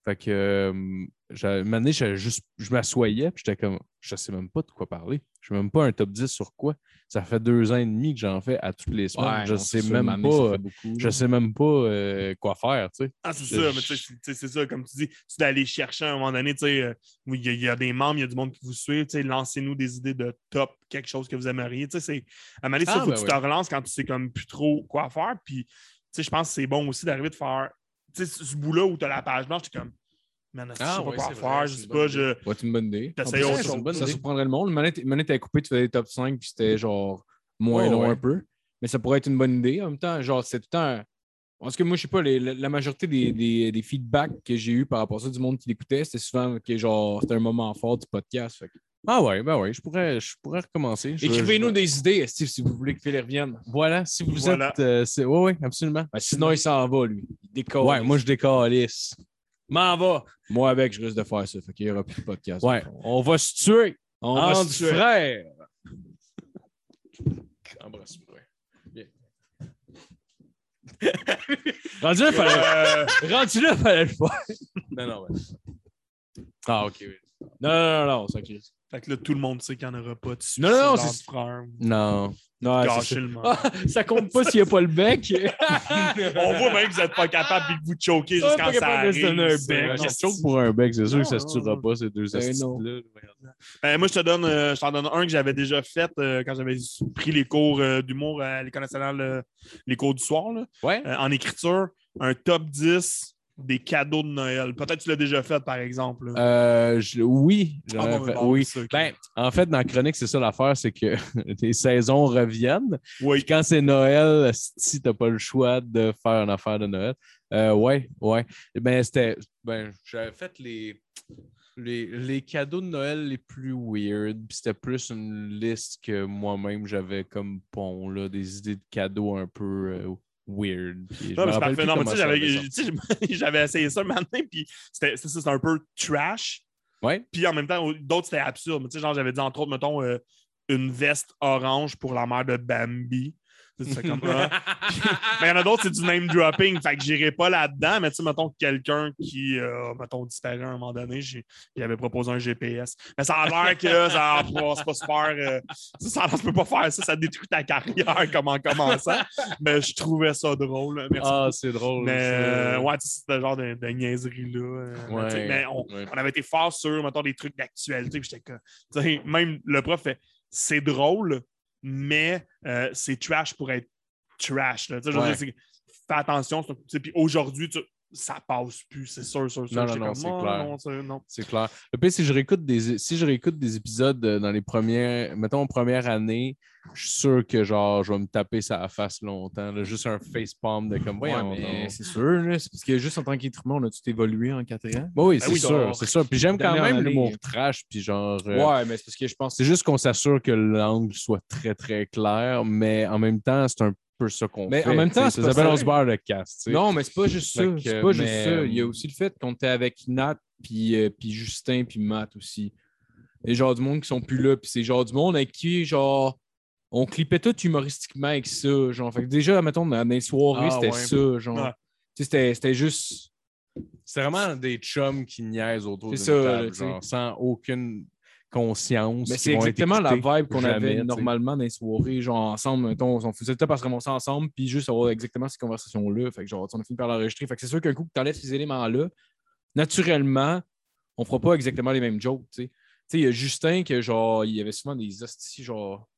[SPEAKER 4] Fait que, euh, j'avais- une année, j'avais juste, je m'assoyais, puis j'étais comme, je sais même pas de quoi parler. Je sais même pas un top 10 sur quoi. Ça fait deux ans et demi que j'en fais à toutes les semaines. je sais même pas. euh, Je sais même pas euh, quoi faire, tu sais.
[SPEAKER 5] Ah, c'est ça,
[SPEAKER 4] Euh,
[SPEAKER 5] mais tu sais,
[SPEAKER 4] je-
[SPEAKER 5] c'est- tu sais, c'est ça, comme tu dis, tu dois aller chercher à un moment donné, tu sais, euh, oui, il y, a- il y a des membres, il y a du monde qui vous suit, tu sais, lancez-nous des idées de top, quelque chose que vous aimeriez, tu sais, c'est, à un moment donné,
[SPEAKER 4] Ah,
[SPEAKER 5] ça, faut
[SPEAKER 4] ben
[SPEAKER 5] que tu
[SPEAKER 4] oui.
[SPEAKER 5] te relances quand tu sais comme plus trop quoi faire, puis, tu sais, je pense que c'est bon aussi d'arriver de faire, tu sais, ce bout-là où tu as la page blanche, tu es comme, man, asti, je
[SPEAKER 4] Ah,
[SPEAKER 5] sais pas
[SPEAKER 4] ouais,
[SPEAKER 5] quoi
[SPEAKER 4] c'est
[SPEAKER 5] faire,
[SPEAKER 4] vrai,
[SPEAKER 5] je
[SPEAKER 4] c'est
[SPEAKER 5] sais
[SPEAKER 4] une
[SPEAKER 5] pas,
[SPEAKER 4] bonne
[SPEAKER 5] je...
[SPEAKER 3] Ouais, c'est une bonne idée.
[SPEAKER 5] T'essayes
[SPEAKER 3] En plus,
[SPEAKER 5] autre
[SPEAKER 3] ça,
[SPEAKER 5] chose.
[SPEAKER 3] c'est une bonne
[SPEAKER 4] Ça
[SPEAKER 3] idée. Mm. Ça surprendrait le monde. Manette, manette à couper, tu faisais des top 5, puis c'était genre moins
[SPEAKER 4] Ouais,
[SPEAKER 3] long
[SPEAKER 4] ouais.
[SPEAKER 3] un peu. Mais ça pourrait être une bonne idée. En même temps, genre, c'est tout le temps. Parce que moi, je sais pas, les- la, la majorité des, des- des feedbacks que j'ai eu par rapport à ça du monde qui l'écoutait, c'était souvent que genre c'était un moment fort du podcast. Fait que-
[SPEAKER 4] Ah ouais, ben ouais, je pourrais, je pourrais recommencer. Je-
[SPEAKER 3] Écrivez-nous
[SPEAKER 4] je-
[SPEAKER 3] des idées, Steve, si vous voulez que Phil revienne.
[SPEAKER 4] Voilà, si vous
[SPEAKER 5] Voilà.
[SPEAKER 4] êtes. euh, c'est- ouais, ouais, absolument.
[SPEAKER 3] Ben, sinon, il s'en va, lui. Il décolle.
[SPEAKER 4] Ouais, moi je décalisse. M'en va.
[SPEAKER 3] Moi, avec, je risque de faire ça. Fait qu'il n'y aura plus de podcast.
[SPEAKER 4] Ouais, on va se tuer.
[SPEAKER 3] On
[SPEAKER 4] On
[SPEAKER 3] va
[SPEAKER 4] va
[SPEAKER 3] se tuer.
[SPEAKER 4] frère. Embrasse-moi. Bien. Rendu là, fallait.
[SPEAKER 5] Euh,
[SPEAKER 4] Rendu là, fallait le faire. Non, non, ouais. Ah, ok, oui.
[SPEAKER 3] Non, non, non, non, ça crie.
[SPEAKER 5] fait que là, tout le monde sait qu'il n'y en aura pas de succès
[SPEAKER 3] non,
[SPEAKER 5] dans
[SPEAKER 3] c'est-
[SPEAKER 5] le frère,
[SPEAKER 4] Non.
[SPEAKER 3] Non, c'est
[SPEAKER 5] gâcher
[SPEAKER 3] ça. <laughs>
[SPEAKER 5] le monde.
[SPEAKER 3] ça compte pas s'il n'y a pas le
[SPEAKER 4] <laughs>
[SPEAKER 3] bec.
[SPEAKER 5] On voit même que vous n'êtes pas capable et que vous choquez
[SPEAKER 3] On est
[SPEAKER 5] jusqu'à
[SPEAKER 3] pas
[SPEAKER 5] ça
[SPEAKER 3] capable de se
[SPEAKER 5] arrive.
[SPEAKER 3] donner un bec.
[SPEAKER 5] ça.
[SPEAKER 4] Ben,
[SPEAKER 5] Qu'est-ce
[SPEAKER 4] je
[SPEAKER 5] que
[SPEAKER 4] choque pour un bec, c'est sûr que ça se
[SPEAKER 5] Non,
[SPEAKER 4] tuera pas ces deux
[SPEAKER 3] Ben non.
[SPEAKER 4] astuces-là.
[SPEAKER 5] Euh, moi, je te donne, euh, je t'en donne un que j'avais déjà fait euh, quand j'avais pris les cours euh, d'humour à l'École nationale, euh, les cours du soir, là,
[SPEAKER 4] Ouais.
[SPEAKER 5] euh, en écriture, un top 10 des cadeaux de Noël. Peut-être que tu l'as déjà fait, par exemple. là.
[SPEAKER 4] Euh, je- oui, j'en
[SPEAKER 5] Ah,
[SPEAKER 4] ai
[SPEAKER 5] bon,
[SPEAKER 4] fait-
[SPEAKER 5] bon,
[SPEAKER 4] oui.
[SPEAKER 5] c'est ça, ok.
[SPEAKER 4] Ben, en fait, dans la Chronique, c'est ça l'affaire, c'est que <laughs> les saisons reviennent.
[SPEAKER 5] oui.
[SPEAKER 4] Puis quand c'est Noël, si t'as pas le choix de faire une affaire de Noël. Euh, ouais, ouais. Ben, c'était. Ben, j'avais fait les, les, les cadeaux de Noël les plus weird. Puis c'était plus une liste que moi-même j'avais comme pont, là, des idées de cadeaux un peu euh, weird. Puis je me
[SPEAKER 5] Non, mais c'est
[SPEAKER 4] rappelle
[SPEAKER 5] parfait.
[SPEAKER 4] plus
[SPEAKER 5] Non, mais tu
[SPEAKER 4] comment
[SPEAKER 5] sais,
[SPEAKER 4] ça
[SPEAKER 5] j'avais-
[SPEAKER 4] s'appelait ça.
[SPEAKER 5] tu sais, <laughs> j'avais essayé ça le matin, puis c'était c'est ça, c'était un peu trash.
[SPEAKER 4] Ouais.
[SPEAKER 5] Puis en même temps, d'autres, c'était absurde. Mais tu sais, genre, j'avais dit, entre autres, mettons, euh, une veste orange pour la mère de Bambi. Tu sais, C'est comme ah.
[SPEAKER 4] <laughs>
[SPEAKER 5] Mais il y en a d'autres, c'est du name dropping. Fait que j'irai pas là-dedans. Mais tu sais, mettons quelqu'un qui, euh, mettons, disparu à un moment donné, j'ai- j'avais proposé un GPS. Mais ça a l'air que ça ah, c'est pas super. euh, ça, ça, tu peux pas faire ça, ça détruit ta carrière comme en commençant. Mais je trouvais ça drôle. Merci.
[SPEAKER 4] Ah, c'est drôle.
[SPEAKER 5] mais
[SPEAKER 4] ça.
[SPEAKER 5] euh, ouais, tu sais, c'est le genre de, de niaiserie-là. euh, mais tu sais,
[SPEAKER 4] Ouais,
[SPEAKER 5] mais on,
[SPEAKER 4] ouais.
[SPEAKER 5] on avait été fort sur, mettons, des trucs d'actualité. Puis j'étais comme, tu sais, même le prof fait, c'est drôle, mais euh, c'est trash pour être trash. là. Tu sais, je veux
[SPEAKER 4] Ouais.
[SPEAKER 5] dire, c'est- fais attention. c'est- tu sais, Puis aujourd'hui, tu- ça passe plus, c'est sûr, sûr, sûr.
[SPEAKER 4] Non, non,
[SPEAKER 5] J'étais
[SPEAKER 4] non,
[SPEAKER 5] comme,
[SPEAKER 4] c'est
[SPEAKER 5] Ah,
[SPEAKER 4] clair.
[SPEAKER 5] non, c'est- non.
[SPEAKER 4] C'est clair. Le pire, si je réécoute des, si je réécoute des épisodes euh, dans les premières, mettons, première année, je suis sûr que genre, je vais me taper sa face longtemps. là, juste un facepalm de comme, voyons.
[SPEAKER 3] Ouais, mais
[SPEAKER 4] donc.
[SPEAKER 3] c'est sûr, là, c'est parce que juste en tant qu'être on a tout évolué en quatre ans.
[SPEAKER 4] Bah oui,
[SPEAKER 5] Ben
[SPEAKER 4] c'est
[SPEAKER 5] oui,
[SPEAKER 4] sûr,
[SPEAKER 5] genre,
[SPEAKER 4] c'est sûr. Puis j'aime quand
[SPEAKER 3] d'année en
[SPEAKER 4] même
[SPEAKER 3] année.
[SPEAKER 4] l'humour trash, puis genre. euh,
[SPEAKER 3] Ouais, mais c'est parce que je pense que
[SPEAKER 4] C'est juste qu'on s'assure que l'angle soit très, très clair, mais en même temps, c'est un peu ça qu'on
[SPEAKER 3] Mais
[SPEAKER 4] fait.
[SPEAKER 3] en même temps,
[SPEAKER 4] tu sais,
[SPEAKER 3] c'est
[SPEAKER 4] ça s'appelle
[SPEAKER 3] pas
[SPEAKER 4] On
[SPEAKER 3] ça.
[SPEAKER 4] se barre le cast. tu sais.
[SPEAKER 3] Non, mais c'est pas juste
[SPEAKER 4] Fait
[SPEAKER 3] ça.
[SPEAKER 4] que,
[SPEAKER 3] C'est pas juste
[SPEAKER 4] mais,
[SPEAKER 3] ça. Il y a
[SPEAKER 4] euh,
[SPEAKER 3] aussi le fait qu'on était avec Nat, puis, euh, puis Justin, puis Matt aussi. Les genres du monde qui sont plus là. Puis c'est genre du monde avec qui, genre, on clippait tout humoristiquement avec ça. Genre, fait que déjà, mettons, dans dans les soirées,
[SPEAKER 4] Ah,
[SPEAKER 3] c'était
[SPEAKER 4] ouais.
[SPEAKER 3] ça. Genre,
[SPEAKER 5] Ouais.
[SPEAKER 3] Tu sais, c'était c'était juste.
[SPEAKER 4] C'est vraiment des chums qui niaisent autour
[SPEAKER 3] C'est
[SPEAKER 4] d'une
[SPEAKER 3] ça, là,
[SPEAKER 4] table,
[SPEAKER 3] tu sais.
[SPEAKER 4] genre, sans aucune conscience.
[SPEAKER 3] Mais
[SPEAKER 4] qui
[SPEAKER 3] c'est
[SPEAKER 4] vont être
[SPEAKER 3] exactement la
[SPEAKER 4] écoutées
[SPEAKER 3] vibe qu'on
[SPEAKER 4] jamais,
[SPEAKER 3] avait
[SPEAKER 4] tu sais.
[SPEAKER 3] normalement dans les soirées. Genre, ensemble, mettons, on faisait tout parce qu'on se ensemble, puis juste avoir exactement ces conversations-là. Fait que, genre, on a fini par l'enregistrer. Fait que c'est sûr qu'un coup que t'enlèves ces éléments-là, naturellement, on fera pas exactement les mêmes jokes, tu sais. Tu sais, il y a Justin que, genre, il y avait souvent des hosties, genre.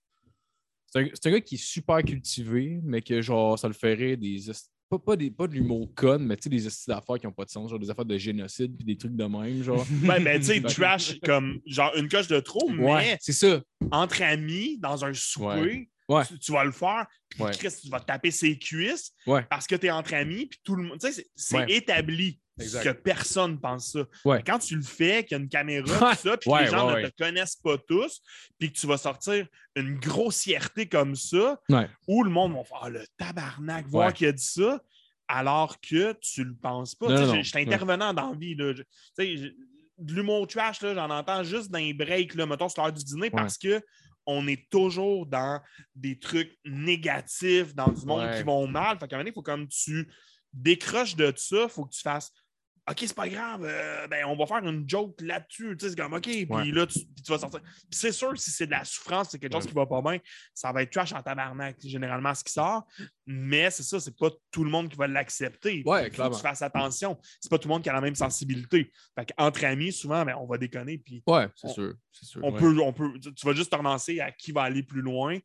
[SPEAKER 3] C'est un, c'est un gars qui est super cultivé, mais que, genre, ça le ferait des hosties- Pas, pas, des, pas de l'humour con, mais tu sais, des hosties d'affaires qui n'ont pas de sens, genre des affaires de génocide, puis des trucs de même, genre.
[SPEAKER 5] Ouais, mais Ben,
[SPEAKER 4] <laughs>
[SPEAKER 5] tu sais, trash, comme genre une coche de trop, mais
[SPEAKER 3] Ouais, c'est ça.
[SPEAKER 5] entre amis, dans un souper,
[SPEAKER 3] Ouais.
[SPEAKER 5] Tu, tu vas le faire, puis
[SPEAKER 4] Ouais.
[SPEAKER 5] Chris, tu vas te taper ses cuisses
[SPEAKER 3] Ouais.
[SPEAKER 5] parce que tu es entre amis, puis tout le monde. Tu sais, c'est- c'est
[SPEAKER 3] Ouais.
[SPEAKER 5] établi
[SPEAKER 4] Exact.
[SPEAKER 5] que personne pense ça.
[SPEAKER 3] Ouais.
[SPEAKER 5] Quand tu le fais, qu'il y a une caméra, tout ça, puis que
[SPEAKER 4] Ouais,
[SPEAKER 5] les gens
[SPEAKER 4] ouais,
[SPEAKER 5] ne
[SPEAKER 4] ouais.
[SPEAKER 5] te connaissent pas tous, puis que tu vas sortir une grossièreté comme ça,
[SPEAKER 3] Ouais.
[SPEAKER 5] où le monde va faire Ah, le tabarnak, voir
[SPEAKER 4] Ouais.
[SPEAKER 5] qui a dit ça. Alors que tu le penses pas.
[SPEAKER 3] Non,
[SPEAKER 5] Tu sais,
[SPEAKER 3] non,
[SPEAKER 5] je-
[SPEAKER 3] non.
[SPEAKER 5] je suis intervenant dans la vie. Là. Je- tu sais, je- de l'humour trash, là, j'en entends juste dans les breaks, là, mettons, sur l'heure du dîner, parce que on est toujours dans des trucs négatifs, dans du monde
[SPEAKER 4] Ouais.
[SPEAKER 5] qui vont mal. Fait qu'à un moment donné, il faut comme tu décroches de ça, il faut que tu fasses OK, c'est pas grave, euh, ben, on va faire une joke là-dessus. Tu sais, c'est comme OK, puis
[SPEAKER 3] Ouais.
[SPEAKER 5] là, tu, puis tu vas sortir. Puis c'est sûr, si c'est de la souffrance, c'est quelque chose qui va pas bien, ça va être trash en tabarnak, généralement, ce qui sort. Mais c'est ça, c'est pas tout le monde qui va l'accepter.
[SPEAKER 3] Ouais,
[SPEAKER 5] Faut que
[SPEAKER 3] clairement.
[SPEAKER 5] tu fasses attention. C'est pas tout le monde qui a la même sensibilité. Fait qu'entre amis, souvent, ben, on va déconner, puis
[SPEAKER 3] Ouais, c'est
[SPEAKER 5] On-
[SPEAKER 3] sûr. C'est sûr.
[SPEAKER 5] on
[SPEAKER 3] ouais.
[SPEAKER 5] peut, on peut, tu- tu vas juste te relancer à qui va aller plus loin.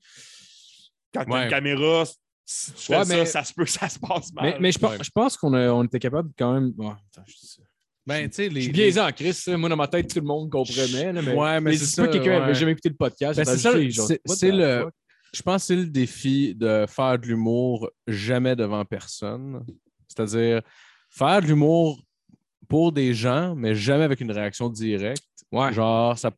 [SPEAKER 5] Quand tu as
[SPEAKER 4] Ouais.
[SPEAKER 5] une caméra, si tu fais
[SPEAKER 3] Ouais, mais-
[SPEAKER 5] ça, ça se peut que ça se passe mal.
[SPEAKER 3] Mais, mais je, pense,
[SPEAKER 4] Ouais.
[SPEAKER 3] je pense qu'on a- on était capable quand même. Ouais, attends, je, dis ça.
[SPEAKER 4] Ben, tu sais,
[SPEAKER 3] je
[SPEAKER 4] les.
[SPEAKER 3] suis
[SPEAKER 4] les-
[SPEAKER 3] biaisé en Chris. ça. Moi, dans ma tête, tout le monde comprenait. là, mais
[SPEAKER 4] Ouais, mais
[SPEAKER 3] mais
[SPEAKER 4] c'est
[SPEAKER 3] si
[SPEAKER 4] ça.
[SPEAKER 3] pas quelqu'un
[SPEAKER 4] ouais.
[SPEAKER 3] avait jamais écouté le podcast,
[SPEAKER 4] Ben,
[SPEAKER 3] j'aurais
[SPEAKER 4] c'est ça,
[SPEAKER 3] ajouté, genre,
[SPEAKER 4] c'est-
[SPEAKER 3] what the
[SPEAKER 4] c'est le-
[SPEAKER 3] fuck?
[SPEAKER 4] Je pense que c'est le défi de faire de l'humour jamais devant personne. C'est-à-dire faire de l'humour pour des gens, mais jamais avec une réaction directe.
[SPEAKER 3] Ouais.
[SPEAKER 4] Genre, ça,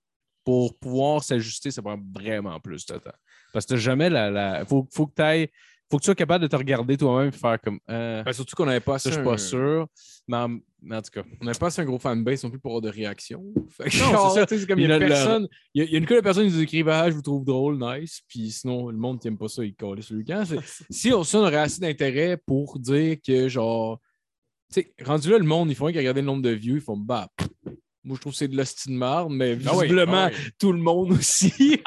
[SPEAKER 4] pour pouvoir s'ajuster, ça prend vraiment plus de temps. Parce que t'as jamais la. la faut, faut que t'ailles- Faut que tu sois capable de te regarder toi-même et faire comme. Euh,
[SPEAKER 3] Ben, surtout qu'on n'avait pas assez.
[SPEAKER 4] ça, je suis
[SPEAKER 3] un-
[SPEAKER 4] pas sûr. Mais en, mais en tout cas.
[SPEAKER 3] On n'avait pas assez un gros fanbase non plus pour avoir de réaction. Fait que,
[SPEAKER 4] Non,
[SPEAKER 3] genre,
[SPEAKER 4] c'est ça.
[SPEAKER 3] tu sais, c'est comme
[SPEAKER 4] Il
[SPEAKER 3] il y a
[SPEAKER 4] a le-
[SPEAKER 3] personne. Il y a, il y a une couple de personnes qui nous écrivent Ah, je vous trouve drôle, nice. Puis sinon, le monde qui aime pas ça, il colle sur le camp. C'est- Si on, si on aurait assez d'intérêt pour dire que, genre, tu sais, rendu là, le monde, ils font rien que regarder le nombre de views, ils font bah. pff, Moi, je trouve que c'est de l'hostie de marde, mais visiblement, tout le monde <laughs> aussi.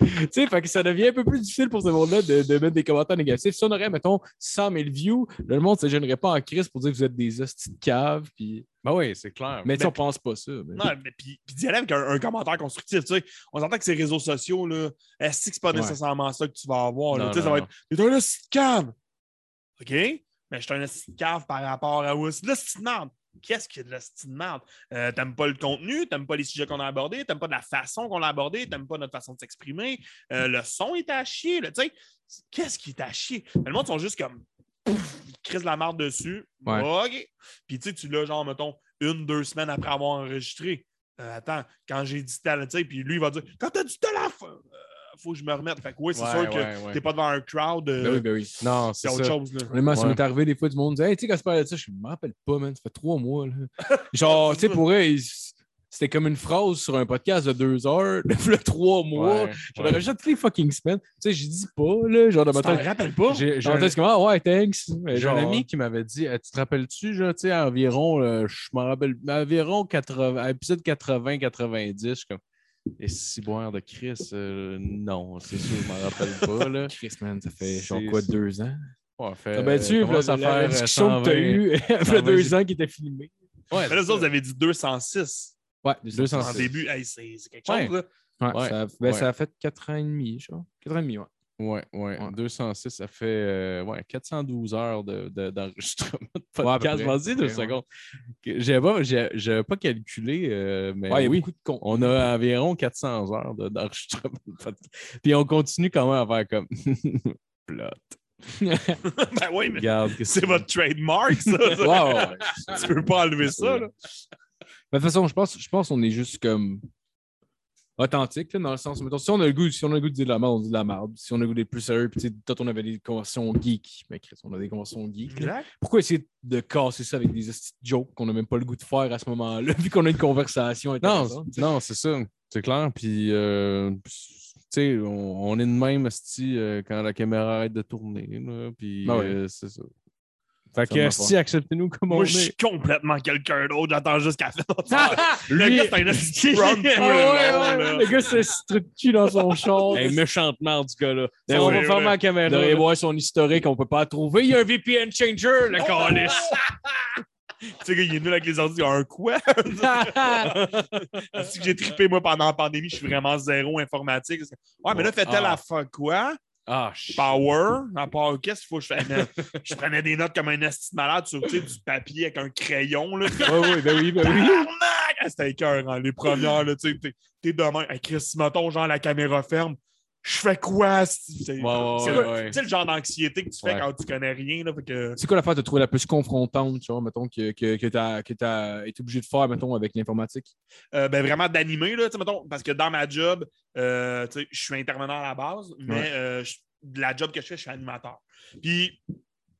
[SPEAKER 3] tu sais, fait que ça devient un peu plus difficile pour ce monde-là de, de mettre des commentaires négatifs. Si on aurait, mettons, 100 000 views, le monde ne se gênerait pas en crise pour dire que vous êtes des hosties de cave. Puis...
[SPEAKER 4] Ben oui, c'est clair.
[SPEAKER 3] Mais tu sais, on pense pas ça. mais-
[SPEAKER 5] Non, mais puis, puis d'y aller avec un, un commentaire constructif. Tu sais, on s'entend que ces réseaux sociaux, là, est-ce que c'est pas
[SPEAKER 3] Ouais.
[SPEAKER 5] nécessairement ça que tu vas avoir? là?
[SPEAKER 4] Non,
[SPEAKER 5] Tu sais, ça
[SPEAKER 4] non,
[SPEAKER 5] va
[SPEAKER 4] non.
[SPEAKER 5] être T'es un esti de cave! OK? Mais je suis un esti de cave par rapport à Wiss. L'esti de merde! Qu'est-ce qu'il y a de l'esti de merde? Euh, t'aimes pas le contenu, t'aimes pas les sujets qu'on a abordés, t'aimes pas de la façon qu'on l'a abordé, t'aimes pas notre façon de s'exprimer, euh, le son est à chier, là, tu sais. Qu'est-ce qui est à chier? Mais le monde sont juste comme pouf, ils crisent la marde dessus.
[SPEAKER 3] Ouais.
[SPEAKER 5] OK. Puis tu sais, tu l'as genre, mettons, une, deux semaines après avoir enregistré. Euh, attends, quand j'ai dit talent, tu sais, puis lui, il va dire Quand t'as dit talent, faut, euh, faut que je me remette. Fait que oui, c'est
[SPEAKER 4] Ouais,
[SPEAKER 5] sûr que
[SPEAKER 4] ouais, ouais.
[SPEAKER 5] t'es pas devant un crowd, euh,
[SPEAKER 3] Ben oui, ben oui.
[SPEAKER 4] Non,
[SPEAKER 5] c'est
[SPEAKER 4] c'est
[SPEAKER 5] autre
[SPEAKER 4] ça.
[SPEAKER 5] chose. Là.
[SPEAKER 3] Honnêtement, ça
[SPEAKER 4] Ouais.
[SPEAKER 3] m'est arrivé des fois, du monde disait, hey, tu sais, quand tu parles de ça, je me rappelle pas, man, ça fait trois mois. Là. Genre, <laughs> tu sais, pour eux, ils- c'était comme une phrase sur un podcast de deux heures, <laughs> le trois mois.
[SPEAKER 4] Ouais,
[SPEAKER 3] J'en
[SPEAKER 4] ouais.
[SPEAKER 3] aurais juste toutes les fucking semaines. Tu sais, je dis pas, là, genre, de ma
[SPEAKER 5] Tu t'en
[SPEAKER 3] tête.
[SPEAKER 5] rappelles pas?
[SPEAKER 4] J'ai j'ai
[SPEAKER 3] Genre,
[SPEAKER 4] un-
[SPEAKER 3] t'es comme, ah ouais, thanks. Mais
[SPEAKER 4] J'ai
[SPEAKER 3] genre,
[SPEAKER 4] un ami qui m'avait dit euh, Tu te rappelles-tu, genre, tu sais, environ, euh, je m'en rappelle, environ 80, à épisode 80-90, je suis comme Et ciboire de Chris, euh, non, c'est sûr, je m'en rappelle
[SPEAKER 3] <laughs>
[SPEAKER 4] pas, là.
[SPEAKER 3] Chris, man, ça fait genre
[SPEAKER 4] C'est-
[SPEAKER 3] quoi, deux ans?
[SPEAKER 4] Ouais, fait,
[SPEAKER 3] Ah ben, tu
[SPEAKER 4] euh,
[SPEAKER 3] la,
[SPEAKER 4] commence à
[SPEAKER 3] la
[SPEAKER 4] faire, euh,
[SPEAKER 3] discussion que t'as
[SPEAKER 4] 120.
[SPEAKER 3] eue, <laughs> il y a
[SPEAKER 4] 120.
[SPEAKER 3] deux ans qui était filmée.
[SPEAKER 4] Ouais,
[SPEAKER 5] Mais là, vous autres, vous avez dit 206
[SPEAKER 3] Ouais,
[SPEAKER 4] 200.
[SPEAKER 5] en
[SPEAKER 3] 206.
[SPEAKER 5] début. Hey, c'est c'est quelque
[SPEAKER 4] Ouais.
[SPEAKER 5] chose. là. <laughs>
[SPEAKER 3] Ouais,
[SPEAKER 4] Ouais.
[SPEAKER 3] Ça, ben,
[SPEAKER 4] Ouais.
[SPEAKER 3] ça a fait quatre ans et demi, genre. Quatre ans et demi, ouais.
[SPEAKER 4] Ouais, ouais,
[SPEAKER 3] Ouais.
[SPEAKER 4] 206, ça fait euh, ouais, 412 heures de- de- d'enregistrement de,
[SPEAKER 3] Ouais, à peu
[SPEAKER 4] podcast.
[SPEAKER 3] près, à
[SPEAKER 4] Vas-y
[SPEAKER 3] peu près,
[SPEAKER 4] deux
[SPEAKER 3] ouais.
[SPEAKER 4] secondes. Que- J'avais pas, j'ai- j'avais pas calculé, euh, mais
[SPEAKER 3] Ouais, il y a
[SPEAKER 4] oui,
[SPEAKER 3] beaucoup de con.
[SPEAKER 4] on a environ 400 heures de- d'enregistrement de, podcast. Puis on continue quand même à faire comme <laughs> plot.
[SPEAKER 5] ben oui, mais
[SPEAKER 4] Regarde, qu'est-ce
[SPEAKER 5] c'est
[SPEAKER 4] que-
[SPEAKER 5] votre trademark, ça.
[SPEAKER 3] Ouais,
[SPEAKER 4] <laughs>
[SPEAKER 3] ouais, ouais.
[SPEAKER 5] Tu peux pas enlever ça, là.
[SPEAKER 3] Mais de toute façon, je pense, je pense qu'on est juste comme authentique, là, dans le sens. mettons, si on a le goût, si on a le goût de dire de la merde, on dit de la merde. Si on a le goût d'être plus sérieux, puis tu sais, peut-être on avait des conversations geek. Mais Chris, on a des conversations geek. là.
[SPEAKER 5] Exact.
[SPEAKER 3] Pourquoi essayer de casser ça avec des esti de jokes qu'on n'a même pas le goût de faire à ce moment-là, <laughs> vu qu'on a une conversation
[SPEAKER 4] Non,
[SPEAKER 3] intéressante?
[SPEAKER 4] c'est- non, c'est ça. C'est clair. Puis, euh, tu sais, on, on est de même esti, euh, quand la caméra arrête de tourner. là, puis,
[SPEAKER 3] Ben ouais.
[SPEAKER 4] euh, c'est ça. Fait
[SPEAKER 3] me va
[SPEAKER 4] que, si, acceptez-nous comme
[SPEAKER 5] Moi,
[SPEAKER 4] on
[SPEAKER 5] je
[SPEAKER 3] <laughs>
[SPEAKER 5] suis
[SPEAKER 4] est.
[SPEAKER 5] complètement quelqu'un d'autre. J'attends juste qu'elle fasse. Le
[SPEAKER 4] Ah, Lui-
[SPEAKER 5] gars, c'est un esti de
[SPEAKER 3] Ah
[SPEAKER 5] front
[SPEAKER 3] ouais,
[SPEAKER 5] tout
[SPEAKER 3] ouais,
[SPEAKER 5] le long,
[SPEAKER 3] ouais.
[SPEAKER 5] là.
[SPEAKER 3] Le gars se strip cul dans son char.
[SPEAKER 4] Hey, méchantement du gars-là.
[SPEAKER 3] Ben
[SPEAKER 4] Ça, on
[SPEAKER 3] oui,
[SPEAKER 4] va
[SPEAKER 5] oui.
[SPEAKER 4] fermer la
[SPEAKER 3] Vous
[SPEAKER 4] caméra.
[SPEAKER 3] devriez
[SPEAKER 4] là.
[SPEAKER 3] voir son historique, on peut pas la trouver. Il y a un <laughs> VPN changer, le calice.
[SPEAKER 5] Tu sais, qu'il est venu avec les ordi, il y a un quoi?
[SPEAKER 3] Ah!
[SPEAKER 5] C'est que j'ai trippé, moi, pendant la pandémie, je suis vraiment zéro informatique. Ouais, mais là, fait-elle
[SPEAKER 4] Ah.
[SPEAKER 5] la fuck quoi?
[SPEAKER 4] Ah, shit.
[SPEAKER 5] Power, à part qu'est-ce qu'il faut que je fasse? je prenais des notes comme un esti de malade sur tu sais, du papier avec un crayon. Là.
[SPEAKER 3] Oui, oui, ben oui, ben oui.
[SPEAKER 5] Tabarnak! Ah, C'était écœurant, les premières. Là, tu sais, t'es, t'es demain. Hey, Chris, si mettons, genre, la caméra ferme. Je fais quoi? esti? C'est,
[SPEAKER 4] Ouais, ouais,
[SPEAKER 5] c'est
[SPEAKER 4] ouais,
[SPEAKER 5] le-
[SPEAKER 4] ouais.
[SPEAKER 5] tu sais, le genre d'anxiété que tu fais
[SPEAKER 4] Ouais.
[SPEAKER 5] quand tu connais rien. Là, fait que...
[SPEAKER 3] C'est quoi l'affaire de trouver la plus confrontante, tu vois, mettons, que, que, que t'as que t'as été obligé de faire, mettons, avec l'informatique?
[SPEAKER 5] Euh, ben, vraiment d'animer, là, tu sais, mettons, parce que dans ma job, euh, tu sais, je suis intervenant à la base, mais
[SPEAKER 3] Ouais.
[SPEAKER 5] euh, je- de la job que je fais, je suis animateur. Puis,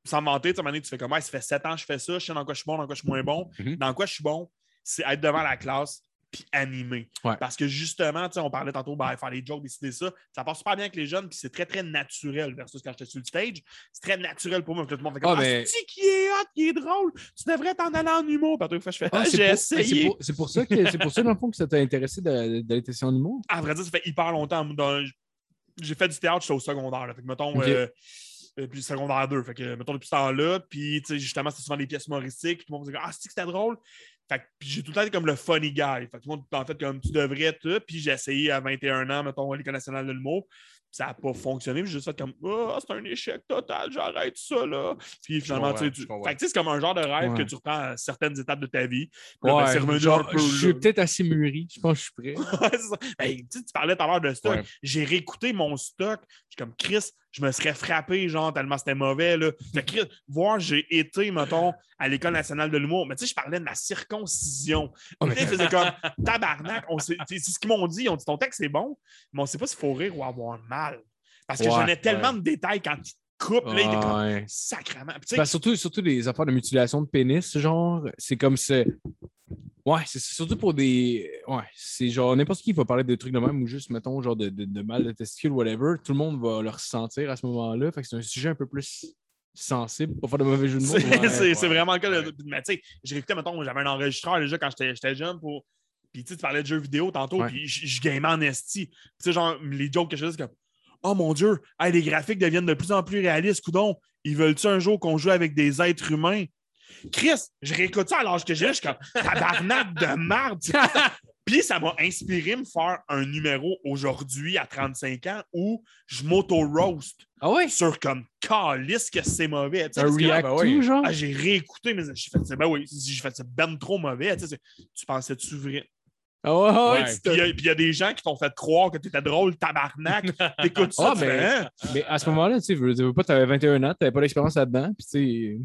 [SPEAKER 5] sans mentir, tu sais, à un moment donné, tu fais comme, Ouais, ça fait sept ans que je fais ça, je sais dans quoi je suis bon, dans quoi je suis moins bon.
[SPEAKER 4] Mhm.
[SPEAKER 5] Dans quoi je suis bon, c'est être devant la classe puis animer.
[SPEAKER 3] Ouais.
[SPEAKER 5] Parce que justement, tu sais, on parlait tantôt, ben, faire des jokes, décider ça, ça passe super bien avec les jeunes, puis c'est très, très naturel versus quand j'étais sur le stage. C'est très naturel pour moi, parce que tout le monde fait comme,
[SPEAKER 3] Ah,
[SPEAKER 5] ah,
[SPEAKER 3] mais-
[SPEAKER 5] c'est-tu qui est hot, qui est drôle, tu devrais t'en aller en humour. Puis, à toutes les fois, je <laughs> fais, ah,
[SPEAKER 3] c'est
[SPEAKER 5] j'ai
[SPEAKER 3] pour-
[SPEAKER 5] essayé.
[SPEAKER 3] C'est pour, c'est pour ça, que, c'est pour ça, dans le fond, que ça t'a intéressé d'a- d'aller tester en humour?
[SPEAKER 5] à vrai dire, ça fait hyper longtemps. Moi, dans- J'ai fait du théâtre, j'étais au secondaire. là. Fait que, mettons,
[SPEAKER 3] Ok.
[SPEAKER 5] euh, euh, puis secondaire 2. Fait que, euh, mettons, depuis ce temps-là, puis, tu sais, justement, c'était souvent des pièces humoristiques. puis Tout le monde disait, ah, c'est que c'était drôle. Fait que, puis j'ai tout le temps été comme le funny guy. Fait que tout le monde, en fait, comme tu devrais, tout. Puis j'ai essayé à 21 ans, mettons, à l'École nationale de l'humour. Puis Ça n'a pas fonctionné. Puis j'ai juste fait comme, ah, c'est un échec total, j'arrête ça, là. Puis finalement, tu sais,
[SPEAKER 4] comprends,
[SPEAKER 5] tu-
[SPEAKER 4] je comprends.
[SPEAKER 5] fait que, tu sais, c'est comme un genre de rêve
[SPEAKER 3] Ouais.
[SPEAKER 5] que tu reprends à certaines étapes de ta vie. Puis là, ben, c'est revenu un
[SPEAKER 3] genre,
[SPEAKER 5] peu,
[SPEAKER 3] je suis
[SPEAKER 5] là.
[SPEAKER 3] peut-être assez mûri, je pense que je suis prêt.
[SPEAKER 5] Ouais, c'est ça. Ben, tu sais, tu parlais tout à l'heure de stock.
[SPEAKER 4] Ouais.
[SPEAKER 5] J'ai réécouté mon stock. Je suis comme Chris, je me serais frappé, genre, tellement c'était mauvais. Là. Fait que, Chris, voir, j'ai été, mettons, à l'École nationale de l'humour. Mais tu sais, je parlais de ma circoncision.
[SPEAKER 3] Oh, mais-
[SPEAKER 5] Tu sais, Ils faisaient comme tabarnak. On sait- tu sais, C'est ce qu'ils m'ont dit. Ils ont dit ton texte est bon, mais on ne sait pas s'il faut rire ou avoir mal. Parce que
[SPEAKER 3] Ouais,
[SPEAKER 5] j'en ai tellement de détails quand ils te coupent. <laughs> Là, il est comme
[SPEAKER 3] Ouais.
[SPEAKER 5] sacrement. Puis, tu sais,
[SPEAKER 3] Ben, surtout, surtout les affaires de mutilation de pénis, genre, c'est comme c'est. Ouais, c'est c'est surtout pour des. Ouais, c'est genre n'importe qui va parler de trucs de même ou juste, mettons, genre de, de- de mal de testicule, whatever. Tout le monde va le ressentir à ce moment-là. Fait que c'est un sujet un peu plus sensible pour faire de mauvais jeux de mots.
[SPEAKER 5] C'est
[SPEAKER 3] Ouais.
[SPEAKER 5] <laughs> c'est- c'est
[SPEAKER 4] ouais,
[SPEAKER 5] vraiment le cas. de-
[SPEAKER 4] ouais.
[SPEAKER 5] Mais tu sais, j'écoutais, mettons, j'avais un enregistreur déjà quand j'étais j'étais jeune pour. Puis tu sais, tu parlais de jeux vidéo tantôt,
[SPEAKER 3] Ouais.
[SPEAKER 5] puis je je gamais en esti. Puis tu sais, genre, les jokes que je faisais, c'est comme Oh mon Dieu, hey, les graphiques deviennent de plus en plus réalistes, coudon. Ils veulent-tu un jour qu'on joue avec des êtres humains? Chris, je réécoute ça à l'âge que j'ai, je suis comme tabarnak de merde.
[SPEAKER 3] <laughs>
[SPEAKER 5] Puis ça m'a inspiré me faire un numéro aujourd'hui à 35 ans où je m'auto-roast
[SPEAKER 3] Ah ouais?
[SPEAKER 5] sur comme calice que c'est mauvais. tu sais,
[SPEAKER 3] Un
[SPEAKER 5] parce que-
[SPEAKER 3] react
[SPEAKER 4] ben ouais.
[SPEAKER 3] to, genre?
[SPEAKER 5] ah, j'ai réécouté, mais j'ai fait ça. Ben oui, j'ai fait ça ben trop mauvais. Tu, sais, c'est- tu pensais-tu vrai?
[SPEAKER 3] Ah ouais, ouais,
[SPEAKER 4] Ouais.
[SPEAKER 3] tu te-
[SPEAKER 5] Puis il y a- puis il y, a des gens qui t'ont fait croire que t'étais drôle, tabarnak. T'écoutes ça,
[SPEAKER 3] Ah,
[SPEAKER 5] tu
[SPEAKER 3] ben,
[SPEAKER 5] fais, hein?
[SPEAKER 3] Mais à ce moment-là, tu sais, je veux dire, pas, t'avais 21 ans, t'avais pas d'expérience là-dedans, puis tu sais,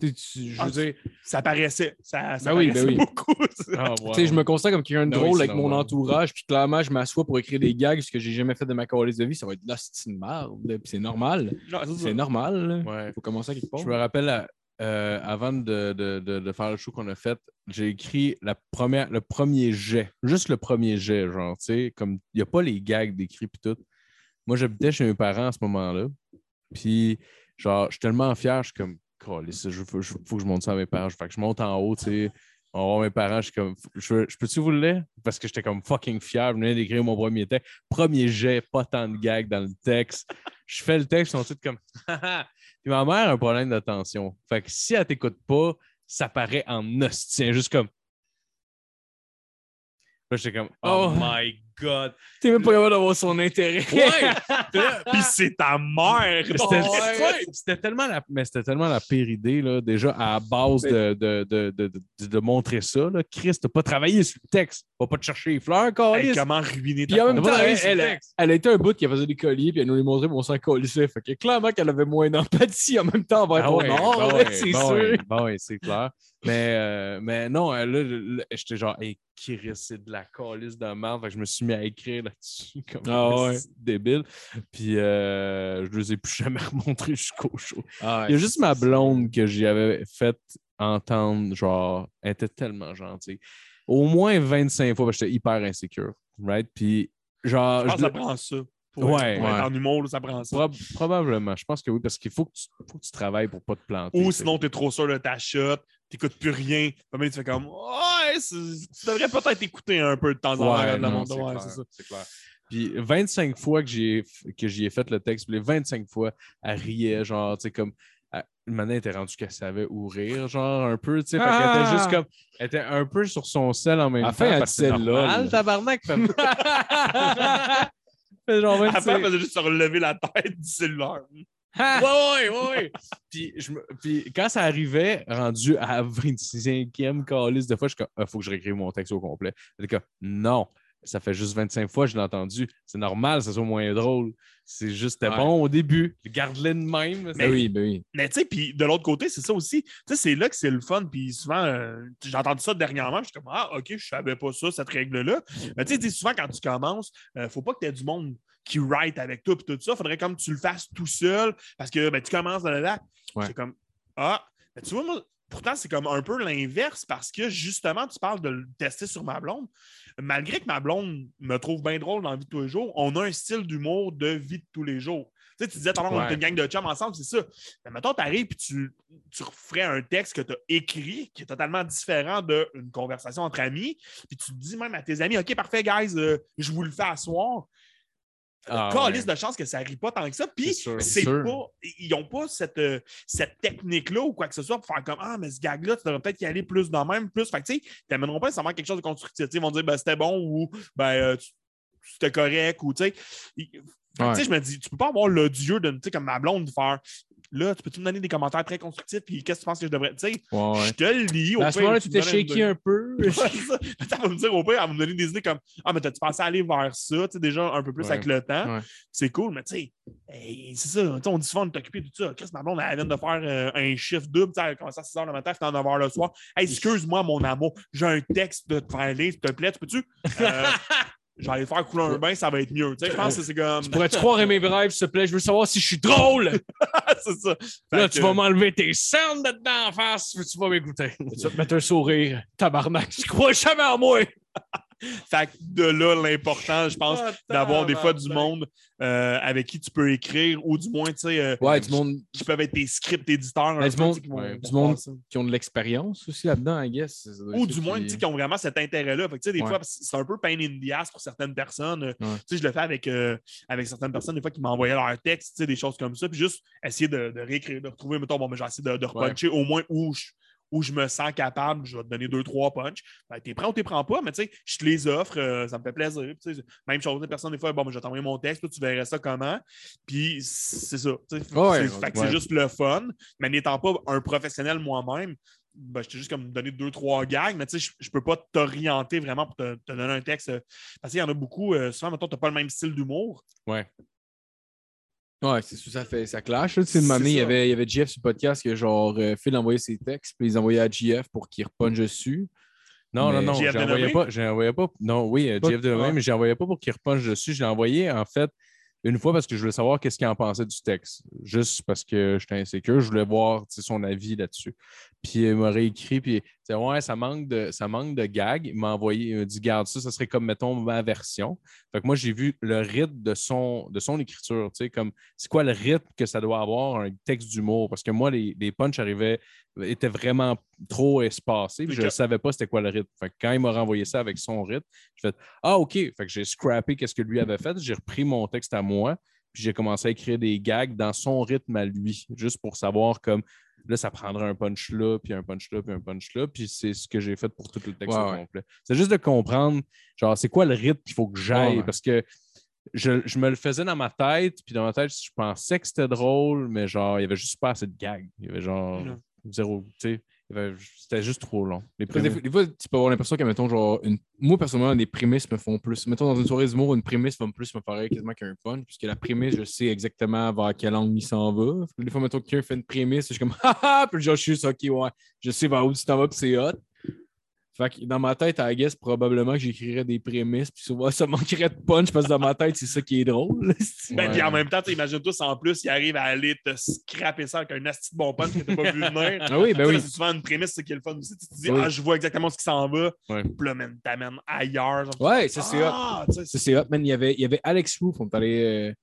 [SPEAKER 3] tu sais. Je
[SPEAKER 5] Ah,
[SPEAKER 3] veux dire,
[SPEAKER 5] Ça paraissait. Ça, ça
[SPEAKER 3] Ben oui, ben
[SPEAKER 5] paraissait
[SPEAKER 3] oui.
[SPEAKER 5] beaucoup. ça.
[SPEAKER 4] Ah,
[SPEAKER 3] <laughs> Tu sais, je
[SPEAKER 4] wow.
[SPEAKER 3] me constate comme quelqu'un de
[SPEAKER 4] Ben oui,
[SPEAKER 3] drôle
[SPEAKER 4] c'est
[SPEAKER 3] avec mon
[SPEAKER 4] normal.
[SPEAKER 3] entourage, puis clairement, je m'assois pour écrire des gags, ce que j'ai jamais fait de ma carrière de vie, ça va être de la c'est une merde, puis c'est normal.
[SPEAKER 5] Non, ça, ça.
[SPEAKER 3] C'est normal. là.
[SPEAKER 4] Ouais.
[SPEAKER 3] Faut commencer à quelque part.
[SPEAKER 4] Je me rappelle, à- euh, avant de, de- de- de faire le show qu'on a fait, j'ai écrit la première, le premier jet, juste le premier jet, genre, tu sais, comme il n'y a pas les gags décrits puis tout. Moi, j'habitais chez mes parents à ce moment-là. Puis, genre, je suis tellement fier, je suis comme, Calisse, il faut, je- faut que je monte ça à mes parents. Fait que je monte en haut, tu sais. On va voir mes parents, je suis comme, je, veux- je peux-tu vous le lire? Parce que j'étais comme fucking fier, je venais d'écrire mon premier texte. Premier jet, pas tant de gags dans le texte. Je fais le texte, ils sont tous comme, <laughs> Ah, Puis ma mère a un problème d'attention. Fait que si elle t'écoute pas, ça paraît en hostien, juste comme. Là, j'étais comme,
[SPEAKER 3] Oh.
[SPEAKER 4] oh, my
[SPEAKER 1] God.
[SPEAKER 3] T'es même pas capable d'avoir son intérêt. <laughs>
[SPEAKER 1] Ouais!
[SPEAKER 5] Puis c'est ta mère.
[SPEAKER 1] C'était
[SPEAKER 4] oh,
[SPEAKER 5] Ouais.
[SPEAKER 4] C'était tellement, la... mais c'était tellement la pire idée, là, déjà, à la base de, de, de, de, de- de montrer ça. Là. Chris, t'as pas travaillé sur le texte. Va pas te chercher les fleurs,
[SPEAKER 5] Oh,
[SPEAKER 4] Carlis.
[SPEAKER 5] Hey, comment ruiner
[SPEAKER 3] Puis en
[SPEAKER 5] ta
[SPEAKER 3] même temps,
[SPEAKER 4] T'as pas
[SPEAKER 3] elle,
[SPEAKER 4] travaillé sur
[SPEAKER 3] elle-
[SPEAKER 4] le texte.
[SPEAKER 3] elle était un bout qui faisait des colliers, puis elle nous les montrait, puis on s'en collissait. Fait que clairement qu'elle avait moins d'empathie en même temps envers
[SPEAKER 4] Ah
[SPEAKER 3] ton
[SPEAKER 4] ouais,
[SPEAKER 3] art,
[SPEAKER 4] bah
[SPEAKER 3] là,
[SPEAKER 4] ouais,
[SPEAKER 3] <laughs> c'est
[SPEAKER 4] bah
[SPEAKER 3] sûr.
[SPEAKER 4] ouais, bah ouais, c'est clair. Mais, euh, mais non, euh, là, là, j'étais genre, hey, Chris, c'est de la calice de merde. Fait que je me suis mis à écrire là-dessus <laughs> comme
[SPEAKER 3] Ah
[SPEAKER 4] un
[SPEAKER 3] ouais.
[SPEAKER 4] petit débile. Puis euh, je les ai plus <laughs> jamais remontrés jusqu'au show.
[SPEAKER 3] Ah ouais.
[SPEAKER 4] Il y a juste ma blonde que j'y avais fait entendre, genre, elle était tellement gentille. Au moins 25 fois, parce que j'étais hyper insécure. Right? Puis, genre,
[SPEAKER 5] Je
[SPEAKER 4] Ah,
[SPEAKER 5] pense que
[SPEAKER 4] je-
[SPEAKER 5] ça prend ça. Pour
[SPEAKER 4] Ouais,
[SPEAKER 5] être- pour être En humour, ça prend ça.
[SPEAKER 4] prob- probablement, je pense que oui, parce qu'il faut que tu, faut que tu travailles pour pas te planter.
[SPEAKER 5] Ou
[SPEAKER 4] tu sais.
[SPEAKER 5] sinon, t'es trop sûr de ta shot, t'écoutes plus rien. Pas mal, tu fais comme Ouais, c'est- tu devrais peut-être écouter un peu de temps en temps.
[SPEAKER 4] Ouais,
[SPEAKER 5] de la
[SPEAKER 4] non,
[SPEAKER 5] monde.
[SPEAKER 4] c'est
[SPEAKER 5] Ouais,
[SPEAKER 4] clair,
[SPEAKER 5] c'est ça.
[SPEAKER 4] c'est clair. Puis 25 fois que j'ai que j'y ai fait le texte, puis les 25 fois, elle riait, genre, tu sais, comme. elle- Maintenant, elle était rendue qu'elle savait où rire, genre, un peu, tu sais. fait qu'elle
[SPEAKER 3] Ah!
[SPEAKER 4] était juste comme. Elle était un peu sur son sel en même
[SPEAKER 3] À la
[SPEAKER 4] temps.
[SPEAKER 3] fin, elle
[SPEAKER 4] parce que c'est
[SPEAKER 3] disait lol.
[SPEAKER 4] normal, tabarnak. Fait- Fait genre, même, Ben, tu
[SPEAKER 5] Après,
[SPEAKER 4] sais-
[SPEAKER 5] elle faisait juste se relever la tête du cellulaire.
[SPEAKER 3] Ah!
[SPEAKER 4] Ouais, ouais, ouais, ouais. <laughs> puis, je me- puis quand ça arrivait, rendu à 25e calice de fois, je suis comme, Ah, faut que je réécrive mon texte au complet. Elle était comme, non, ça fait juste 25 fois, je l'ai entendu. C'est normal, ça soit moins drôle. C'est juste, c'était
[SPEAKER 3] Ouais.
[SPEAKER 4] bon au début. Garde-le de même.
[SPEAKER 3] Ben oui, ben oui.
[SPEAKER 5] Mais tu sais, puis de l'autre côté, c'est ça aussi. Tu sais, c'est là que c'est le fun. Puis souvent, euh, j'ai entendu ça dernièrement. Je suis comme, ah, OK, je savais pas ça, cette règle-là. Mais tu sais, tu sais, souvent, quand tu commences, euh, faut pas que tu aies du monde qui write avec toi. Puis tout ça, faudrait comme tu le fasses tout seul. Parce que ben, tu commences dans le lac.
[SPEAKER 3] Ouais.
[SPEAKER 5] C'est comme, ah, ben, tu vois, moi, pourtant, c'est comme un peu l'inverse parce que justement, tu parles de le tester sur ma blonde. Malgré que ma blonde me trouve bien drôle dans la vie de tous les jours, on a un style d'humour de vie de tous les jours. Tu sais, tu disais, tantôt, on
[SPEAKER 4] Ouais.
[SPEAKER 5] est une gang de chums ensemble, c'est ça. Mais mettons, tu arrives et tu, tu referais un texte que tu as écrit qui est totalement différent d'une conversation entre amis. Puis tu dis même à tes amis, OK, parfait, guys, euh, je vous le fais à soir.
[SPEAKER 4] Ah,
[SPEAKER 5] Calisse
[SPEAKER 4] ouais.
[SPEAKER 5] de chance que ça rit pas tant que ça.
[SPEAKER 4] C'est
[SPEAKER 5] Puis
[SPEAKER 4] sûr, c'est
[SPEAKER 5] c'est
[SPEAKER 4] sûr.
[SPEAKER 5] pas, ils n'ont pas cette, euh, cette technique-là ou quoi que ce soit pour faire comme Ah, mais ce gag-là, tu devrais peut-être y aller plus dans le même, plus. Fait que tu sais, ils t'amèneront pas nécessairement quelque chose de constructif. Tu sais, Ils vont dire ben, c'était bon ou ben euh, tu- c'était correct ou tu sais. Ils- Fait que,
[SPEAKER 3] Ouais.
[SPEAKER 5] tu sais, je me dis, tu peux pas avoir le dieu de, tu sais, comme ma blonde, de faire Là, tu peux-tu me donner des commentaires très constructifs, puis qu'est-ce que tu penses que je devrais. Tu sais,
[SPEAKER 3] Ouais, ouais.
[SPEAKER 5] je te le lis. au
[SPEAKER 3] À ce
[SPEAKER 5] pire,
[SPEAKER 3] moment-là,
[SPEAKER 5] tu
[SPEAKER 3] tu
[SPEAKER 5] me
[SPEAKER 3] t'es
[SPEAKER 5] donnes une-
[SPEAKER 3] shaky un peu.
[SPEAKER 5] <laughs>
[SPEAKER 3] <laughs>
[SPEAKER 5] Ouais, c'est ça. Elle va me dire au pire, elle va me donner des idées comme Ah, mais t'as-tu pensé à aller vers ça? Tu sais, déjà un peu plus
[SPEAKER 4] Ouais.
[SPEAKER 5] avec le temps.
[SPEAKER 3] Ouais.
[SPEAKER 5] C'est cool, mais tu sais, hey, c'est ça. tu sais, on dit souvent de t'occuper de tout ça. Chris, ma blonde, elle vient de faire euh, un chiffre double. tu sais, Elle a commencé à 6 h le matin, elle finit à 9 h le soir. Hey, excuse-moi, mon amour, j'ai un texte de te faire lire, s'il te plaît, tu peux-tu? Euh,
[SPEAKER 3] <laughs>
[SPEAKER 5] je vais aller faire couler un bain, ça va être mieux. Tu sais, je pense que c'est comme.
[SPEAKER 3] Tu pourrais-tu croire à mes rêves, s'il te plaît? Je veux savoir si je suis drôle!
[SPEAKER 5] <laughs> c'est ça.
[SPEAKER 3] Là,
[SPEAKER 5] Fait
[SPEAKER 3] tu
[SPEAKER 5] que-
[SPEAKER 3] vas m'enlever tes cernes dedans en face, puis tu vas m'écouter. <laughs> tu vas te mettre un sourire. Tabarnak, tu crois jamais en moi!
[SPEAKER 5] Fait que de là, l'important, je pense, d'avoir des fois du monde euh, avec qui tu peux écrire ou du moins, tu sais. euh,
[SPEAKER 3] Ouais, du monde
[SPEAKER 5] qui peuvent être des scripts éditeurs. un
[SPEAKER 3] Ben,
[SPEAKER 5] peu,
[SPEAKER 3] du monde-
[SPEAKER 5] tu sais, qui vont-
[SPEAKER 4] ouais,
[SPEAKER 5] vont
[SPEAKER 3] du monde-
[SPEAKER 5] faire ça.
[SPEAKER 3] qui ont de l'expérience aussi là-dedans, I guess. Ça doit
[SPEAKER 5] Ou
[SPEAKER 3] être
[SPEAKER 5] du
[SPEAKER 3] ça
[SPEAKER 5] moins,
[SPEAKER 3] qui-
[SPEAKER 5] tu sais, qui ont vraiment cet intérêt-là. Fait que, tu sais, des
[SPEAKER 3] Ouais.
[SPEAKER 5] fois, c'est c'est un peu pain in the ass pour certaines personnes. Euh,
[SPEAKER 3] Ouais.
[SPEAKER 5] Tu sais, je le fais avec, euh, avec certaines personnes, des fois, qui m'envoyaient leur texte, tu sais, des choses comme ça. Puis juste essayer de, de réécrire, de retrouver, mettons, bon, mais j'ai essayé de, de repuncher au moins où je, où je me sens capable. Je vais te donner deux, trois punches. Ben, t'es prêt ou t'es prends pas, mais tu sais, je te les offre, euh, ça me fait plaisir. Puis, tu sais, Même chose, des personnes, des fois, bon, mais je vais t'envoyer mon texte, toi, tu verrais ça comment. Puis c'est ça. tu sais.
[SPEAKER 3] Ouais,
[SPEAKER 5] c'est fait que c'est
[SPEAKER 3] ouais.
[SPEAKER 5] juste le fun, mais n'étant pas un professionnel moi-même, ben, je t'ai juste comme donné deux, trois gags, mais tu sais, je- je peux pas t'orienter vraiment pour te, te donner un texte. euh, Parce qu'il y en a beaucoup, euh, souvent, mettons, t'as pas le même style d'humour.
[SPEAKER 3] Ouais, c'est sûr, ça fait ça clash. là. Tu sais, une
[SPEAKER 5] C'est
[SPEAKER 3] année, il y
[SPEAKER 5] ça.
[SPEAKER 3] avait, il y avait GF sur le podcast que genre euh, Phil envoyait ses textes, puis ils envoyaient à GF pour qu'il repunche dessus.
[SPEAKER 4] Non, non,
[SPEAKER 3] Mais-
[SPEAKER 4] non,
[SPEAKER 5] JF
[SPEAKER 4] j'en envoyais
[SPEAKER 5] Denomé?
[SPEAKER 4] pas. J'en envoyais pas. Non, oui, euh,
[SPEAKER 3] Pas-
[SPEAKER 4] JF Denomé,
[SPEAKER 3] ouais.
[SPEAKER 4] mais j'en envoyais pas pour qu'il repunche dessus. J'ai envoyé, en fait, une fois parce que je voulais savoir qu'est-ce qu'il en pensait du texte. Juste parce que j'étais insécure, je voulais voir tu sais, son avis là-dessus. Puis il m'a réécrit, puis tu sais, ouais, ça manque de, ça manque de gag. Il m'a envoyé, il m'a dit, garde ça, ça serait comme, mettons, ma version. Fait que moi, j'ai vu le rythme de son, de son écriture, tu sais, comme, c'est quoi le rythme que ça doit avoir, un texte d'humour. Parce que moi, les, les punchs arrivaient, étaient vraiment trop espacés, puis je
[SPEAKER 5] Ok.
[SPEAKER 4] ne savais pas c'était quoi le rythme. Fait que quand il m'a renvoyé ça avec son rythme, j'ai fait, ah, OK. Fait que j'ai scrappé qu'est-ce que lui avait fait, j'ai repris mon texte à moi, puis j'ai commencé à écrire des gags dans son rythme à lui, juste pour savoir, comme, Là, ça prendrait un punch là, puis un punch là, puis un punch là. Puis c'est ce que j'ai fait pour tout le texte
[SPEAKER 3] Ouais,
[SPEAKER 4] au
[SPEAKER 3] ouais.
[SPEAKER 4] complet. C'est juste de comprendre, genre, c'est quoi le rythme qu'il faut que j'aille.
[SPEAKER 3] Ouais, ouais.
[SPEAKER 4] Parce que je, je me le faisais dans ma tête, puis dans ma tête, je pensais que c'était drôle, mais genre, il y avait juste pas assez de gags. Il y avait genre
[SPEAKER 5] Non.
[SPEAKER 4] zéro, tu sais. il y avait- C'était juste trop long. Les
[SPEAKER 3] Parce que Des,
[SPEAKER 4] prémices-
[SPEAKER 3] fois- des fois, tu peux avoir l'impression que, mettons, genre, une... moi, personnellement, des prémices me font plus. Mettons, dans une soirée d'humour, une prémisse va me plus me faire rire quasiment qu'un punch, puisque la prémisse, je sais exactement vers quelle angle il s'en va. Des fois, mettons, quelqu'un fait une prémisse, je suis comme, <laughs> ah ah, puis genre, je suis juste, ok, ouais, je sais vers où tu t'en vas, puis c'est hot. Fait que dans ma tête, à guess, probablement que j'écrirais des prémices, puis souvent, ça manquerait de punch, parce que dans ma tête, c'est ça qui est drôle. <laughs>
[SPEAKER 5] Ben,
[SPEAKER 4] Ouais.
[SPEAKER 5] puis en même temps, imagine-toi, si en plus, il arrive à aller te scraper ça avec un asti de bon punch que t'as pas vu venir.
[SPEAKER 3] ah oui, ben
[SPEAKER 5] Ça, <laughs>
[SPEAKER 3] oui.
[SPEAKER 5] C'est souvent une prémisse, c'est qui est le fun aussi. Tu te dis,
[SPEAKER 3] Oui.
[SPEAKER 5] ah, je vois exactement ce qui s'en va.
[SPEAKER 4] Ouais.
[SPEAKER 5] Puis là, man, t'amènes ailleurs. Genre,
[SPEAKER 3] Ouais, ça, c'est hot.
[SPEAKER 5] ah, tu sais,
[SPEAKER 3] Ça, c'est hot, man. Il y avait, il y avait Alex Roof. On est allé, euh,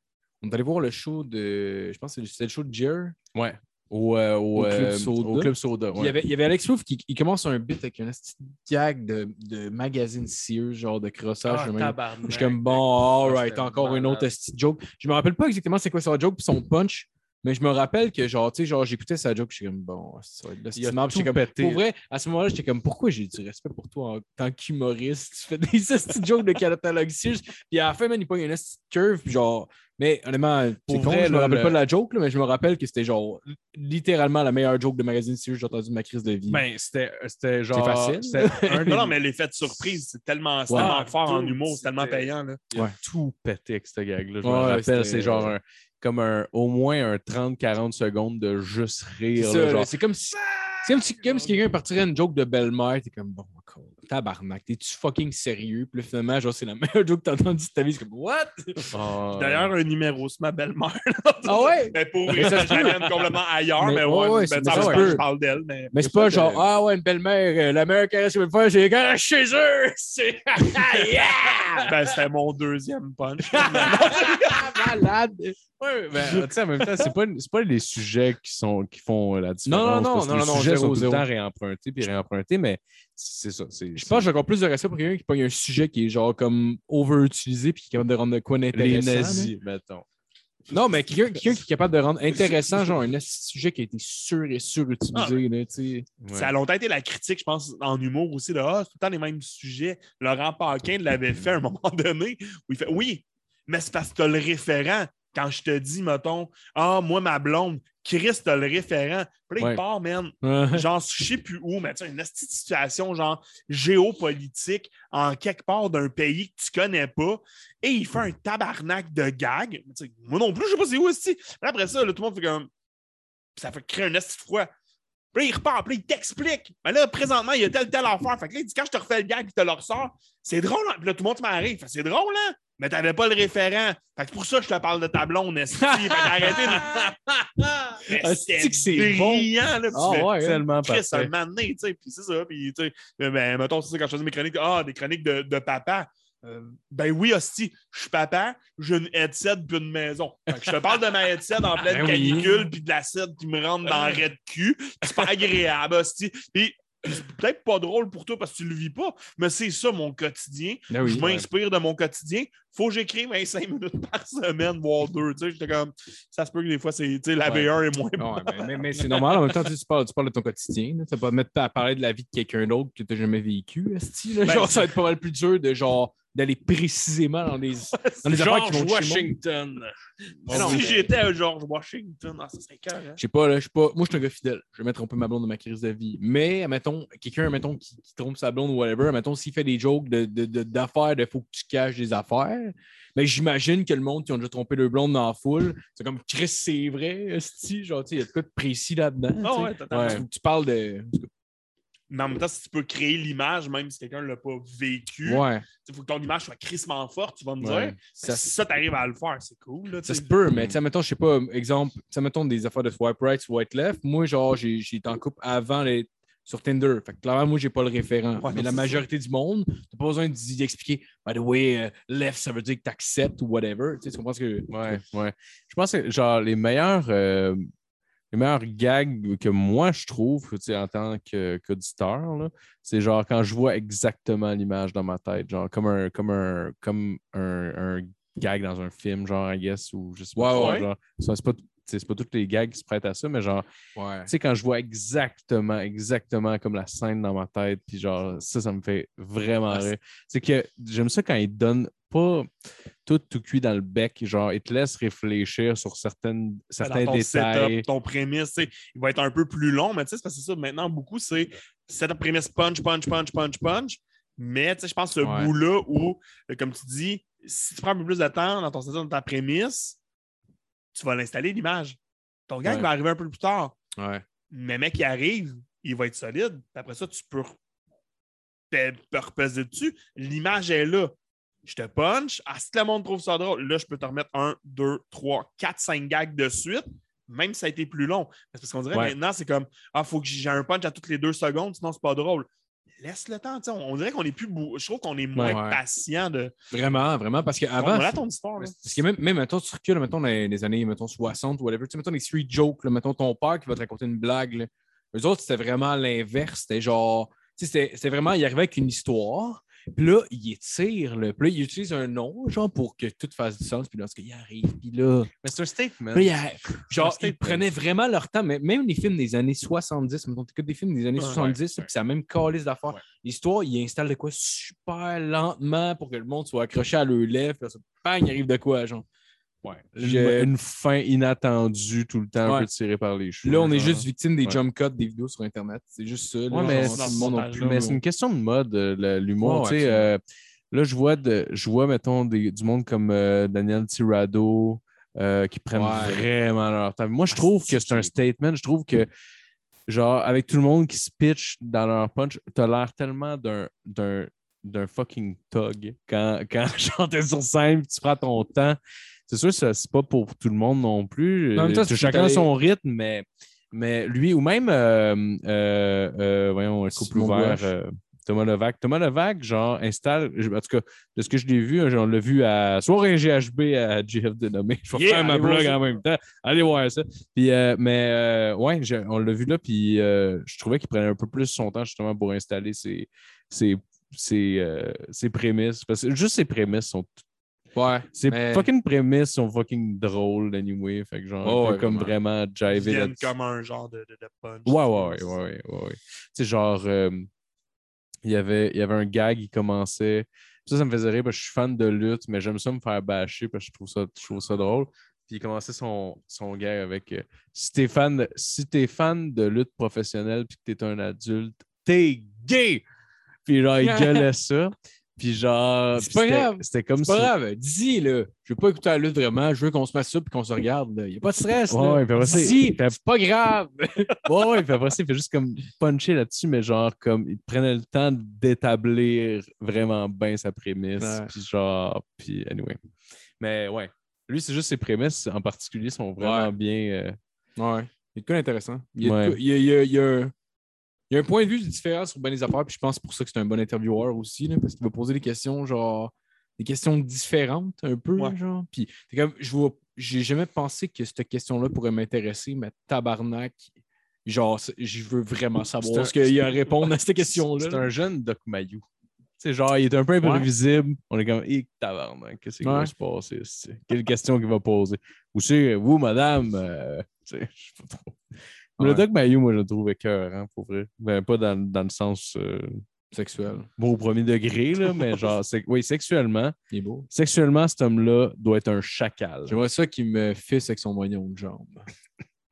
[SPEAKER 3] on est allé voir le show de. Je pense que c'était le show de Jer.
[SPEAKER 4] Ouais. Au, euh, au,
[SPEAKER 3] Au Club
[SPEAKER 4] euh,
[SPEAKER 3] Soda.
[SPEAKER 4] au Club Soda.
[SPEAKER 3] Puis Il,
[SPEAKER 4] ouais.
[SPEAKER 3] y avait, il y avait Alex Roof qui il commence un bit avec un petit gag de, de magazine Sears, genre de crossage.
[SPEAKER 5] ah,
[SPEAKER 3] je me-
[SPEAKER 5] tabarnak.
[SPEAKER 3] je suis comme bon,
[SPEAKER 5] Ah,
[SPEAKER 3] alright,
[SPEAKER 5] c'était
[SPEAKER 3] encore une
[SPEAKER 5] malade.
[SPEAKER 3] autre petite joke. Je me rappelle pas exactement c'est quoi sa joke puis son punch, mais je me rappelle que genre, tu sais, genre j'écoutais sa joke, je suis comme bon, ça va être de
[SPEAKER 4] Il a
[SPEAKER 3] cette merde. Puis
[SPEAKER 4] tout
[SPEAKER 3] j'étais comme,
[SPEAKER 4] pété.
[SPEAKER 3] Pour vrai, à ce moment-là, j'étais comme pourquoi j'ai du respect pour toi en tant qu'humoriste, tu fais des <laughs> petites jokes de catalogue Sears, puis à la fin, man, il pogne une petite curve, puis genre. Mais honnêtement,
[SPEAKER 4] Pour
[SPEAKER 3] c'est con,
[SPEAKER 4] vrai,
[SPEAKER 3] je me
[SPEAKER 4] là,
[SPEAKER 3] rappelle
[SPEAKER 4] le-
[SPEAKER 3] pas de la joke, là, mais je me rappelle que c'était genre littéralement la meilleure joke de magazine Sears que j'ai entendue de ma crise de vie.
[SPEAKER 4] Ben, c'était c'était genre.
[SPEAKER 3] facile.
[SPEAKER 4] C'était un des-
[SPEAKER 5] Non, non, mais l'effet de surprise, c'est tellement, c'est
[SPEAKER 3] Ouais.
[SPEAKER 5] tellement fort en
[SPEAKER 4] Dude,
[SPEAKER 5] humour, c'est tellement
[SPEAKER 4] c'était-
[SPEAKER 5] payant. Là.
[SPEAKER 4] Il a
[SPEAKER 3] Ouais.
[SPEAKER 4] tout pété avec ce gag-là. Je me
[SPEAKER 3] Ouais,
[SPEAKER 4] rappelle,
[SPEAKER 3] c'était- euh,
[SPEAKER 4] c'est genre un- comme un, au moins un 30-40 secondes de juste
[SPEAKER 3] C'est
[SPEAKER 4] rire.
[SPEAKER 3] ça,
[SPEAKER 4] là,
[SPEAKER 3] là,
[SPEAKER 4] genre,
[SPEAKER 3] c'est comme si. C'est comme si, comme si quelqu'un partirait une joke de belle-mère, t'es comme bon, cool. tabarnak, t'es-tu fucking sérieux? Puis là, finalement, genre, c'est la <laughs> meilleure joke que t'as entendue de ta vie. C'est comme what?
[SPEAKER 4] ah,
[SPEAKER 5] D'ailleurs, un numéro, c'est ma belle-mère.
[SPEAKER 3] Ah ouais?
[SPEAKER 5] Mais pour
[SPEAKER 3] Mais ça se peut.
[SPEAKER 5] j'amène complètement ailleurs,
[SPEAKER 3] Mais
[SPEAKER 5] mais,
[SPEAKER 3] ouais,
[SPEAKER 5] ouais,
[SPEAKER 3] ouais,
[SPEAKER 5] ben,
[SPEAKER 3] c'est-
[SPEAKER 5] tu
[SPEAKER 3] mais
[SPEAKER 5] sais, en
[SPEAKER 3] ça
[SPEAKER 5] même
[SPEAKER 3] se
[SPEAKER 5] temps,
[SPEAKER 3] peut.
[SPEAKER 5] je parle d'elle, mais.
[SPEAKER 3] Mais c'est pas
[SPEAKER 4] ça
[SPEAKER 3] genre,
[SPEAKER 4] que-
[SPEAKER 3] ah ouais, une belle-mère, euh, la meilleure caresse que je peux faire, j'ai caresse chez eux! <laughs> C'est yeah!
[SPEAKER 5] Ben, c'était mon deuxième
[SPEAKER 3] <laughs>
[SPEAKER 5] punch.
[SPEAKER 3] Malade!
[SPEAKER 4] ouais, ben, tu sais, en même temps, c'est pas, c'est pas les sujets qui, sont, qui font euh, la
[SPEAKER 3] Non, non,
[SPEAKER 4] différence.
[SPEAKER 3] non,
[SPEAKER 4] parce que
[SPEAKER 3] non,
[SPEAKER 4] les
[SPEAKER 3] non, non,
[SPEAKER 4] sujets
[SPEAKER 3] zéro,
[SPEAKER 4] sont tout le
[SPEAKER 3] zéro.
[SPEAKER 4] temps réempruntés puis réempruntés, mais c'est ça. c'est-
[SPEAKER 3] Je
[SPEAKER 4] c'est-
[SPEAKER 3] pense que j'ai encore plus de respect pour quelqu'un qui pogne un sujet qui est genre comme overutilisé puis qui est capable de rendre de quoi
[SPEAKER 4] les
[SPEAKER 3] d'intéressant. là.
[SPEAKER 4] nazis, mettons.
[SPEAKER 3] Non, mais quelqu'un quelqu'un qui est capable de rendre intéressant, genre un sujet qui a été sur et surutilisé, là, tu sais.
[SPEAKER 4] Ouais.
[SPEAKER 5] Ça a longtemps été la critique, je pense, en humour aussi, de Ah, c'est tout le temps les mêmes sujets. Laurent Paquin l'avait fait à un moment <laughs> donné où il fait Oui, mais c'est parce que t'as le référent. Quand je te dis, mettons, Ah, moi, ma blonde, Chris, t'as le référent. Puis là,
[SPEAKER 4] Ouais.
[SPEAKER 5] il part, man.
[SPEAKER 3] <laughs>
[SPEAKER 4] <laughs>
[SPEAKER 3] Ouais.
[SPEAKER 5] Genre, je sais plus où, mais tu sais, une petite situation, genre, géopolitique, en quelque part d'un pays que tu connais pas, et il fait un tabarnak de gag. Tu sais, Moi non plus, je sais pas c'est où, aussi. Mais après ça, là, tout le monde fait comme. Ça fait créer un esti de froid. Puis là, il repart, puis là, il t'explique. Mais là, présentement, il y a telle, telle affaire. Fait que là, il dit, quand je te refais le gag, puis te le ressort, c'est drôle. Hein? Puis là, tout le monde se met à rire. Fait, c'est drôle, hein? Mais t'avais pas le référent. Fait que pour ça, je te parle de ta blonde, esti. Fait qu'arrêtez de...
[SPEAKER 3] <laughs>
[SPEAKER 5] Mais
[SPEAKER 3] Esti que c'est
[SPEAKER 5] brillant, là. Puis
[SPEAKER 3] Ah
[SPEAKER 5] tu fais,
[SPEAKER 3] ouais, hein?
[SPEAKER 4] tellement
[SPEAKER 5] Chris,
[SPEAKER 4] parfait.
[SPEAKER 5] un moment donné, tu sais, puis c'est ça, puis tu sais, euh, ben, mettons, c'est ça, quand je faisais mes chroniques, ah, des chroniques de, de papa. Euh, ben oui, hostie, je suis papa, j'ai une headset puis une maison. Fait que je te parle de ma headset en
[SPEAKER 3] Ben
[SPEAKER 5] pleine
[SPEAKER 3] oui. Ah.
[SPEAKER 5] canicule puis de l'acide qui me rentre dans le raid de cul. C'est pas agréable, hostie. Puis c'est peut-être pas drôle pour toi parce que tu le vis pas, mais c'est ça mon quotidien.
[SPEAKER 3] Ben oui.
[SPEAKER 5] je m'inspire de mon quotidien. Faut que j'écrive 25 minutes par semaine, voire deux. Tu sais, j'étais comme, ça se peut que des fois, c'est, tu sais, la
[SPEAKER 4] Ouais.
[SPEAKER 5] V1 est moins
[SPEAKER 3] Ouais, mais mais- mais c'est normal. En même temps, tu, sais, tu parles, tu parles de ton quotidien. là. Tu vas pas te mettre à parler de la vie de quelqu'un d'autre que tu n'as jamais vécu. esti, là.
[SPEAKER 5] Ben,
[SPEAKER 3] genre, ça va être pas mal plus dur de genre d'aller précisément dans les, dans les affaires qui vont
[SPEAKER 4] George
[SPEAKER 3] toucher le monde.
[SPEAKER 4] Washington.
[SPEAKER 5] Mais
[SPEAKER 3] Non,
[SPEAKER 5] si
[SPEAKER 3] mais-
[SPEAKER 5] j'étais un George Washington, ah, ça serait cœur. Hein?
[SPEAKER 3] Je sais pas, là, je suis pas. Moi, je suis un gars fidèle. Je vais mettre un peu ma blonde dans ma crise de vie. Mais, mettons, quelqu'un, mettons, qui, qui trompe sa blonde ou whatever, mettons, s'il fait des jokes de- de- de- d'affaires, de, faut que tu caches des affaires. Mais j'imagine que le monde qui ont déjà trompé leur blonde dans la foule, c'est comme Chris, c'est vrai, esti, genre, tu sais, il y a de quoi de précis là-dedans.
[SPEAKER 5] Ah
[SPEAKER 3] tu sais.
[SPEAKER 5] ouais, totalement.
[SPEAKER 3] Faut que tu parles de.
[SPEAKER 5] Mais en même temps, si tu peux créer l'image, même si quelqu'un ne l'a pas vécu,
[SPEAKER 3] Ouais.
[SPEAKER 5] il faut que ton image soit crissement forte, tu vas me
[SPEAKER 4] Ouais.
[SPEAKER 5] dire.
[SPEAKER 3] Ça-
[SPEAKER 5] si ça, t'arrives à le faire, c'est Hmm. cool. Là,
[SPEAKER 3] Ça
[SPEAKER 5] tu
[SPEAKER 3] se
[SPEAKER 5] sais.
[SPEAKER 3] peut, mais tu sais, mettons, je sais pas, exemple, tu sais, mettons des affaires de swipe right, swipe left. Moi, genre, j'ai j'ai été en couple avant les... sur Tinder. Fait que clairement, moi, j'ai pas le référent.
[SPEAKER 5] Ouais,
[SPEAKER 3] mais
[SPEAKER 5] non,
[SPEAKER 3] la
[SPEAKER 5] c'est
[SPEAKER 3] majorité du monde, t'as pas besoin d'y expliquer, by the way, euh, left, ça veut dire que t'acceptes ou whatever. Tu sais, tu comprends ce que.
[SPEAKER 4] Ouais, ouais. Je pense que genre les meilleurs euh, les meilleurs gags que moi je trouve tu sais, en tant que- qu'auditeur, là, c'est genre quand je vois exactement l'image dans ma tête, genre comme un comme un comme un, un gag dans un film, genre I guess, ou je sais pas.
[SPEAKER 3] Ouais,
[SPEAKER 4] genre,
[SPEAKER 5] ouais.
[SPEAKER 4] genre, ça, c'est pas sais, c'est pas toutes les gags qui se prêtent à ça, mais genre,
[SPEAKER 3] Ouais.
[SPEAKER 4] tu sais, quand je vois exactement, exactement comme la scène dans ma tête, puis genre, ça, ça me fait vraiment
[SPEAKER 3] Ah, c'est-
[SPEAKER 4] rire. C'est que j'aime ça quand ils donnent pas tout tout cuit dans le bec, genre, ils te laissent réfléchir sur certaines, certains
[SPEAKER 5] dans ton
[SPEAKER 4] détails.
[SPEAKER 5] setup, ton prémisse. tu sais, Il va être un peu plus long, mais tu sais, c'est parce que c'est ça, maintenant, beaucoup, c'est setup, prémisse, punch, punch, punch, punch, punch. Mais tu sais, je pense que ce
[SPEAKER 3] Ouais.
[SPEAKER 5] bout-là où, euh, comme tu dis, si tu prends un peu plus de temps dans ton setup, dans ta prémisse, tu vas l'installer, l'image. Ton gars
[SPEAKER 3] Ouais.
[SPEAKER 5] va arriver un peu plus tard.
[SPEAKER 3] Ouais.
[SPEAKER 5] Mais mec, il arrive, il va être solide. Puis Après ça, tu peux re- pe- pe- repaiser dessus. L'image est là. Je te punch. Ah, si le monde trouve ça drôle, là, je peux te remettre un, deux, trois, quatre, cinq gags de suite, même si ça a été plus long. C'est Parce qu'on dirait
[SPEAKER 4] Ouais.
[SPEAKER 5] maintenant, c'est comme Ah, faut que j'ai un punch à toutes les deux secondes, sinon c'est pas drôle. Laisse le temps, tu sais. on, on dirait qu'on est plus bou- Je trouve qu'on est moins
[SPEAKER 3] Ouais.
[SPEAKER 5] patient de.
[SPEAKER 3] Vraiment, vraiment. Parce qu'avant,
[SPEAKER 5] Voilà ton histoire. là.
[SPEAKER 3] Parce que même, même mettons, tu recules, mettons, les, les années, mettons, 60 ou whatever, tu sais, mettons, les street jokes, là, mettons, ton père qui va te raconter une blague, là. Eux autres, c'était vraiment l'inverse. C'était genre, tu sais, c'était- c'était vraiment, il arrivait avec une histoire, puis là, il étire, là, puis là, il utilise un nom, genre, pour que tout fasse du sens, puis là, parce qu'il arrive, puis là,
[SPEAKER 4] Mais c'est un statement.
[SPEAKER 3] puis là, il arrive. genre,
[SPEAKER 4] C'était-
[SPEAKER 3] ils prenaient vraiment leur temps, mais même les films des années 70, mettons, t'écoutes des films des années
[SPEAKER 5] Ouais,
[SPEAKER 3] 70, là,
[SPEAKER 5] ouais.
[SPEAKER 3] puis c'est la même calice d'affaires.
[SPEAKER 5] Ouais.
[SPEAKER 3] L'histoire, il installe de quoi super lentement pour que le monde soit accroché à leurs lèvres, puis là, ça, bang, il arrive de quoi, genre.
[SPEAKER 4] Une-
[SPEAKER 3] Je-
[SPEAKER 4] Une fin inattendue tout le temps, un
[SPEAKER 3] Ouais.
[SPEAKER 4] peu tirée par les cheveux.
[SPEAKER 3] Là, on est
[SPEAKER 4] genre.
[SPEAKER 3] juste victime des
[SPEAKER 4] Ouais.
[SPEAKER 3] jump cuts des vidéos sur Internet. C'est juste ça. là,
[SPEAKER 4] Ouais, mais
[SPEAKER 3] genre,
[SPEAKER 4] c'est-
[SPEAKER 3] tout le monde a
[SPEAKER 5] c'est-
[SPEAKER 3] plus-
[SPEAKER 4] Mais c'est une question de mode, euh, le- l'humour.
[SPEAKER 3] Ouais,
[SPEAKER 4] tu sais, euh, là, je vois, de, je vois mettons, des- du monde comme euh, Daniel Tirado euh, qui prennent
[SPEAKER 3] Ouais.
[SPEAKER 4] vraiment leur temps. Moi, je trouve que c'est un statement. Je trouve que, genre, avec tout le monde qui se pitch dans leur punch, t'as l'air tellement d'un- d'un d'un fucking thug quand, <laughs> quand j'entends sur scène puis tu prends ton temps. C'est sûr, ça, c'est pas pour tout le monde non plus.
[SPEAKER 3] En même temps,
[SPEAKER 4] Euh,
[SPEAKER 3] si
[SPEAKER 4] chacun a
[SPEAKER 3] t'allais-
[SPEAKER 4] son rythme, mais, mais lui, ou même, euh, euh, euh, voyons, un couple
[SPEAKER 3] Simon
[SPEAKER 4] ouvert,
[SPEAKER 3] Gouache.
[SPEAKER 4] euh, Thomas Levac. Thomas Levac, genre, installe, je- en tout cas, de ce que je l'ai vu, hein, genre, on l'a vu à soirée GHB à GF Dénommé. Je vais
[SPEAKER 5] Yeah,
[SPEAKER 4] faire ma
[SPEAKER 5] allez voir
[SPEAKER 4] blog
[SPEAKER 5] ça.
[SPEAKER 4] en même temps. Allez voir ça. Puis, euh, mais, euh, ouais, je- on l'a vu là, puis euh, je trouvais qu'il prenait un peu plus son temps, justement, pour installer ses, ses, ses, euh, ses prémices. Parce que juste ses prémices sont
[SPEAKER 3] Ouais.
[SPEAKER 4] ces
[SPEAKER 3] Mais-
[SPEAKER 4] fucking prémices sont fucking drôles anyway. Fait que genre,
[SPEAKER 3] Oh,
[SPEAKER 4] un peu
[SPEAKER 3] ouais,
[SPEAKER 4] comme vraiment
[SPEAKER 5] Ils
[SPEAKER 4] jiver
[SPEAKER 5] viennent
[SPEAKER 4] là-dessus.
[SPEAKER 5] comme un genre de, de- de punch.
[SPEAKER 4] Ouais, ouais, ouais, ouais, ouais, ouais. Tu sais, genre, euh, il y avait- il y avait un gag qui commençait. Ça, ça me faisait rire parce que je suis fan de lutte, mais j'aime ça me faire bâcher parce que je trouve ça, je trouve ça drôle. Puis il commençait son, son gag avec euh, si t'es fan, de- si t'es fan de lutte professionnelle puis que t'es un adulte, t'es gay! Puis genre,
[SPEAKER 3] <laughs>
[SPEAKER 4] il gueulait ça. Puis genre,
[SPEAKER 3] C'est
[SPEAKER 4] puis
[SPEAKER 3] pas
[SPEAKER 4] c'était-
[SPEAKER 3] grave.
[SPEAKER 4] C'était comme
[SPEAKER 3] C'est pas grave, dis là. Je veux pas écouter la lutte vraiment, je veux qu'on se masse ça et qu'on se regarde. Il n'y a pas de stress.
[SPEAKER 4] Ouais,
[SPEAKER 3] là.
[SPEAKER 4] ouais, puis après ça,
[SPEAKER 3] Dis,
[SPEAKER 4] puis-
[SPEAKER 3] c'est pas grave.
[SPEAKER 4] Ouais, ouais, puis après ça, il fait juste comme puncher là-dessus, mais genre, comme, il prenait le temps d'établir vraiment bien sa prémisse,
[SPEAKER 3] Ouais.
[SPEAKER 4] puis genre, puis anyway. Mais ouais, lui, c'est juste ses prémisses en particulier sont vraiment
[SPEAKER 3] Ouais.
[SPEAKER 4] bien. euh,
[SPEAKER 3] Ouais. Il y a de quoi d'intéressant. Il y a de
[SPEAKER 4] Ouais.
[SPEAKER 3] quoi- il y a- il y a- il y a un- il y a un point de vue différent sur bien des affaires, puis je pense pour ça que c'est un bon intervieweur aussi, là, parce qu'il va poser des questions, genre, des questions différentes un peu,
[SPEAKER 5] Ouais.
[SPEAKER 3] genre. Puis, c'est comme, je vois, j'ai jamais pensé que cette question-là pourrait m'intéresser, mais tabarnak, genre, c'est- je veux vraiment
[SPEAKER 4] C'est un-
[SPEAKER 3] savoir ce qu'il y a à répondre à
[SPEAKER 4] <laughs>
[SPEAKER 3] cette question-là.
[SPEAKER 4] C'est un jeune Doc Mayou. Tu sais, genre, il est un peu imprévisible. On est comme, hé, tabarnak, qu'est-ce qui va
[SPEAKER 3] Ouais.
[SPEAKER 4] se passer? c'est- Quelle question qu'il va poser? Ou c'est vous, madame? euh, tu sais, je sais pas trop. Mais Le
[SPEAKER 3] Ouais.
[SPEAKER 4] Doc Mayou, moi, je le trouve écœurant, pour vrai. Ben, pas dans, dans le sens. euh,
[SPEAKER 3] Sexuel.
[SPEAKER 4] bon au premier degré, là, <laughs> mais genre, c'est- oui, sexuellement.
[SPEAKER 3] Il est beau.
[SPEAKER 4] Sexuellement, cet homme-là doit être un chacal. Je
[SPEAKER 3] J'aimerais ça qu'il me fisse avec son moignon de
[SPEAKER 4] <laughs>
[SPEAKER 3] jambe.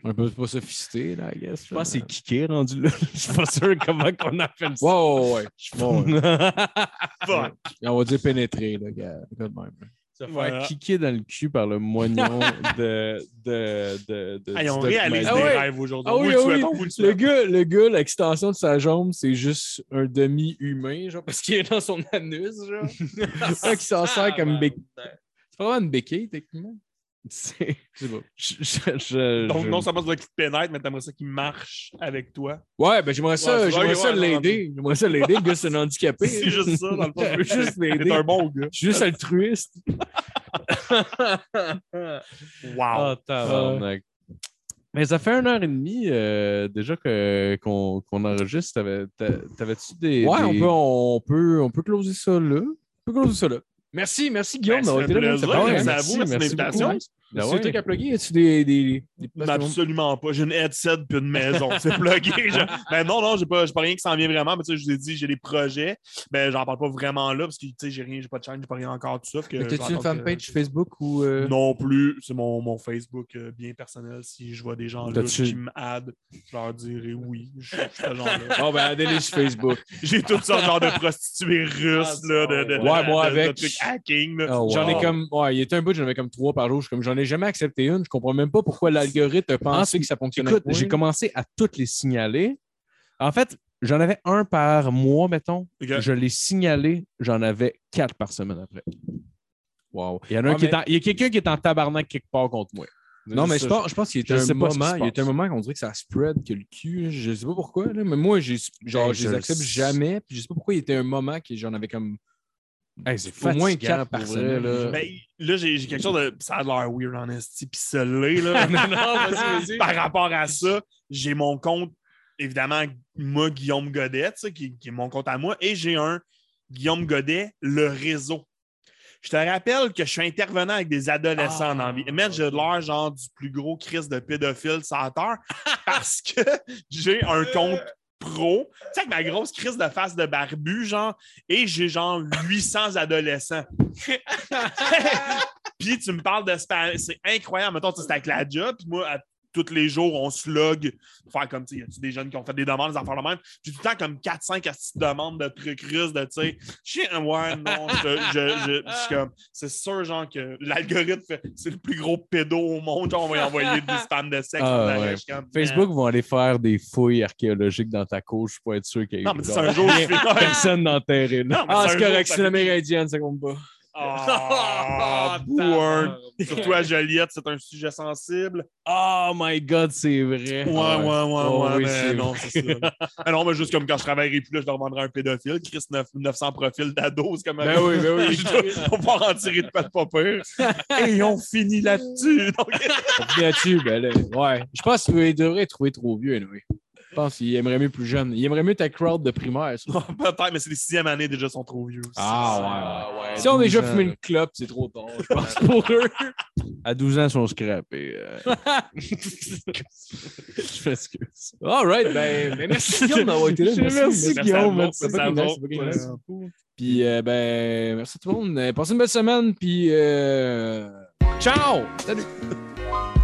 [SPEAKER 3] Un peu pas sophistiqué, là, I guess.
[SPEAKER 4] pense que c'est Kiki rendu là. <laughs> Je suis pas sûr comment qu'on appelle ça.
[SPEAKER 3] Wow, ouais. ouais, ouais.
[SPEAKER 5] Fuck.
[SPEAKER 3] Et On va dire pénétrer, le gars. Quand même.
[SPEAKER 4] Se faire
[SPEAKER 5] Voilà.
[SPEAKER 4] kicker dans le cul par le <laughs> moignon de. de, de, de-
[SPEAKER 5] Hey,
[SPEAKER 4] du
[SPEAKER 5] on
[SPEAKER 4] Doc
[SPEAKER 5] réalise
[SPEAKER 4] Mazel.
[SPEAKER 5] des
[SPEAKER 3] Ah ouais.
[SPEAKER 5] rêves aujourd'hui.
[SPEAKER 3] Ah oui,
[SPEAKER 5] Où le
[SPEAKER 3] ah oui.
[SPEAKER 5] souhaitons, où le
[SPEAKER 3] Le
[SPEAKER 5] souhaitons.
[SPEAKER 3] gars, le gars, l'extension de sa jambe, c'est juste un demi-humain, genre, parce qu'il est dans son anus, genre. C'est ça qui s'en
[SPEAKER 5] Ah,
[SPEAKER 3] sert comme béquille. C'est pas vraiment une béquille, techniquement.
[SPEAKER 4] C'est-
[SPEAKER 3] Je sais pas.
[SPEAKER 4] je- je- je-
[SPEAKER 5] Donc,
[SPEAKER 4] je-
[SPEAKER 5] non seulement tu dois qu'il te pénètre, mais t'aimerais ça qu'il marche avec <laughs> toi.
[SPEAKER 3] Ouais, ben j'aimerais ça,
[SPEAKER 5] Ouais, c'est
[SPEAKER 3] j'aimerais
[SPEAKER 5] vrai,
[SPEAKER 3] ça
[SPEAKER 5] ouais, non,
[SPEAKER 3] l'aider. J'aimerais ça l'aider. Le gars, c'est un handicapé.
[SPEAKER 5] <laughs> C'est juste ça, dans le fond.
[SPEAKER 3] Je veux
[SPEAKER 5] <laughs>
[SPEAKER 3] juste l'aider.
[SPEAKER 5] T'es un bon gars.
[SPEAKER 3] Je suis juste altruiste.
[SPEAKER 5] Wow.
[SPEAKER 4] Ah, tabarnak. Mais ça fait une heure et demie euh, déjà que- qu'on qu'on enregistre. T'avais- t'a- T'avais-tu des.
[SPEAKER 3] Ouais, on
[SPEAKER 4] des-
[SPEAKER 3] peut, on, peut, on peut closer ça là. On peut closer ça là. Merci, merci Guillaume
[SPEAKER 5] Ben, ça
[SPEAKER 3] d'avoir
[SPEAKER 5] fait
[SPEAKER 3] été là. man.
[SPEAKER 5] plaisir.
[SPEAKER 3] Ça fait
[SPEAKER 5] Ouais,
[SPEAKER 3] plaisir.
[SPEAKER 5] merci à vous, merci de l'invitation.
[SPEAKER 3] beaucoup, Max.
[SPEAKER 4] Ben
[SPEAKER 3] C'est
[SPEAKER 4] ouais.
[SPEAKER 3] un truc à plugger? As-tu des. des, des
[SPEAKER 4] Ben,
[SPEAKER 3] places
[SPEAKER 5] Mais
[SPEAKER 3] de monde-
[SPEAKER 5] absolument pas. J'ai une headset puis une maison. <laughs> C'est plugué. Je- Ben non, non, j'ai pas, j'ai pas rien qui s'en vient vraiment. Mais tu sais, je vous ai dit, j'ai des projets. Ben j'en parle pas vraiment là parce que tu sais, j'ai rien, j'ai pas de chaîne, j'ai pas rien encore, tout ça. Fait que
[SPEAKER 3] Mais
[SPEAKER 5] je vais
[SPEAKER 3] T'as-tu une
[SPEAKER 4] euh,
[SPEAKER 5] attendre que-
[SPEAKER 3] fanpage Facebook ou. euh,
[SPEAKER 5] Non plus. C'est mon, mon Facebook euh, bien personnel. Si je vois des gens là
[SPEAKER 4] T'as-tu-
[SPEAKER 5] qui me addent, je leur dirai oui. Je suis ce genre-là.
[SPEAKER 3] Oh, ben, allez sur <laughs> Facebook.
[SPEAKER 5] J'ai tout sortes genre de prostituées russes, là, de, de, de-
[SPEAKER 3] Ouais, moi,
[SPEAKER 5] de- de
[SPEAKER 3] avec.
[SPEAKER 5] trucs hacking. là.
[SPEAKER 4] Oh, wow.
[SPEAKER 3] J'en ai comme. Ouais, il y a un bout, j'en avais comme trois par jour. Je suis comme, j'en ai jamais accepté une. Je comprends même pas pourquoi l'algorithme a pensé que ça fonctionnait.
[SPEAKER 4] Écoute,
[SPEAKER 3] pas.
[SPEAKER 4] j'ai commencé à toutes les signaler. En fait, j'en avais un par mois, mettons.
[SPEAKER 5] Ok.
[SPEAKER 4] Je l'ai signalé, j'en avais quatre par semaine après. Wow. Il y en a un
[SPEAKER 3] Ouais,
[SPEAKER 4] qui
[SPEAKER 3] Ah, mais-
[SPEAKER 4] est en- il y a quelqu'un qui est en tabarnak quelque part contre moi.
[SPEAKER 3] Non, mais
[SPEAKER 4] Ça,
[SPEAKER 3] je pense, je pense qu'il y
[SPEAKER 4] je
[SPEAKER 3] a
[SPEAKER 4] sais
[SPEAKER 3] un
[SPEAKER 4] pas ce qui
[SPEAKER 3] moment,
[SPEAKER 4] se
[SPEAKER 3] il y a un
[SPEAKER 4] passe.
[SPEAKER 3] moment qu'on dirait que ça spread que le cul. là. Je sais pas pourquoi, là, mais moi, j'ai- genre, je
[SPEAKER 4] Hey, Ben, je
[SPEAKER 3] les
[SPEAKER 4] le
[SPEAKER 3] accepte
[SPEAKER 4] sais.
[SPEAKER 3] jamais. Puis je sais pas pourquoi il y a un moment que j'en avais comme.
[SPEAKER 4] Hey, c'est
[SPEAKER 3] Au moins
[SPEAKER 4] fatigant
[SPEAKER 3] quatre
[SPEAKER 4] pour
[SPEAKER 3] par
[SPEAKER 4] vrai,
[SPEAKER 3] semaine,
[SPEAKER 4] là.
[SPEAKER 3] <laughs> genre.
[SPEAKER 5] Ben, là, j'ai j'ai quelque chose de. Ça a l'air weird en esti, pis ça
[SPEAKER 3] <laughs>
[SPEAKER 5] l'est, là. <laughs> Par rapport à ça, j'ai mon compte, évidemment, moi, Guillaume Godet, tu sais, qui, qui est mon compte à moi, et j'ai un Guillaume Godet, le réseau. Je te rappelle que je suis intervenant avec des adolescents
[SPEAKER 3] Ah,
[SPEAKER 5] dans la vie. Et même, j'ai de l'air genre du plus gros crise de pédophile sans terre <laughs> parce que j'ai un compte pro. Tu sais, avec ma grosse crise de face de barbu, genre, et j'ai genre 800 adolescents. <laughs> Puis tu me parles de spam. C'est incroyable. Mettons, tu sais, c'est avec la job. Puis moi, à tous les jours, on se log. pour Faire comme, tu sais, y a-tu des jeunes qui ont fait des demandes, des affaires de même? J'ai tout le temps comme 4-5 astuces de demandes de trucs russes, de, tu sais, Chien, ouais, non, je, je, je- je suis comme, c'est sûr, genre, que l'algorithme fait, c'est le plus gros pédo au monde, genre, on va y envoyer des spams de sexe.
[SPEAKER 4] Ah,
[SPEAKER 5] en arrière.
[SPEAKER 4] ouais.
[SPEAKER 5] Je suis comme,
[SPEAKER 4] Facebook
[SPEAKER 5] <laughs>
[SPEAKER 4] vont aller faire des fouilles archéologiques dans ta couche pour être sûr qu'il y a eu
[SPEAKER 5] Non, mais c'est
[SPEAKER 4] genre,
[SPEAKER 5] un jour, je fais.
[SPEAKER 4] personne d'enterré. là.
[SPEAKER 5] Non, mais
[SPEAKER 3] Ah,
[SPEAKER 5] un
[SPEAKER 3] c'est
[SPEAKER 5] jour,
[SPEAKER 3] correct,
[SPEAKER 5] ça
[SPEAKER 3] c'est
[SPEAKER 5] fait-
[SPEAKER 3] l'Amérindienne, ça compte pas.
[SPEAKER 5] Ah, bouin. Surtout à Joliette, c'est un sujet sensible.
[SPEAKER 4] Oh my god, c'est vrai.
[SPEAKER 5] Ouais, ouais, ouais,
[SPEAKER 4] Ah, Oh,
[SPEAKER 5] ouais.
[SPEAKER 4] oui,
[SPEAKER 5] mais
[SPEAKER 4] c'est
[SPEAKER 5] non, c'est ça. Ah non, mais juste comme quand je travaillerai plus là, je leur vendrai un pédophile. Chris, 9 900 profils d'ados. Comme
[SPEAKER 3] Ben oui, ben oui.
[SPEAKER 5] <laughs> Je dois- on va en tirer de pas de pas pire. Et on finit là-dessus. Donc, <laughs>
[SPEAKER 3] On finit là-dessus, ben là, ouais. Je pense qu'il devrait trouver trop vieux, anyway. Je pense qu'il aimerait mieux plus jeune. Il aimerait mieux ta crowd de primaire. ça.
[SPEAKER 5] Peut-être, mais c'est les sixième années déjà, sont trop vieux. aussi.
[SPEAKER 3] Ah,
[SPEAKER 4] ouais, ouais.
[SPEAKER 3] Si on a déjà
[SPEAKER 4] 12 ans,
[SPEAKER 3] fumé
[SPEAKER 4] là.
[SPEAKER 3] une clope, c'est trop tard, je pense, <laughs> pour eux.
[SPEAKER 4] À 12 ans, ils sont scrappés. euh. je m'excuse. All right,
[SPEAKER 3] Ben, ben, merci Guillaume d'avoir été là.
[SPEAKER 4] Merci,
[SPEAKER 5] à
[SPEAKER 4] Guillaume.
[SPEAKER 5] vous.
[SPEAKER 4] Merci,
[SPEAKER 5] Merci à
[SPEAKER 4] fucking
[SPEAKER 5] vous.
[SPEAKER 4] nice, fucking nice.
[SPEAKER 5] Merci beaucoup.
[SPEAKER 3] Puis, euh, ben, merci à tout le monde. Euh, Passez une belle semaine, puis euh, ciao! Salut!